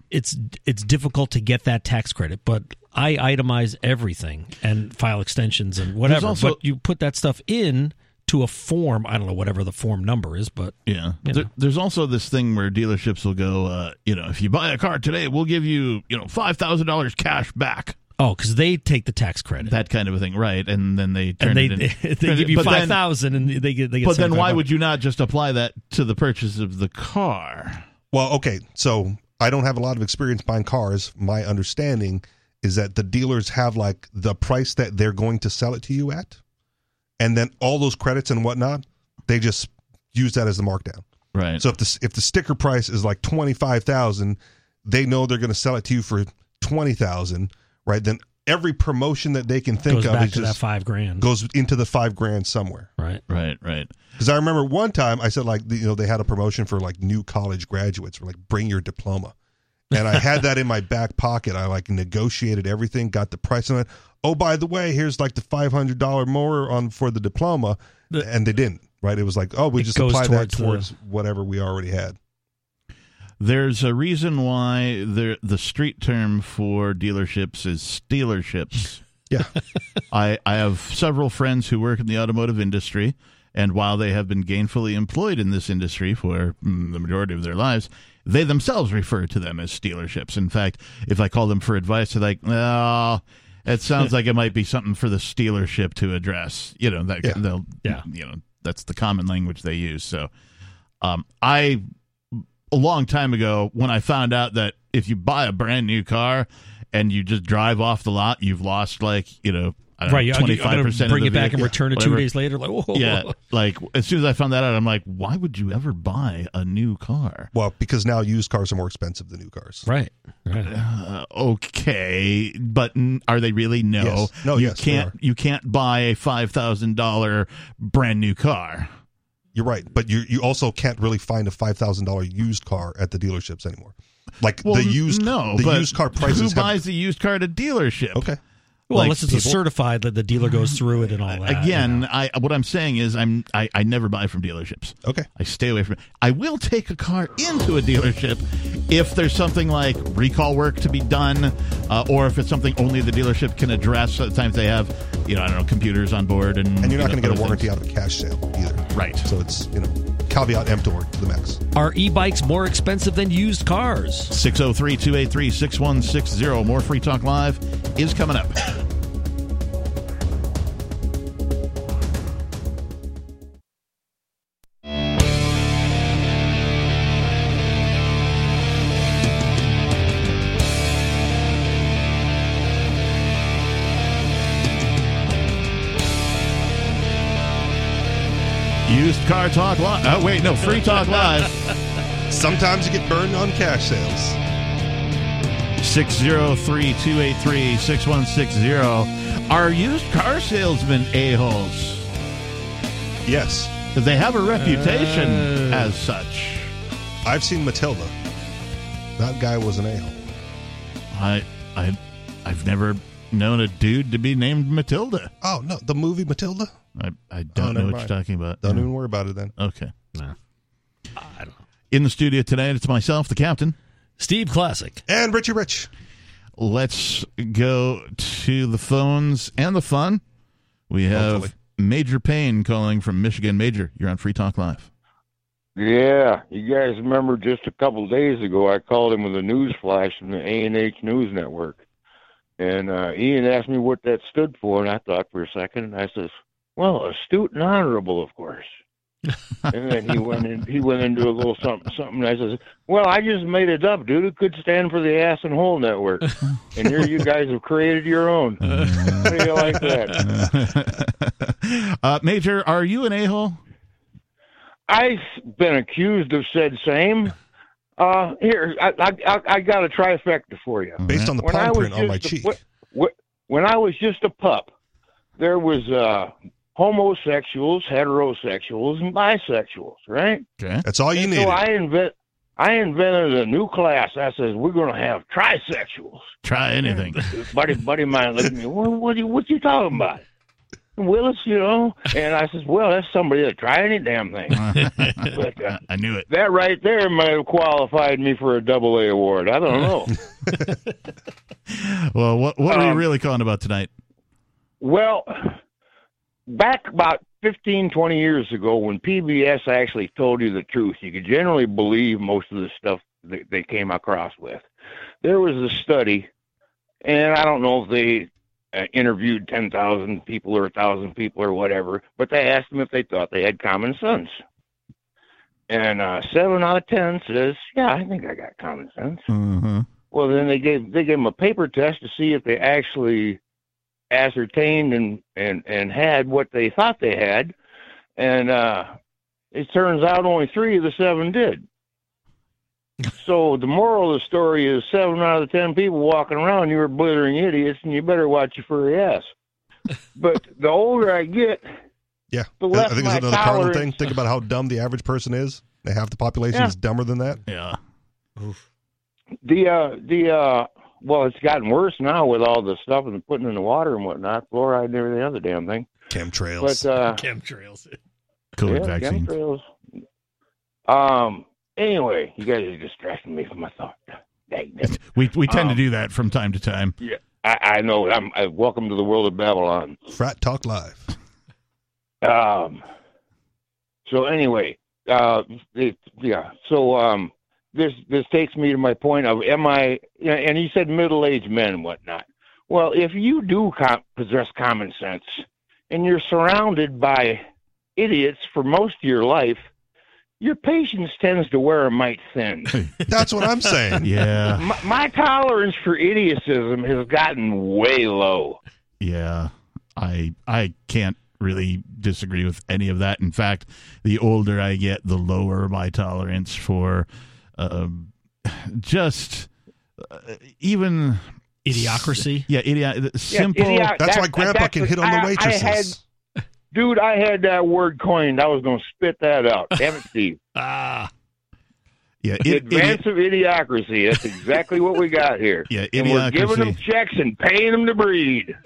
Speaker 3: it's it's difficult to get that tax credit, but I itemize everything and file extensions and whatever.
Speaker 2: also-
Speaker 3: but you put that stuff in to a form. I don't know whatever the form number is, but
Speaker 2: Yeah.
Speaker 3: You
Speaker 2: There,
Speaker 3: know.
Speaker 2: there's also this thing where dealerships will go, uh, you know, if you buy a car today, we'll give you, you know, $5,000 cash back.
Speaker 3: oh, because they take the tax credit
Speaker 2: That kind of a thing. Right. And then they turn
Speaker 3: and [LAUGHS] they
Speaker 2: it in.
Speaker 3: they,
Speaker 2: turn it-
Speaker 3: give you
Speaker 2: but then-
Speaker 3: five thousand and they get they get.
Speaker 2: But then why
Speaker 3: 7,500.
Speaker 2: would you not just apply that to the purchase of the car?
Speaker 1: Well, okay. So I don't have a lot of experience buying cars. My understanding is that the dealers have like the price that they're going to sell it to you at. And then all those credits and whatnot, they just use that as the markdown.
Speaker 2: Right.
Speaker 1: So if the if the sticker price is like twenty five thousand, they know they're going to sell it to you for twenty thousand, right? Then every promotion that they can think
Speaker 3: goes
Speaker 1: of
Speaker 3: back
Speaker 1: is
Speaker 3: to that
Speaker 1: just
Speaker 3: five grand?
Speaker 1: goes into the five grand somewhere.
Speaker 3: right.
Speaker 2: right, right.
Speaker 1: Because I remember one time I said like you know they had a promotion for like new college graduates, were like bring your diploma, and I had that in my back pocket. I like negotiated everything, got the price on it. Oh, by the way, here's like the five hundred dollar more on for the diploma,
Speaker 3: The-
Speaker 1: and they didn't. Right? It was like oh, we
Speaker 3: It
Speaker 1: just
Speaker 3: goes
Speaker 1: apply that
Speaker 3: towards the-
Speaker 1: towards whatever we already had.
Speaker 2: There's a reason why the the street term for dealerships is stealerships.
Speaker 1: [LAUGHS] Yeah.
Speaker 2: I I have several friends who work in the automotive industry, and while they have been gainfully employed in this industry for mm, the majority of their lives, they themselves refer to them as stealerships. In fact, if I call them for advice, they're like, "Well,
Speaker 1: [LAUGHS]
Speaker 2: It sounds like it might be something for the stealership to address. You know that
Speaker 1: Yeah.
Speaker 2: they'll
Speaker 3: Yeah.
Speaker 2: uh, you know that's the common language they use. So, um, I a long time ago when I found out that if you buy a brand new car and you just drive off the lot, you've lost like you know
Speaker 3: Right, you- you-
Speaker 2: twenty five percent.
Speaker 3: bring it back and return it two days later. [LAUGHS] Like, whoa,
Speaker 2: Yeah, like as soon as I found that out, I'm like, why would you ever buy a new car?
Speaker 1: Well, because now used cars are more expensive than new cars.
Speaker 3: right, right.
Speaker 2: Uh, okay, but n- are they really? No,
Speaker 1: Yes. No,
Speaker 2: You
Speaker 1: yes, they
Speaker 2: can't.
Speaker 1: are.
Speaker 2: You can't buy a five thousand dollar brand new car.
Speaker 1: You're right, but you you also can't really find a five thousand dollar used car at the dealerships anymore. Like
Speaker 2: Well,
Speaker 1: the used
Speaker 2: no,
Speaker 1: the
Speaker 2: but
Speaker 1: used car prices.
Speaker 2: Who
Speaker 1: have-
Speaker 2: buys the used car at a dealership?
Speaker 1: okay,
Speaker 3: Well,
Speaker 2: Like
Speaker 3: unless it's a
Speaker 2: people-
Speaker 3: certified that the dealer goes through it and all that.
Speaker 2: Again, I what I'm saying is I'm I, I never buy from dealerships.
Speaker 1: okay.
Speaker 2: I stay away from it. I will take a car into a dealership if there's something like recall work to be done, uh, or if it's something only the dealership can address. Sometimes they have, you know, I don't know, computers on board, and
Speaker 1: And you're not
Speaker 2: you
Speaker 1: going
Speaker 2: know,
Speaker 1: to get a
Speaker 2: other
Speaker 1: warranty
Speaker 2: things.
Speaker 1: out of a cash sale either.
Speaker 2: Right.
Speaker 1: So it's you know caveat emptor to the max.
Speaker 3: Are e-bikes more expensive than used cars?
Speaker 2: 603 283 6160. More Free Talk Live is coming up. Used Car Talk Live. Oh, wait, no, Free Talk Live.
Speaker 1: [LAUGHS] Sometimes you get burned on cash sales.
Speaker 2: 603-283-6160 are used car salesmen a-holes
Speaker 1: Yes,
Speaker 2: 'Cause they have a reputation
Speaker 1: Uh.
Speaker 2: as such
Speaker 1: I've seen Matilda. That guy was an a hole.
Speaker 2: i i i've never known a dude to be named matilda
Speaker 1: Oh no, the movie Matilda.
Speaker 2: i i don't
Speaker 1: Oh,
Speaker 2: know
Speaker 1: never
Speaker 2: what
Speaker 1: mind.
Speaker 2: you're talking about
Speaker 1: Don't even worry about it then.
Speaker 2: okay
Speaker 3: No.
Speaker 2: in the studio tonight it's myself the captain
Speaker 3: Steve Classic.
Speaker 1: And Richie Rich.
Speaker 2: let's go to the phones and the fun we have
Speaker 1: Hopefully.
Speaker 2: major payne calling from michigan major you're on free talk live
Speaker 11: Yeah, you guys remember just a couple days ago, I called him with a news flash from the A and H News Network, and uh, Ian asked me what that stood for, and I thought for a second, and I says, "Well, astute and honorable, of
Speaker 2: [LAUGHS]
Speaker 11: course." and then he went in, he went into a little something something. And I says, "Well, I just made it up, dude. It could stand for the Ass and Hole Network, and here you guys have created your
Speaker 2: [LAUGHS]
Speaker 11: own. How do you like that?"
Speaker 2: uh, Major, are you an a hole?
Speaker 11: I've been accused of said same. Uh, here, I, I, I- I got a trifecta for you.
Speaker 1: Based on the
Speaker 11: When I
Speaker 1: palm
Speaker 11: was
Speaker 1: print on my
Speaker 11: just a-
Speaker 1: cheek.
Speaker 11: what- Wh- When I was just a pup, there was uh, homosexuals, heterosexuals, and bisexuals, right?
Speaker 2: Okay.
Speaker 1: That's all you
Speaker 11: And
Speaker 1: needed.
Speaker 11: so I invent, I invented a new class. I says we're going to have trisexuals.
Speaker 2: Try anything.
Speaker 11: [LAUGHS] buddy, buddy of mine looked at me. What, what, you, what you talking about? Willis, you know? And I says, well, that's somebody that try any damn
Speaker 2: [LAUGHS]
Speaker 11: thing. But, uh,
Speaker 2: I knew it.
Speaker 11: that right there might have qualified me for a double A award. I don't know.
Speaker 2: Well, what what are
Speaker 11: Um,
Speaker 2: we really calling about tonight?
Speaker 11: well, back about 15, 20 years ago, when PBS actually told you the truth, you could generally believe most of the stuff that they came across with. There was a study, and I don't know if they uh, interviewed 10,000 people or 1,000 people or whatever, but they asked them if they thought they had common sense. And uh, seven out of 10 says, Yeah, I think I got common sense.
Speaker 2: Mhm.
Speaker 11: Well, then they gave they gave them a paper test to see if they actually ascertained and and and had what they thought they had, and uh, it turns out only three of the seven did. So the moral of the story is seven out of the ten people walking around you are blithering idiots, and you better watch your furry ass. But the older I get,
Speaker 1: yeah.
Speaker 11: the
Speaker 1: I- I
Speaker 11: less
Speaker 1: think it's
Speaker 11: my
Speaker 1: another Carlin thing.
Speaker 11: tolerance-
Speaker 1: Think about how dumb the average person is. They half the population
Speaker 11: Yeah.
Speaker 1: is dumber than that.
Speaker 2: Yeah.
Speaker 11: the uh the uh well it's gotten worse now with all the stuff and putting in the water and whatnot fluoride and everything other damn thing
Speaker 1: Chemtrails.
Speaker 11: but uh
Speaker 3: Chemtrails.
Speaker 2: COVID
Speaker 11: yeah,
Speaker 2: vaccines.
Speaker 11: chemtrails. um anyway you guys are distracting me from my thought Dang it.
Speaker 2: [LAUGHS] We we tend to
Speaker 11: Um,
Speaker 2: do that from time to time.
Speaker 11: I, I know i'm I, welcome to the world of babylon
Speaker 1: Frat Talk Live.
Speaker 11: Um. So anyway, uh, it, yeah. So um, this this takes me to my point of am I? And you said middle aged men and whatnot. Well, if you do com- possess common sense and you're surrounded by idiots for most of your life, your patience tends to wear a mite thin.
Speaker 1: [LAUGHS] That's what I'm saying.
Speaker 2: Yeah.
Speaker 11: My, my tolerance for idiotism has gotten way low.
Speaker 2: Yeah, I I can't really disagree with any of that. In fact, the older I get, the lower my tolerance for um, just uh, even
Speaker 3: Idiocracy?
Speaker 2: Yeah, idi- uh, simple.
Speaker 11: idiot- that- that's what- I- I had, dude, I had that word coined. I was going to spit that out. Damn it, Steve.
Speaker 3: Ah.
Speaker 2: Yeah,
Speaker 11: The
Speaker 2: it,
Speaker 11: advance of idiocracy. That's exactly what we got here.
Speaker 2: [LAUGHS] Yeah,
Speaker 11: and we're giving them
Speaker 2: idiocracy.
Speaker 11: checks and paying them to breed.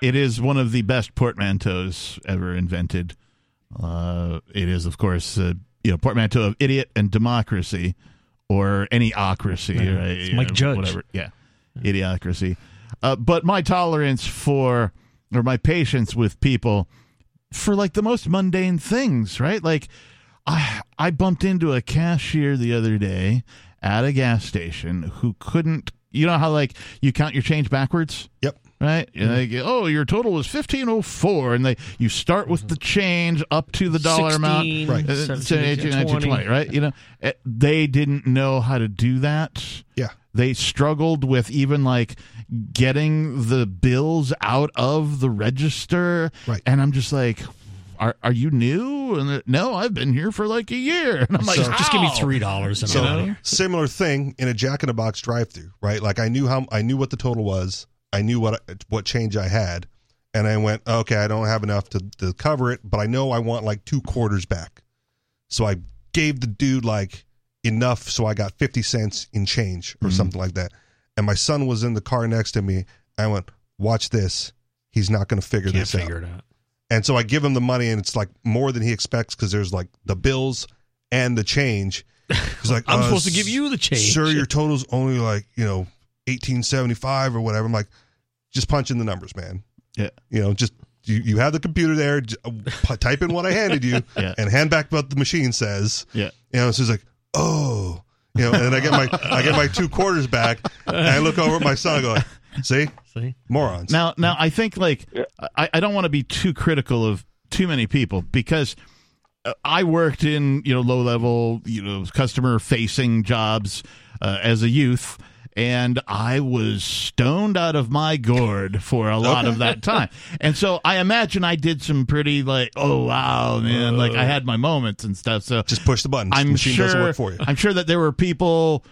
Speaker 2: it is one of the best portmanteaus ever invented. Uh, it is, of course, uh, you know, portmanteau of idiot and democracy, or any ocracy,
Speaker 3: Yeah,
Speaker 2: right?
Speaker 3: it's
Speaker 2: You
Speaker 3: Mike
Speaker 2: know,
Speaker 3: Judge.
Speaker 2: whatever. Yeah, idiocracy. Uh, but my tolerance for, or my patience with people, for like the most mundane things, right? Like, I I bumped into a cashier the other day at a gas station who couldn't. You know how like you count your change backwards.
Speaker 1: Yep.
Speaker 2: Right. And they go, oh, your total was fifteen oh four, and they you start with the change up to the dollar
Speaker 3: 16,
Speaker 2: amount.
Speaker 3: Right.
Speaker 2: Uh,
Speaker 3: 17,
Speaker 2: 18, 19,
Speaker 3: 20.
Speaker 2: 20, Right. You know, eh, they didn't know how to do that
Speaker 1: Yeah.
Speaker 2: they struggled with even like getting the bills out of the register
Speaker 1: Right.
Speaker 2: and i'm just like are, are you new and they're, no i've been here for like a year and i'm like
Speaker 1: So-
Speaker 3: Just give me
Speaker 2: "How?"
Speaker 3: three dollars and
Speaker 1: So
Speaker 3: I'm out of here.
Speaker 1: similar thing in a Jack in the Box drive-through, right? Like I knew how I knew what the total was, I knew what what change I had, and I went, okay, I don't have enough to, to cover it, but I know I want like two quarters back, so I gave the dude like enough, so I got fifty cents in change or
Speaker 3: Mm-hmm.
Speaker 1: something like that. And my son was in the car next to me. I went, watch this. He's not going to figure
Speaker 3: Can't
Speaker 1: this out.
Speaker 3: figure it out.
Speaker 1: And so I give him the money, and it's like more than he expects because there's like the bills and the change. He's like,
Speaker 3: [LAUGHS] I'm
Speaker 1: uh,
Speaker 3: supposed to give you the change.
Speaker 1: Sir, your total's only like you know eighteen seventy five or whatever. I'm like, just punch in the numbers, man.
Speaker 2: Yeah.
Speaker 1: You know, just you, you have the computer there. j- uh, p- type in what I handed you,
Speaker 2: [LAUGHS] Yeah.
Speaker 1: and hand back what the machine says.
Speaker 2: Yeah.
Speaker 1: You know, so he's like, oh, you know, and then I get my I get my two quarters back, and I look over at my son, I go, like, see,
Speaker 3: [LAUGHS] See?
Speaker 1: morons.
Speaker 2: Now, now I think like
Speaker 11: Yeah.
Speaker 2: I, I don't want to be too critical of too many people because uh, I worked in you know low level you know customer facing jobs uh, as a youth. And I was stoned out of my gourd for a lot of that time, and so I imagine I did some pretty like, oh wow, man, like I had my moments and stuff. So
Speaker 1: just push the buttons.
Speaker 2: I'm
Speaker 1: the machine
Speaker 2: sure,
Speaker 1: doesn't work for you.
Speaker 2: I'm sure that there were people,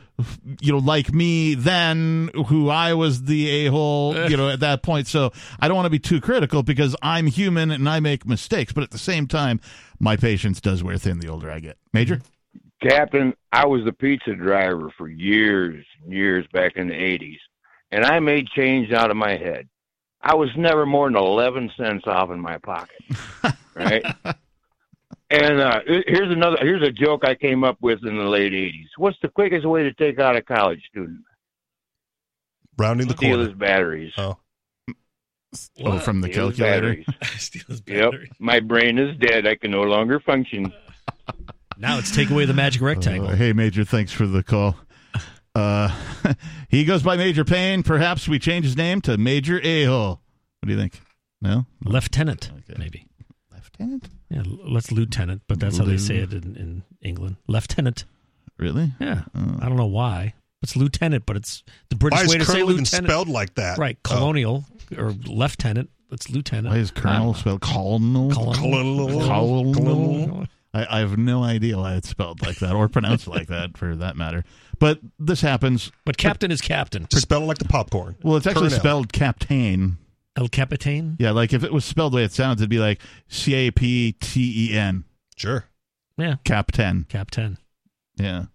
Speaker 2: you know, like me then who I was the a hole, you know, at that point. So I don't want to be too critical because I'm human and I make mistakes. But at the same time, my patience does wear thin the older I get. Major?
Speaker 11: Captain, I was the pizza driver for years and years back in the 80s, and I made change out of my head. I was never more than 11 cents off in my
Speaker 2: [LAUGHS]
Speaker 11: pocket, right? And uh, here- here's another here's a joke I came up with in the late 80s. What's the quickest way to take out a college student?
Speaker 1: Rounding the
Speaker 11: Steal
Speaker 1: corner.
Speaker 11: his batteries.
Speaker 1: Oh,
Speaker 2: Oh, from the
Speaker 11: Steal his
Speaker 2: calculator.
Speaker 11: batteries.
Speaker 3: Steal his
Speaker 11: Yep.
Speaker 3: battery.
Speaker 11: My brain is dead. I can no longer function.
Speaker 3: Now it's take away the magic rectangle.
Speaker 2: Uh, hey, Major, thanks for the call. Uh, [LAUGHS] he goes by Major Payne. Perhaps we change his name to Major A hole. What do you think? No?
Speaker 3: Lieutenant,
Speaker 2: Okay.
Speaker 3: maybe.
Speaker 2: Lieutenant?
Speaker 3: Yeah, l- let's lieutenant, but [LAUGHS] that's how they say it in, in England. Lieutenant.
Speaker 2: Really?
Speaker 3: Yeah.
Speaker 2: Oh.
Speaker 3: I don't know why. It's lieutenant, but it's the British
Speaker 1: why is
Speaker 3: way to say
Speaker 1: Colonel even
Speaker 3: lieutenant.
Speaker 1: spelled like that?
Speaker 3: Right,
Speaker 1: Oh.
Speaker 3: colonial or lieutenant. It's lieutenant.
Speaker 2: Why is Colonel spelled Colonel?
Speaker 3: Uh, Colonel.
Speaker 1: Colonel.
Speaker 2: Colonel.
Speaker 1: Colonel.
Speaker 2: I, I have no idea why it's spelled like that or pronounced like that for that matter. But this happens.
Speaker 3: But captain is captain.
Speaker 1: Just spell it like the popcorn.
Speaker 2: Well, it's actually
Speaker 1: Colonel.
Speaker 2: spelled Captain.
Speaker 3: El Capitan.
Speaker 2: Yeah, like if it was spelled the way it sounds, it'd be like C A P T E N,
Speaker 1: Sure.
Speaker 3: Yeah,
Speaker 2: Captain.
Speaker 3: captain.
Speaker 2: Yeah.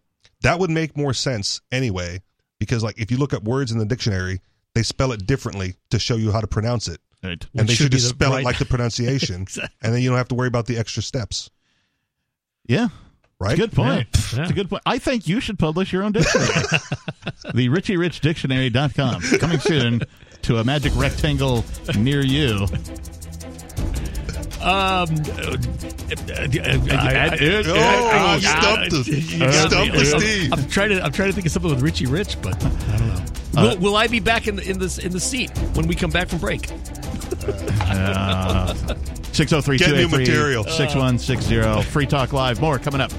Speaker 1: That would make more sense anyway, because like if you look at words in the dictionary, they spell it differently to show you how to pronounce it.
Speaker 2: Right.
Speaker 1: And they
Speaker 3: Which
Speaker 1: should
Speaker 3: be
Speaker 1: just
Speaker 3: the
Speaker 1: spell
Speaker 3: right-
Speaker 1: it
Speaker 2: [LAUGHS]
Speaker 1: like the
Speaker 3: [LAUGHS]
Speaker 1: pronunciation.
Speaker 3: Exactly.
Speaker 1: And then you don't have to worry about the extra steps.
Speaker 2: Yeah.
Speaker 1: Right?
Speaker 2: It's a good point.
Speaker 3: Yeah.
Speaker 2: It's
Speaker 3: Yeah.
Speaker 2: a good point. I think you should publish your own dictionary. [LAUGHS] the richyrichdictionary.com. Coming soon to a magic rectangle near you. Uh,
Speaker 3: Um,
Speaker 1: Oh, stumped, the,
Speaker 3: got
Speaker 1: stumped
Speaker 3: me.
Speaker 1: the Steve. Uh,
Speaker 3: I'm trying to I'm trying to think of something with Richie Rich, but I don't know. Will, will I be back in the in this in the seat when we come back from break?
Speaker 2: Uh, 603
Speaker 1: Get new material.
Speaker 2: 6160. Free Talk Live. More coming up.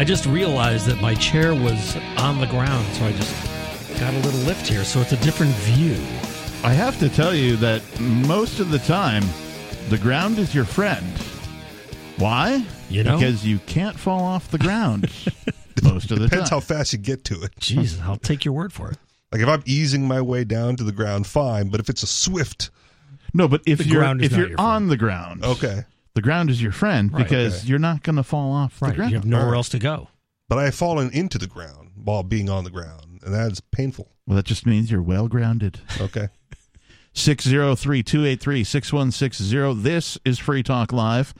Speaker 3: I just realized that my chair was on the ground, so I just got a little [LAUGHS] lift here. So it's a different view.
Speaker 2: I have to tell you that most of the time, the ground is your friend. Why?
Speaker 3: You know?
Speaker 2: Because you can't fall off the
Speaker 3: [LAUGHS]
Speaker 2: ground most of the
Speaker 1: Depends how
Speaker 2: time.
Speaker 1: fast you [LAUGHS] get to it.
Speaker 3: Jesus, I'll take your word for it.
Speaker 1: Like if I'm easing my way down to the ground, fine. But if it's a swift,
Speaker 2: no, but if
Speaker 1: The
Speaker 2: you're
Speaker 1: ground is
Speaker 2: if
Speaker 1: not
Speaker 2: you're
Speaker 1: your
Speaker 2: on the ground,
Speaker 1: okay,
Speaker 2: the ground is your friend
Speaker 1: Right,
Speaker 2: because
Speaker 1: okay.
Speaker 2: you're not going to fall off the ground.
Speaker 3: else to go.
Speaker 1: But I have fallen into the ground while being on the ground, and that is painful.
Speaker 2: Well, that just means you're well grounded. [LAUGHS]
Speaker 1: Okay.
Speaker 2: 603 283 6160. This is Free Talk Live.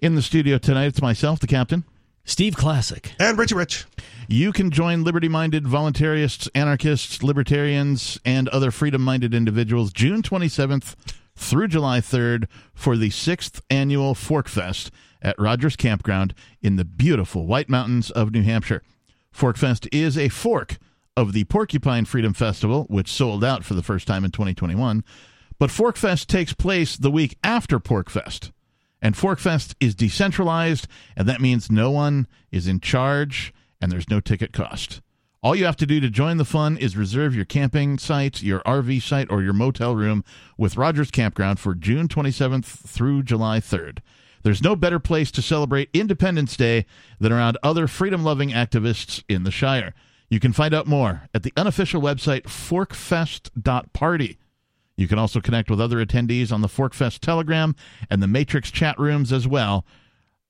Speaker 2: In the studio tonight, it's myself, the captain,
Speaker 3: Steve Classic,
Speaker 1: and Richie Rich.
Speaker 2: You can join liberty minded voluntarists, anarchists, libertarians, and other freedom minded individuals June 27th through July 3rd for the sixth annual Fork Fest at Rogers Campground in the beautiful White Mountains of New Hampshire. Forkfest is a fork of the Porcupine Freedom Festival, which sold out for the first time in 2021. But Forkfest takes place the week after Porkfest. And Forkfest is decentralized, and that means no one is in charge and there's no ticket cost. All you have to do to join the fun is reserve your camping site, your RV site, or your motel room with Rogers Campground for June 27th through July 3rd. There's no better place to celebrate Independence Day than around other freedom loving activists in the Shire. You can find out more at the unofficial website forkfest.party. You can also connect with other attendees on the Forkfest Telegram and the Matrix chat rooms as well.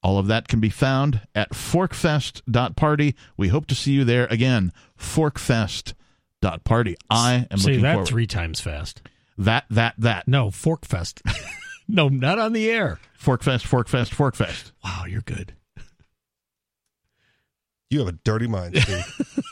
Speaker 2: All of that can be found at forkfest.party. We hope to see you there again. Forkfest.party. I am
Speaker 3: Say
Speaker 2: looking
Speaker 3: that
Speaker 2: forward.
Speaker 3: three times [LAUGHS] fast.
Speaker 2: that that that.
Speaker 3: No, Forkfest. [LAUGHS] no, not on the air.
Speaker 2: Forkfest, Forkfest, Forkfest.
Speaker 3: Wow, you're good.
Speaker 1: You have a dirty
Speaker 3: [LAUGHS]
Speaker 1: mind, Steve.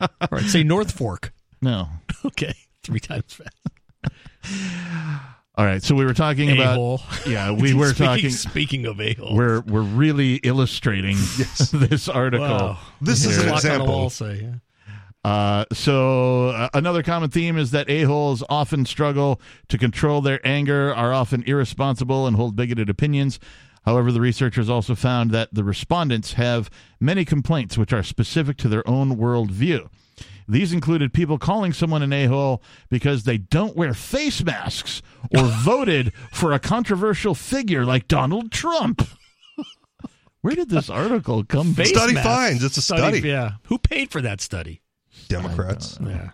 Speaker 3: All right, say North Fork. [LAUGHS]
Speaker 2: No.
Speaker 3: Okay, three times fast.
Speaker 2: All right, so we were talking about
Speaker 3: A-hole. [LAUGHS]
Speaker 2: Yeah, we were
Speaker 3: Speaking-
Speaker 2: talking
Speaker 3: Speaking of a hole,
Speaker 2: we're we're really
Speaker 3: [LAUGHS]
Speaker 2: illustrating [LAUGHS] this article.
Speaker 3: Wow.
Speaker 2: here.
Speaker 3: Clock on the wall, say, yeah.
Speaker 2: Uh, so uh, another common theme is that a-holes often struggle to control their anger, are often irresponsible, and hold bigoted opinions. However, the researchers also found that the respondents have many complaints which are specific to their own worldview. These included people calling someone an a-hole because they don't wear face masks
Speaker 1: [LAUGHS]
Speaker 2: or voted for a controversial figure like Donald Trump. [LAUGHS] Where did this article come from?
Speaker 3: Face
Speaker 1: study
Speaker 3: masks.
Speaker 1: finds it's a study.
Speaker 3: Yeah, who paid for that study?
Speaker 1: Democrats.
Speaker 3: Yeah.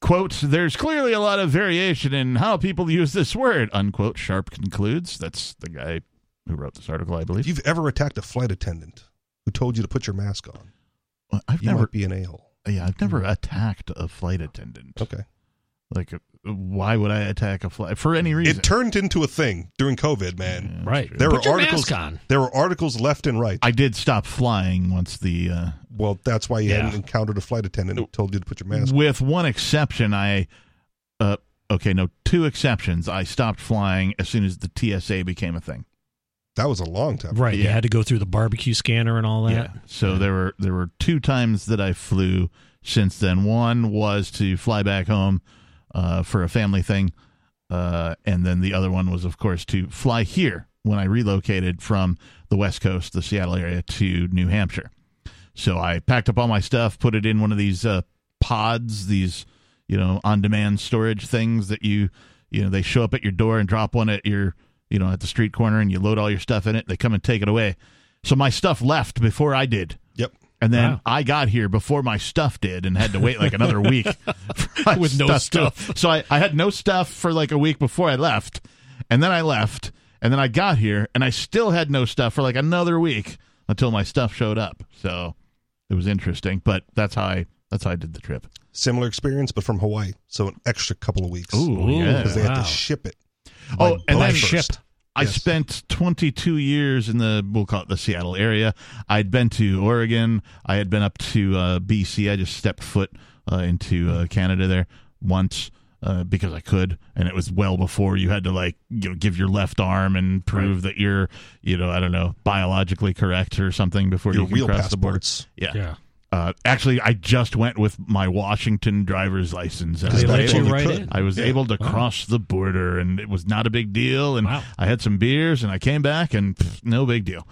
Speaker 2: quote there's clearly a lot of variation in how people use this word unquote sharp concludes that's the guy who wrote this article i
Speaker 1: If
Speaker 2: believe
Speaker 1: you've ever attacked a flight attendant who told you to put your mask on,
Speaker 2: Well, i've
Speaker 1: you
Speaker 2: never
Speaker 1: might be an a-hole.
Speaker 2: yeah i've never attacked a flight attendant
Speaker 1: Okay.
Speaker 2: like uh, why would i attack a flight for any reason
Speaker 1: It turned into a thing during COVID, man.
Speaker 3: Right.
Speaker 1: There
Speaker 3: Put
Speaker 1: were
Speaker 3: your
Speaker 1: articles.
Speaker 3: mask on.
Speaker 1: There were articles left and right.
Speaker 2: i did stop flying once the uh,
Speaker 1: Well, that's why you
Speaker 3: Yeah.
Speaker 1: hadn't encountered a flight attendant who told you to put your mask. on.
Speaker 2: with one exception i uh okay no two exceptions i stopped flying as soon as the tsa became a thing
Speaker 1: That was a long time.
Speaker 3: Right. You
Speaker 2: Yeah.
Speaker 3: had to go through the barbecue scanner and all that.
Speaker 2: So there were there were two times that I flew since then. One was to fly back home uh, for a family thing, uh, and then the other one was, of course, to fly here when I relocated from the West Coast, the Seattle area, to New Hampshire. So I packed up all my stuff, put it in one of these uh, pods, these you know on-demand storage things that you you know they show up at your door and drop one at your you know at the street corner, and you load all your stuff in it. They come and take it away. So my stuff left before I did.
Speaker 1: Yep.
Speaker 2: And then
Speaker 3: Wow.
Speaker 2: I got here before my stuff did and had to wait like another week for my
Speaker 3: [LAUGHS] With no
Speaker 2: to-
Speaker 3: stuff.
Speaker 2: So I, I had no stuff for like a week before I left. And then I left. And then I got here and I still had no stuff for like another week until my stuff showed up. So it was interesting. But that's how I that's how I did the trip.
Speaker 1: similar experience, but from Hawaii. So an extra couple of weeks.
Speaker 2: Ooh, Oh, yeah.
Speaker 1: Because they have
Speaker 2: Wow.
Speaker 1: to ship it.
Speaker 2: Oh,
Speaker 1: by
Speaker 2: and
Speaker 1: boat
Speaker 2: then
Speaker 1: first.
Speaker 2: I
Speaker 1: Yes.
Speaker 2: spent 22 years in the we'll call it the Seattle area. I'd been to Oregon. I had been up to uh, BC. I just stepped foot uh, into uh, Canada there once. Uh, because I could, and it was well before you had to like you know give your left arm and prove that you're you know I don't know biologically correct or something before
Speaker 1: Your
Speaker 2: you can
Speaker 1: real
Speaker 2: cross the border.
Speaker 1: passports.
Speaker 2: Yeah, Uh, actually, I just went with my Washington driver's license, and I
Speaker 1: They let
Speaker 2: was
Speaker 1: you
Speaker 2: able,
Speaker 1: right
Speaker 2: to,
Speaker 1: in.
Speaker 2: I was
Speaker 1: Yeah.
Speaker 2: able to
Speaker 1: Wow.
Speaker 2: cross the border, and it was not a big deal. And I had some beers, and I came back, and pff, no big deal.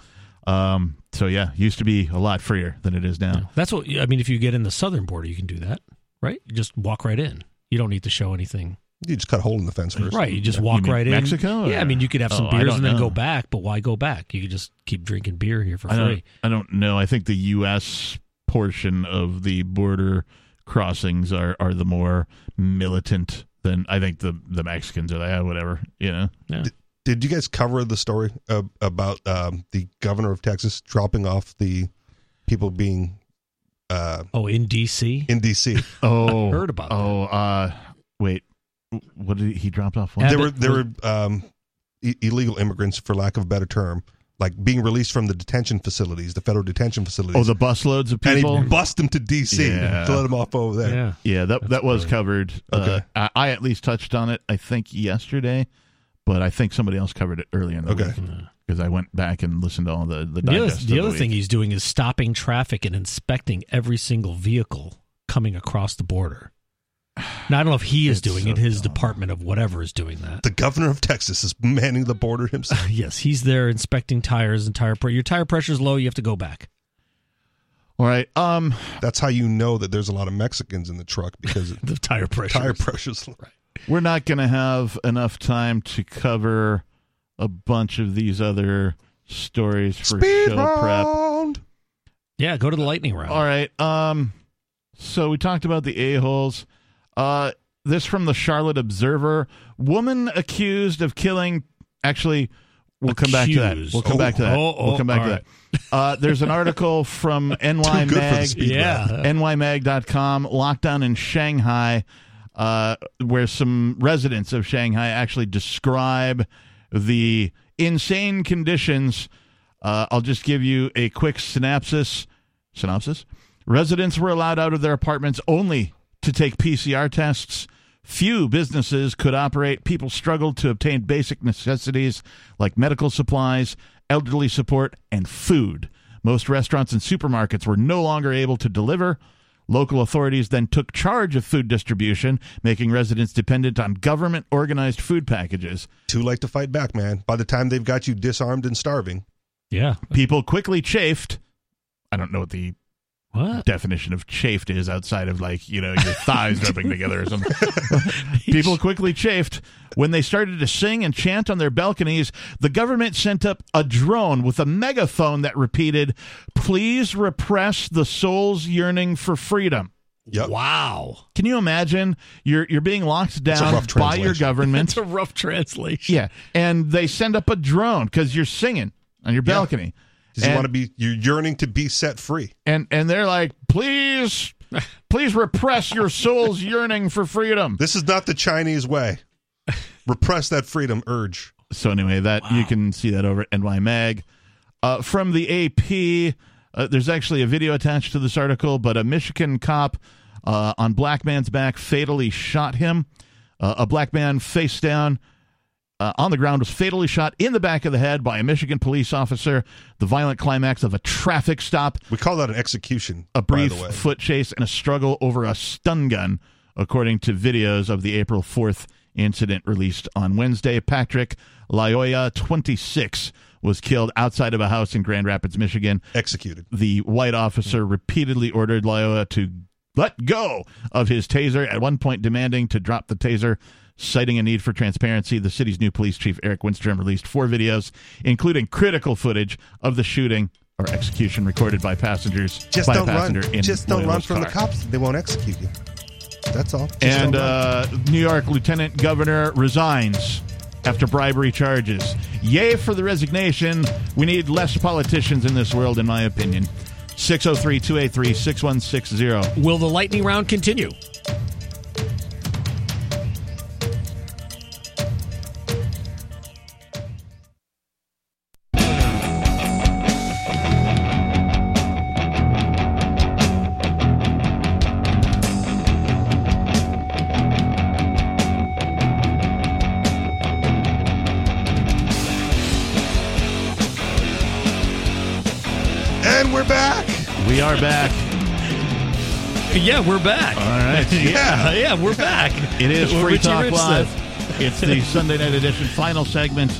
Speaker 2: Um, so yeah, used to be a lot freer than it is now.
Speaker 3: That's what I mean. If you get in the southern border, you can do that, right? You just walk right in. You don't need to show anything.
Speaker 1: You just cut a hole in the fence first.
Speaker 3: Right, you just
Speaker 1: Yeah.
Speaker 3: walk right in.
Speaker 2: Mexico or-
Speaker 3: Yeah, I mean, you could have some
Speaker 2: Oh, I
Speaker 3: beers
Speaker 2: don't
Speaker 3: and then
Speaker 2: know.
Speaker 3: go back, but why go back? You could just keep drinking beer here for
Speaker 2: I
Speaker 3: free.
Speaker 2: don't, I don't know. I think the U.S. portion of the border crossings are are the more militant than I think the the Mexicans are. That whatever you know. Yeah.
Speaker 1: Did you guys cover the story uh, about um, the governor of Texas dropping off the people being? Uh,
Speaker 3: oh, in D.C.
Speaker 1: In D.C.
Speaker 2: [LAUGHS] Oh,
Speaker 3: heard about
Speaker 2: Oh, uh, wait. What did he, he dropped off?
Speaker 1: there were there were um, i- illegal immigrants, for lack of a better term, like being released from the detention facilities, the federal detention facilities.
Speaker 2: Oh, the busloads of people.
Speaker 1: And he bust them to D.C.
Speaker 2: Yeah.
Speaker 1: to let them off over there.
Speaker 2: Yeah, that that was covered.
Speaker 1: Oh, Okay.
Speaker 2: Uh, I, I at least touched on it. I think yesterday, but I think somebody else covered it earlier in the
Speaker 1: Okay.
Speaker 2: week because I went back and listened to all the the.
Speaker 3: the other,
Speaker 2: digest of
Speaker 3: the other
Speaker 2: week.
Speaker 3: thing he's doing is stopping traffic and inspecting every single vehicle coming across the border. Now I don't know if he is doing it. His department of whatever is doing that.
Speaker 1: The governor of Texas is manning the border himself.
Speaker 3: yes, he's there inspecting tires and tire pressure. Your tire pressure is low. You have to go back.
Speaker 2: [LAUGHS] All right. Um,
Speaker 1: that's how you know that there's a lot of Mexicans in the truck
Speaker 2: [LAUGHS]
Speaker 1: because
Speaker 3: the tire pressure
Speaker 1: tire
Speaker 3: is-
Speaker 1: pressure's right.
Speaker 2: We're not going to have enough time to cover a bunch of these other stories for show prep.
Speaker 3: Yeah, go to the lightning round.
Speaker 2: All right. Um, so we talked about the a-holes. Uh, this from the Charlotte Observer. Woman accused of killing. Actually, we'll come back to that.
Speaker 3: Accused.
Speaker 2: We'll come
Speaker 3: Oh,
Speaker 2: back to that.
Speaker 3: oh, oh,
Speaker 2: we'll come back
Speaker 3: all
Speaker 2: to
Speaker 3: right.
Speaker 2: that. Uh, there's an article
Speaker 3: [LAUGHS]
Speaker 2: from NY
Speaker 3: good for the
Speaker 2: Mag.
Speaker 3: speed round.
Speaker 2: [LAUGHS]
Speaker 3: Yeah.
Speaker 2: NYMag.com. Lockdown in Shanghai, uh, where some residents of Shanghai actually describe the insane conditions. Uh, I'll just give you a quick synopsis. Synopsis: Residents were allowed out of their apartments only to take PCR tests. Few businesses could operate. People struggled to obtain basic necessities like medical supplies, elderly support, and food. Most restaurants and supermarkets were no longer able to deliver. Local authorities then took charge of food distribution, making residents dependent on government organized food packages.
Speaker 1: Too late to fight back, man. By the time they've got you disarmed and starving,
Speaker 3: Yeah.
Speaker 2: People quickly chafed. I don't know what the
Speaker 3: What?
Speaker 2: definition of chafed is outside of like, you know, your
Speaker 3: [LAUGHS]
Speaker 2: thighs rubbing together or something. People quickly chafed when they started to sing and chant on their balconies. The government sent up a drone with a megaphone that repeated, "Please repress the soul's yearning for freedom."
Speaker 3: Wow.
Speaker 2: Can you imagine? You're you're being locked
Speaker 3: That's a
Speaker 2: down
Speaker 3: rough
Speaker 2: by your
Speaker 3: translation.
Speaker 2: [LAUGHS] government.
Speaker 3: That's a rough translation.
Speaker 2: yeah, and they send up a drone because you're singing on your balcony.
Speaker 1: because you
Speaker 2: And-
Speaker 1: want to be you're yearning to be set free.
Speaker 2: and and they're like,
Speaker 3: [LAUGHS]
Speaker 2: please, please repress your soul's yearning for freedom.
Speaker 1: This is not the Chinese way. Repress that freedom urge.
Speaker 2: So anyway, that you can see that over at NY Mag. Uh, from the AP, uh, there's actually a video attached to this article, but a Michigan cop uh, on black man's back fatally shot him. Uh, a black man face down. uh, on the ground was fatally shot in the back of the head by a Michigan police officer. The violent climax of a traffic stop.
Speaker 1: We call that an execution.
Speaker 2: A brief
Speaker 1: by the way.
Speaker 2: foot chase and a struggle over a stun gun, according to videos of the April 4th incident released on Wednesday. Patrick Loyola, 26, was killed outside of a house in Grand Rapids, Michigan.
Speaker 1: Executed.
Speaker 2: The white officer repeatedly ordered Loyola to let go of his taser, at one point demanding to drop the taser. Citing a need for transparency, the city's new police chief, Eric Winstrom, released four videos, including critical footage of the shooting or execution recorded by passengers.
Speaker 1: Just
Speaker 2: by a
Speaker 1: don't run.
Speaker 2: passenger in
Speaker 1: Just don't run
Speaker 2: Loyola's
Speaker 1: from the
Speaker 2: car.
Speaker 1: cops. They won't execute you. That's all. Just
Speaker 2: And
Speaker 1: don't run.
Speaker 2: uh, New York Lieutenant Governor resigns after bribery charges. Yay for the resignation. We need less politicians in this world, in oh my opinion. 603 283 6160.
Speaker 3: Will the lightning round continue?
Speaker 1: back.
Speaker 2: We are back.
Speaker 3: Yeah, we're back.
Speaker 2: All right.
Speaker 3: yeah, [LAUGHS] yeah, [LAUGHS] we're back.
Speaker 2: It is
Speaker 3: What
Speaker 2: Free
Speaker 3: Richie
Speaker 2: Talk
Speaker 3: Rich
Speaker 2: Live.
Speaker 3: said.
Speaker 2: it's
Speaker 3: [LAUGHS]
Speaker 2: the Sunday night edition final segment.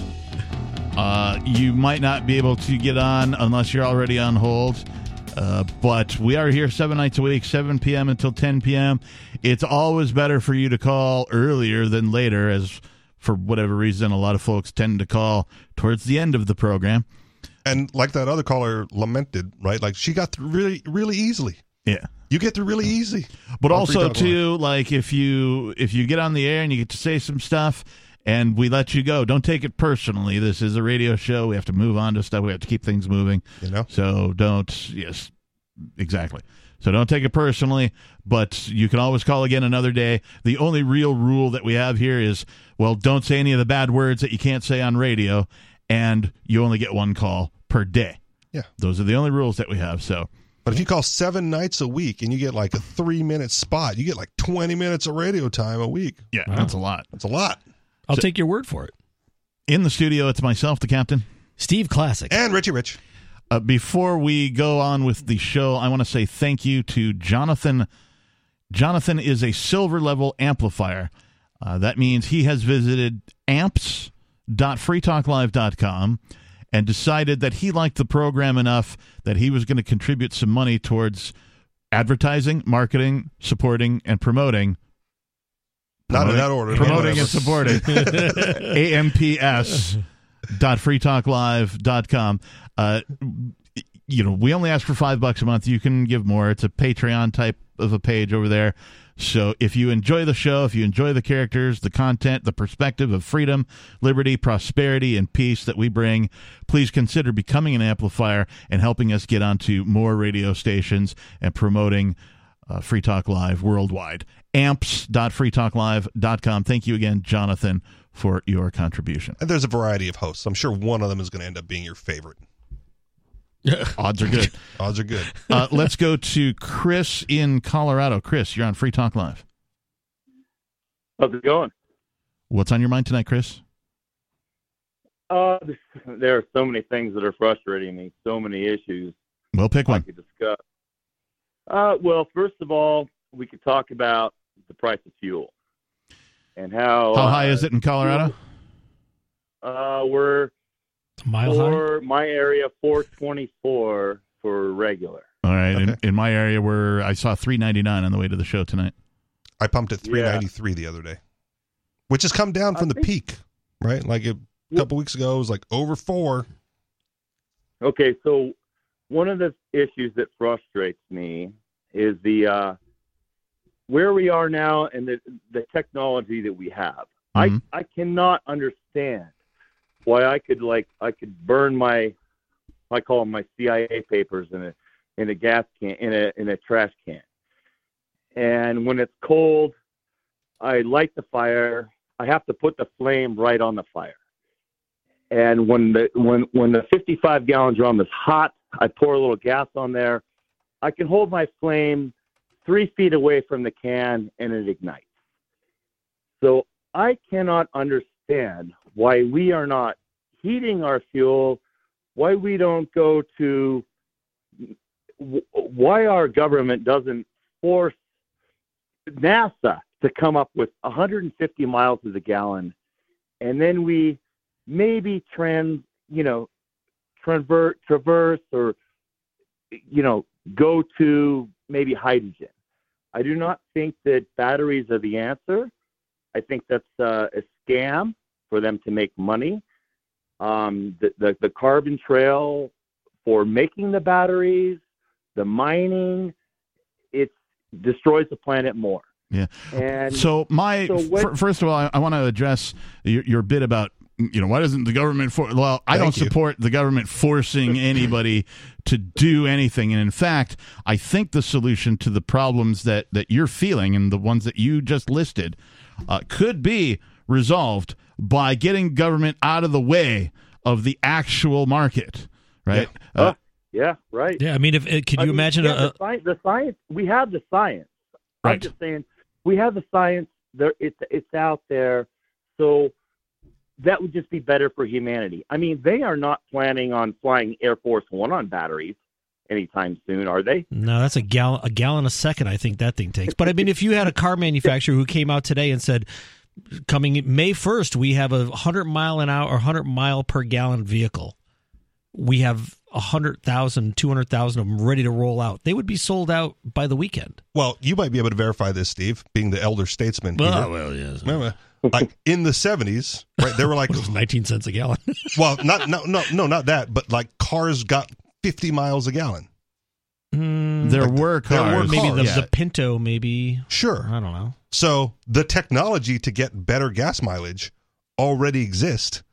Speaker 2: Uh, you might not be able to get on unless you're already on hold. Uh, but we are here seven nights a week, 7 p.m. until 10 p.m. It's always better for you to call earlier than later, as for whatever reason, a lot of folks tend to call towards the end of the program.
Speaker 1: And like that other caller lamented, right? Like she got through really, really easily.
Speaker 2: Yeah.
Speaker 1: You get through really easy.
Speaker 2: but
Speaker 1: on Free Talk
Speaker 2: also
Speaker 1: Live.
Speaker 2: too like if you if you get on the air and you get to say some stuff and we let you go don't take it personally this is a radio show we have to move on to stuff we have to keep things moving
Speaker 1: you know
Speaker 2: so don't yes exactly so don't take it personally but you can always call again another day the only real rule that we have here is well don't say any of the bad words that you can't say on radio and you only get one call per day
Speaker 1: Yeah.
Speaker 2: those are the only rules that we have so
Speaker 1: But if you call seven nights a week and you get like a three minute spot, you get like 20 minutes of radio time a week.
Speaker 2: Yeah, that's a lot.
Speaker 1: That's a lot.
Speaker 3: I'll take your word for it.
Speaker 2: In the studio, it's myself, the captain,
Speaker 3: Steve Classic,
Speaker 1: and Richie Rich.
Speaker 2: Uh, before we go on with the show, I want to say thank you to Jonathan. Jonathan is a silver level amplifier. Uh, that means he has visited amps.freetalklive.com and decided that he liked the program enough that he was going to contribute some money towards advertising, marketing, supporting, and promoting
Speaker 1: Not in
Speaker 2: Promoting-
Speaker 1: that order, but
Speaker 2: Promoting and
Speaker 1: [LAUGHS]
Speaker 2: supporting.
Speaker 1: whatever.
Speaker 2: AMPS dot freetalklive dot com. Uh, you know, we only ask for five bucks a month. You can give more. It's a Patreon type of a page over there. So if you enjoy the show, if you enjoy the characters, the content, the perspective of freedom, liberty, prosperity, and peace that we bring, please consider becoming an amplifier and helping us get onto more radio stations and promoting uh, Free Talk Live worldwide. Amps.freetalklive.com. Thank you again, Jonathan, for your contribution.
Speaker 1: And there's a variety of hosts. I'm sure one of them is going to end up being your
Speaker 3: [LAUGHS]
Speaker 1: favorite.
Speaker 2: Odds are good.
Speaker 1: [LAUGHS] Odds are good.
Speaker 2: Uh, let's go to Chris in Colorado. Chris, you're on Free Talk Live.
Speaker 12: How's it going?
Speaker 2: What's on your mind tonight, Chris?
Speaker 12: Uh, [LAUGHS] there are so many things that are frustrating me, so many issues
Speaker 2: We'll pick one.
Speaker 12: to discuss. Uh, well, first of all, we could talk about the price of fuel and how
Speaker 2: How high is it in Colorado?
Speaker 12: Uh, we're
Speaker 3: mile
Speaker 12: for my area 424 for regular.
Speaker 2: All right. In, in my area, where I saw 399 on the way to the show tonight.
Speaker 1: I pumped at 393 the other day, [LAUGHS] which has come down from the peak, right? Like a couple weeks ago, it was like over four.
Speaker 12: Okay, so one of the issues that frustrates me is the uh, where we are now and the the technology that we have.
Speaker 3: Mm-hmm.
Speaker 2: Mhm.
Speaker 12: I cannot understand why I could like I could burn my I call them my CIA papers in a in a gas can in a in a trash can. And when it's cold, I light the fire. I have to put the flame right on the fire. And when the when when the 55 gallon drum is hot, I pour a little gas on there. I can hold my flame three feet away from the can and it ignites. So I cannot understand why we are not heating our fuel, why we don't go to, why our government doesn't force NASA to come up with 150 miles to the gallon, and then we maybe trans, you know, convert, traverse, or you know, go to maybe hydrogen. I do not think that batteries are the answer. I think that's uh, a scam for them to make money. Um, the, the, the carbon trail for making the batteries, the mining, it destroys the planet more.
Speaker 2: Yeah.
Speaker 12: And
Speaker 2: so my
Speaker 12: so what-
Speaker 2: fir- first of all, I, I want to address your, your bit about you know why doesn't the government for well I don't support the government forcing anybody to do anything and in fact I think the solution to the problems that that you're feeling and the ones that you just listed uh, could be resolved by getting government out of the way of the actual market right Uh,
Speaker 12: Yeah, right.
Speaker 3: Yeah, I mean, if uh, can you
Speaker 12: I mean,
Speaker 3: imagine
Speaker 12: yeah,
Speaker 3: a,
Speaker 12: the, science, the science? We have the science. I'm
Speaker 3: Right.
Speaker 12: just saying we have the science. There, it's it's out there. So that would just be better for humanity. I mean, they are not planning on flying Air Force One on batteries. anytime soon, are they?
Speaker 3: No, that's a gallon a gallon a second. I think that thing takes. But I mean, if you had a car manufacturer who came out today and said, coming in May first, we have a hundred mile an hour or hundred mile per gallon vehicle. We have a hundred thousand, two hundred thousand of them ready to roll out. They would be sold out by the weekend.
Speaker 1: Well, you might be able to verify this, Steve, being the elder statesman.
Speaker 3: Well,
Speaker 1: here.
Speaker 3: well, yes.
Speaker 1: Remember, like in the seventies, right? They were
Speaker 3: [LAUGHS]
Speaker 1: like
Speaker 3: nineteen cents a gallon.
Speaker 1: well, not no no no not that, but like cars got fifty miles a gallon.
Speaker 2: There were
Speaker 1: there were
Speaker 2: cars.
Speaker 1: Maybe the-
Speaker 2: Mm. yeah.
Speaker 1: the
Speaker 3: Pinto, maybe.
Speaker 1: Sure,
Speaker 3: I don't know.
Speaker 1: So the technology to get better gas mileage already exists.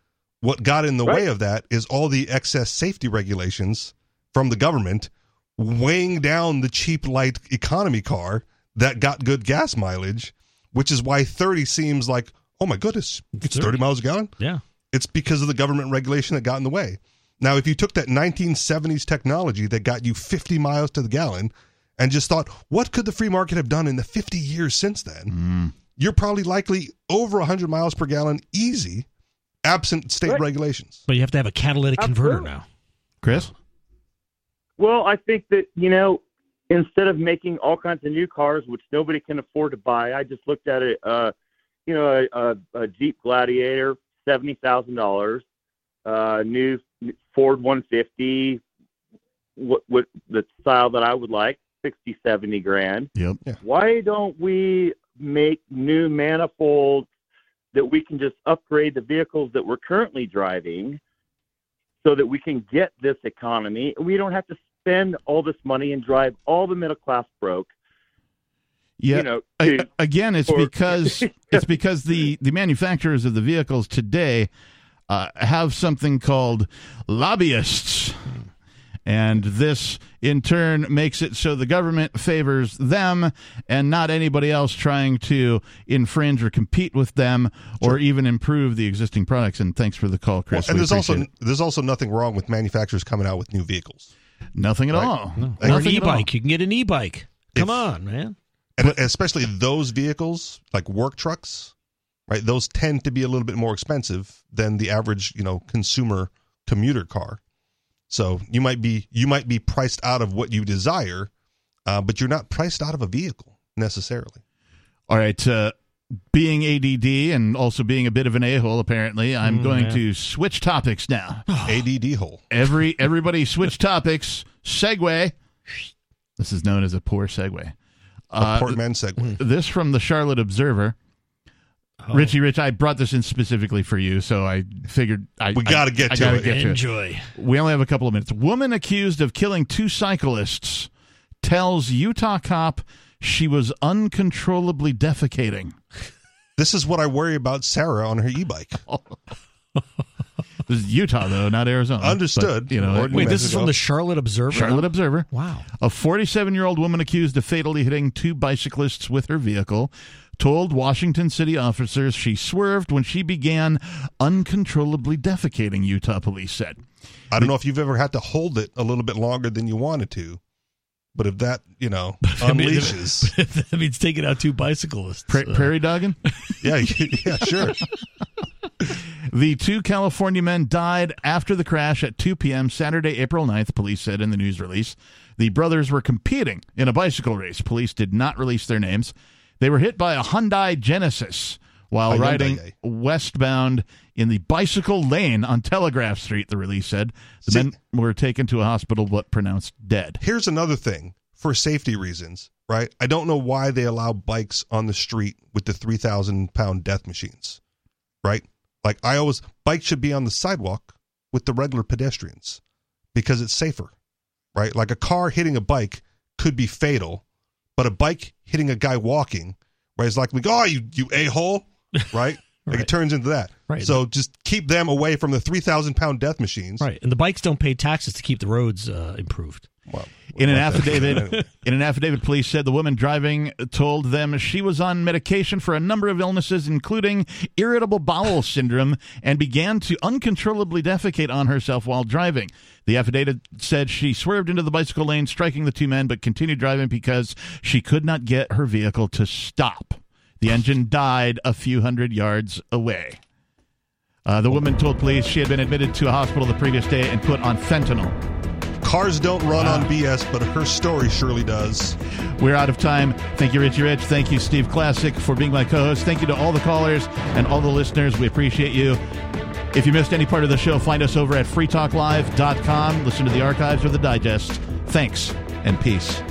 Speaker 1: What got in the way of that is all the excess safety regulations from the government weighing down the cheap light economy car that got good gas mileage, which is why 30 seems like, oh my goodness, it's 30 miles a gallon?
Speaker 3: Yeah.
Speaker 1: It's because of the government regulation that got in the way. Now, if you took that 1970s technology that got you 50 miles to the gallon and just thought, what could the free market have done in the 50 years since then? You're probably likely over 100 miles per gallon easy, absent state regulations.
Speaker 3: But you have to have a catalytic converter now.
Speaker 2: Chris?
Speaker 12: Well, I think that you know, instead of making all kinds of new cars which nobody can afford to buy, I just looked at it. Uh, you know, a, a, a Jeep Gladiator, seventy thousand dollars. Uh, new Ford one fifty, what what the style that I would like, sixty seventy grand.
Speaker 2: Yep.
Speaker 12: Why don't we make new manifolds that we can just upgrade the vehicles that we're currently driving so that we can get this economy? We don't have to spend all this money and drive all the middle class broke.
Speaker 2: Yeah.
Speaker 12: You know,
Speaker 2: A-
Speaker 12: to-
Speaker 2: again, it's
Speaker 12: or-
Speaker 1: [LAUGHS]
Speaker 2: because it's because the the manufacturers of the vehicles today uh, have something called lobbyists, and this in turn makes it so the government favors them and not anybody else trying to infringe or compete with them or even improve the existing products. And thanks for the call, Chris.
Speaker 1: and
Speaker 2: We
Speaker 1: there's also
Speaker 2: appreciate
Speaker 1: there's also nothing wrong with manufacturers coming out with new vehicles.
Speaker 2: it. nothing at
Speaker 1: Right.
Speaker 2: all.
Speaker 1: No.
Speaker 3: Or an
Speaker 1: Nothing at all.
Speaker 3: e-bike. You can get an e-bike. Come on, man.
Speaker 1: and especially those vehicles like work trucks right those tend to be a little bit more expensive than the average you know consumer commuter car so you might be you might be priced out of what you desire uh, but you're not priced out of a vehicle necessarily
Speaker 2: All right. Uh, being ADD and also being a bit of an a hole, apparently, I'm
Speaker 1: Mm,
Speaker 2: going
Speaker 1: yeah.
Speaker 2: to switch topics now.
Speaker 1: [LAUGHS] ADD hole.
Speaker 2: Every everybody switch topics. Segue. This is known as a poor segue.
Speaker 1: a
Speaker 2: Uh,
Speaker 1: portman segue
Speaker 2: [CLEARS THROAT] This from the Charlotte Observer. Richie Rich, I brought this in specifically for you, so I figured I
Speaker 1: We gotta get
Speaker 2: I,
Speaker 1: to
Speaker 2: I gotta
Speaker 1: it.
Speaker 2: Get to
Speaker 3: Enjoy.
Speaker 2: We only have a couple of minutes. Woman accused of killing two cyclists tells Utah cop she was uncontrollably defecating.
Speaker 1: this is what i worry about sarah on her e-bike
Speaker 2: This is Utah though, not Arizona. But,
Speaker 1: Understood.
Speaker 2: you know,
Speaker 1: Or New Wait, this is Mexico. from the
Speaker 3: Charlotte Observer.
Speaker 2: Charlotte Observer.
Speaker 3: Wow.
Speaker 2: A 47 year old woman accused of fatally hitting two bicyclists with her vehicle told Washington City officers she swerved when she began uncontrollably defecating, Utah police said.
Speaker 1: i don't know if you've ever had to hold it a little bit longer than you wanted to but if that you know
Speaker 2: [LAUGHS]
Speaker 1: unleashes
Speaker 3: that means taking out two bicyclists.
Speaker 2: Pra- prairie [LAUGHS] dogging?
Speaker 1: yeah yeah sure
Speaker 2: The two California men died after the crash at 2 p.m. Saturday, April 9th, police said in the news release. The brothers were competing in a bicycle race. Police did not release their names. They were hit by a Hyundai Genesis while
Speaker 1: A Hyundai
Speaker 2: riding
Speaker 1: guy.
Speaker 2: westbound in the bicycle lane on Telegraph Street, the release said. The
Speaker 1: See-
Speaker 2: men were taken to a hospital but pronounced dead.
Speaker 1: Here's another thing for safety reasons, right? I don't know why they allow bikes on the street with the 3,000 pound death machines, right? Like, I always, bikes should be on the sidewalk with the regular pedestrians because it's safer, right? Like, a car hitting a bike could be fatal, but a bike hitting a guy walking, right, is like, like oh, you, you a hole, right? Like, it turns into that.
Speaker 3: Right.
Speaker 1: So just keep them away from the 3,000 pound death machines.
Speaker 3: Right. And the bikes don't pay taxes to keep the roads uh, improved.
Speaker 1: Well,
Speaker 2: In an
Speaker 1: Like that.
Speaker 2: [LAUGHS] affidavit, in an affidavit, police said the woman driving told them she was on medication for a number of illnesses, including irritable bowel syndrome, and began to uncontrollably defecate on herself while driving. The affidavit said she swerved into the bicycle lane, striking the two men, but continued driving because she could not get her vehicle to stop. The engine died a few hundred yards away. Uh, the woman told police she had been admitted to a hospital the previous day and put on fentanyl.
Speaker 1: Cars don't run on BS, but her story surely does.
Speaker 2: We're out of time. Thank you, Richie Rich. Thank you, Steve Classic, for being my co host. Thank you to all the callers and all the listeners. We appreciate you. If you missed any part of the show, find us over at freetalklive.com. Listen to the archives or the digest. Thanks and peace.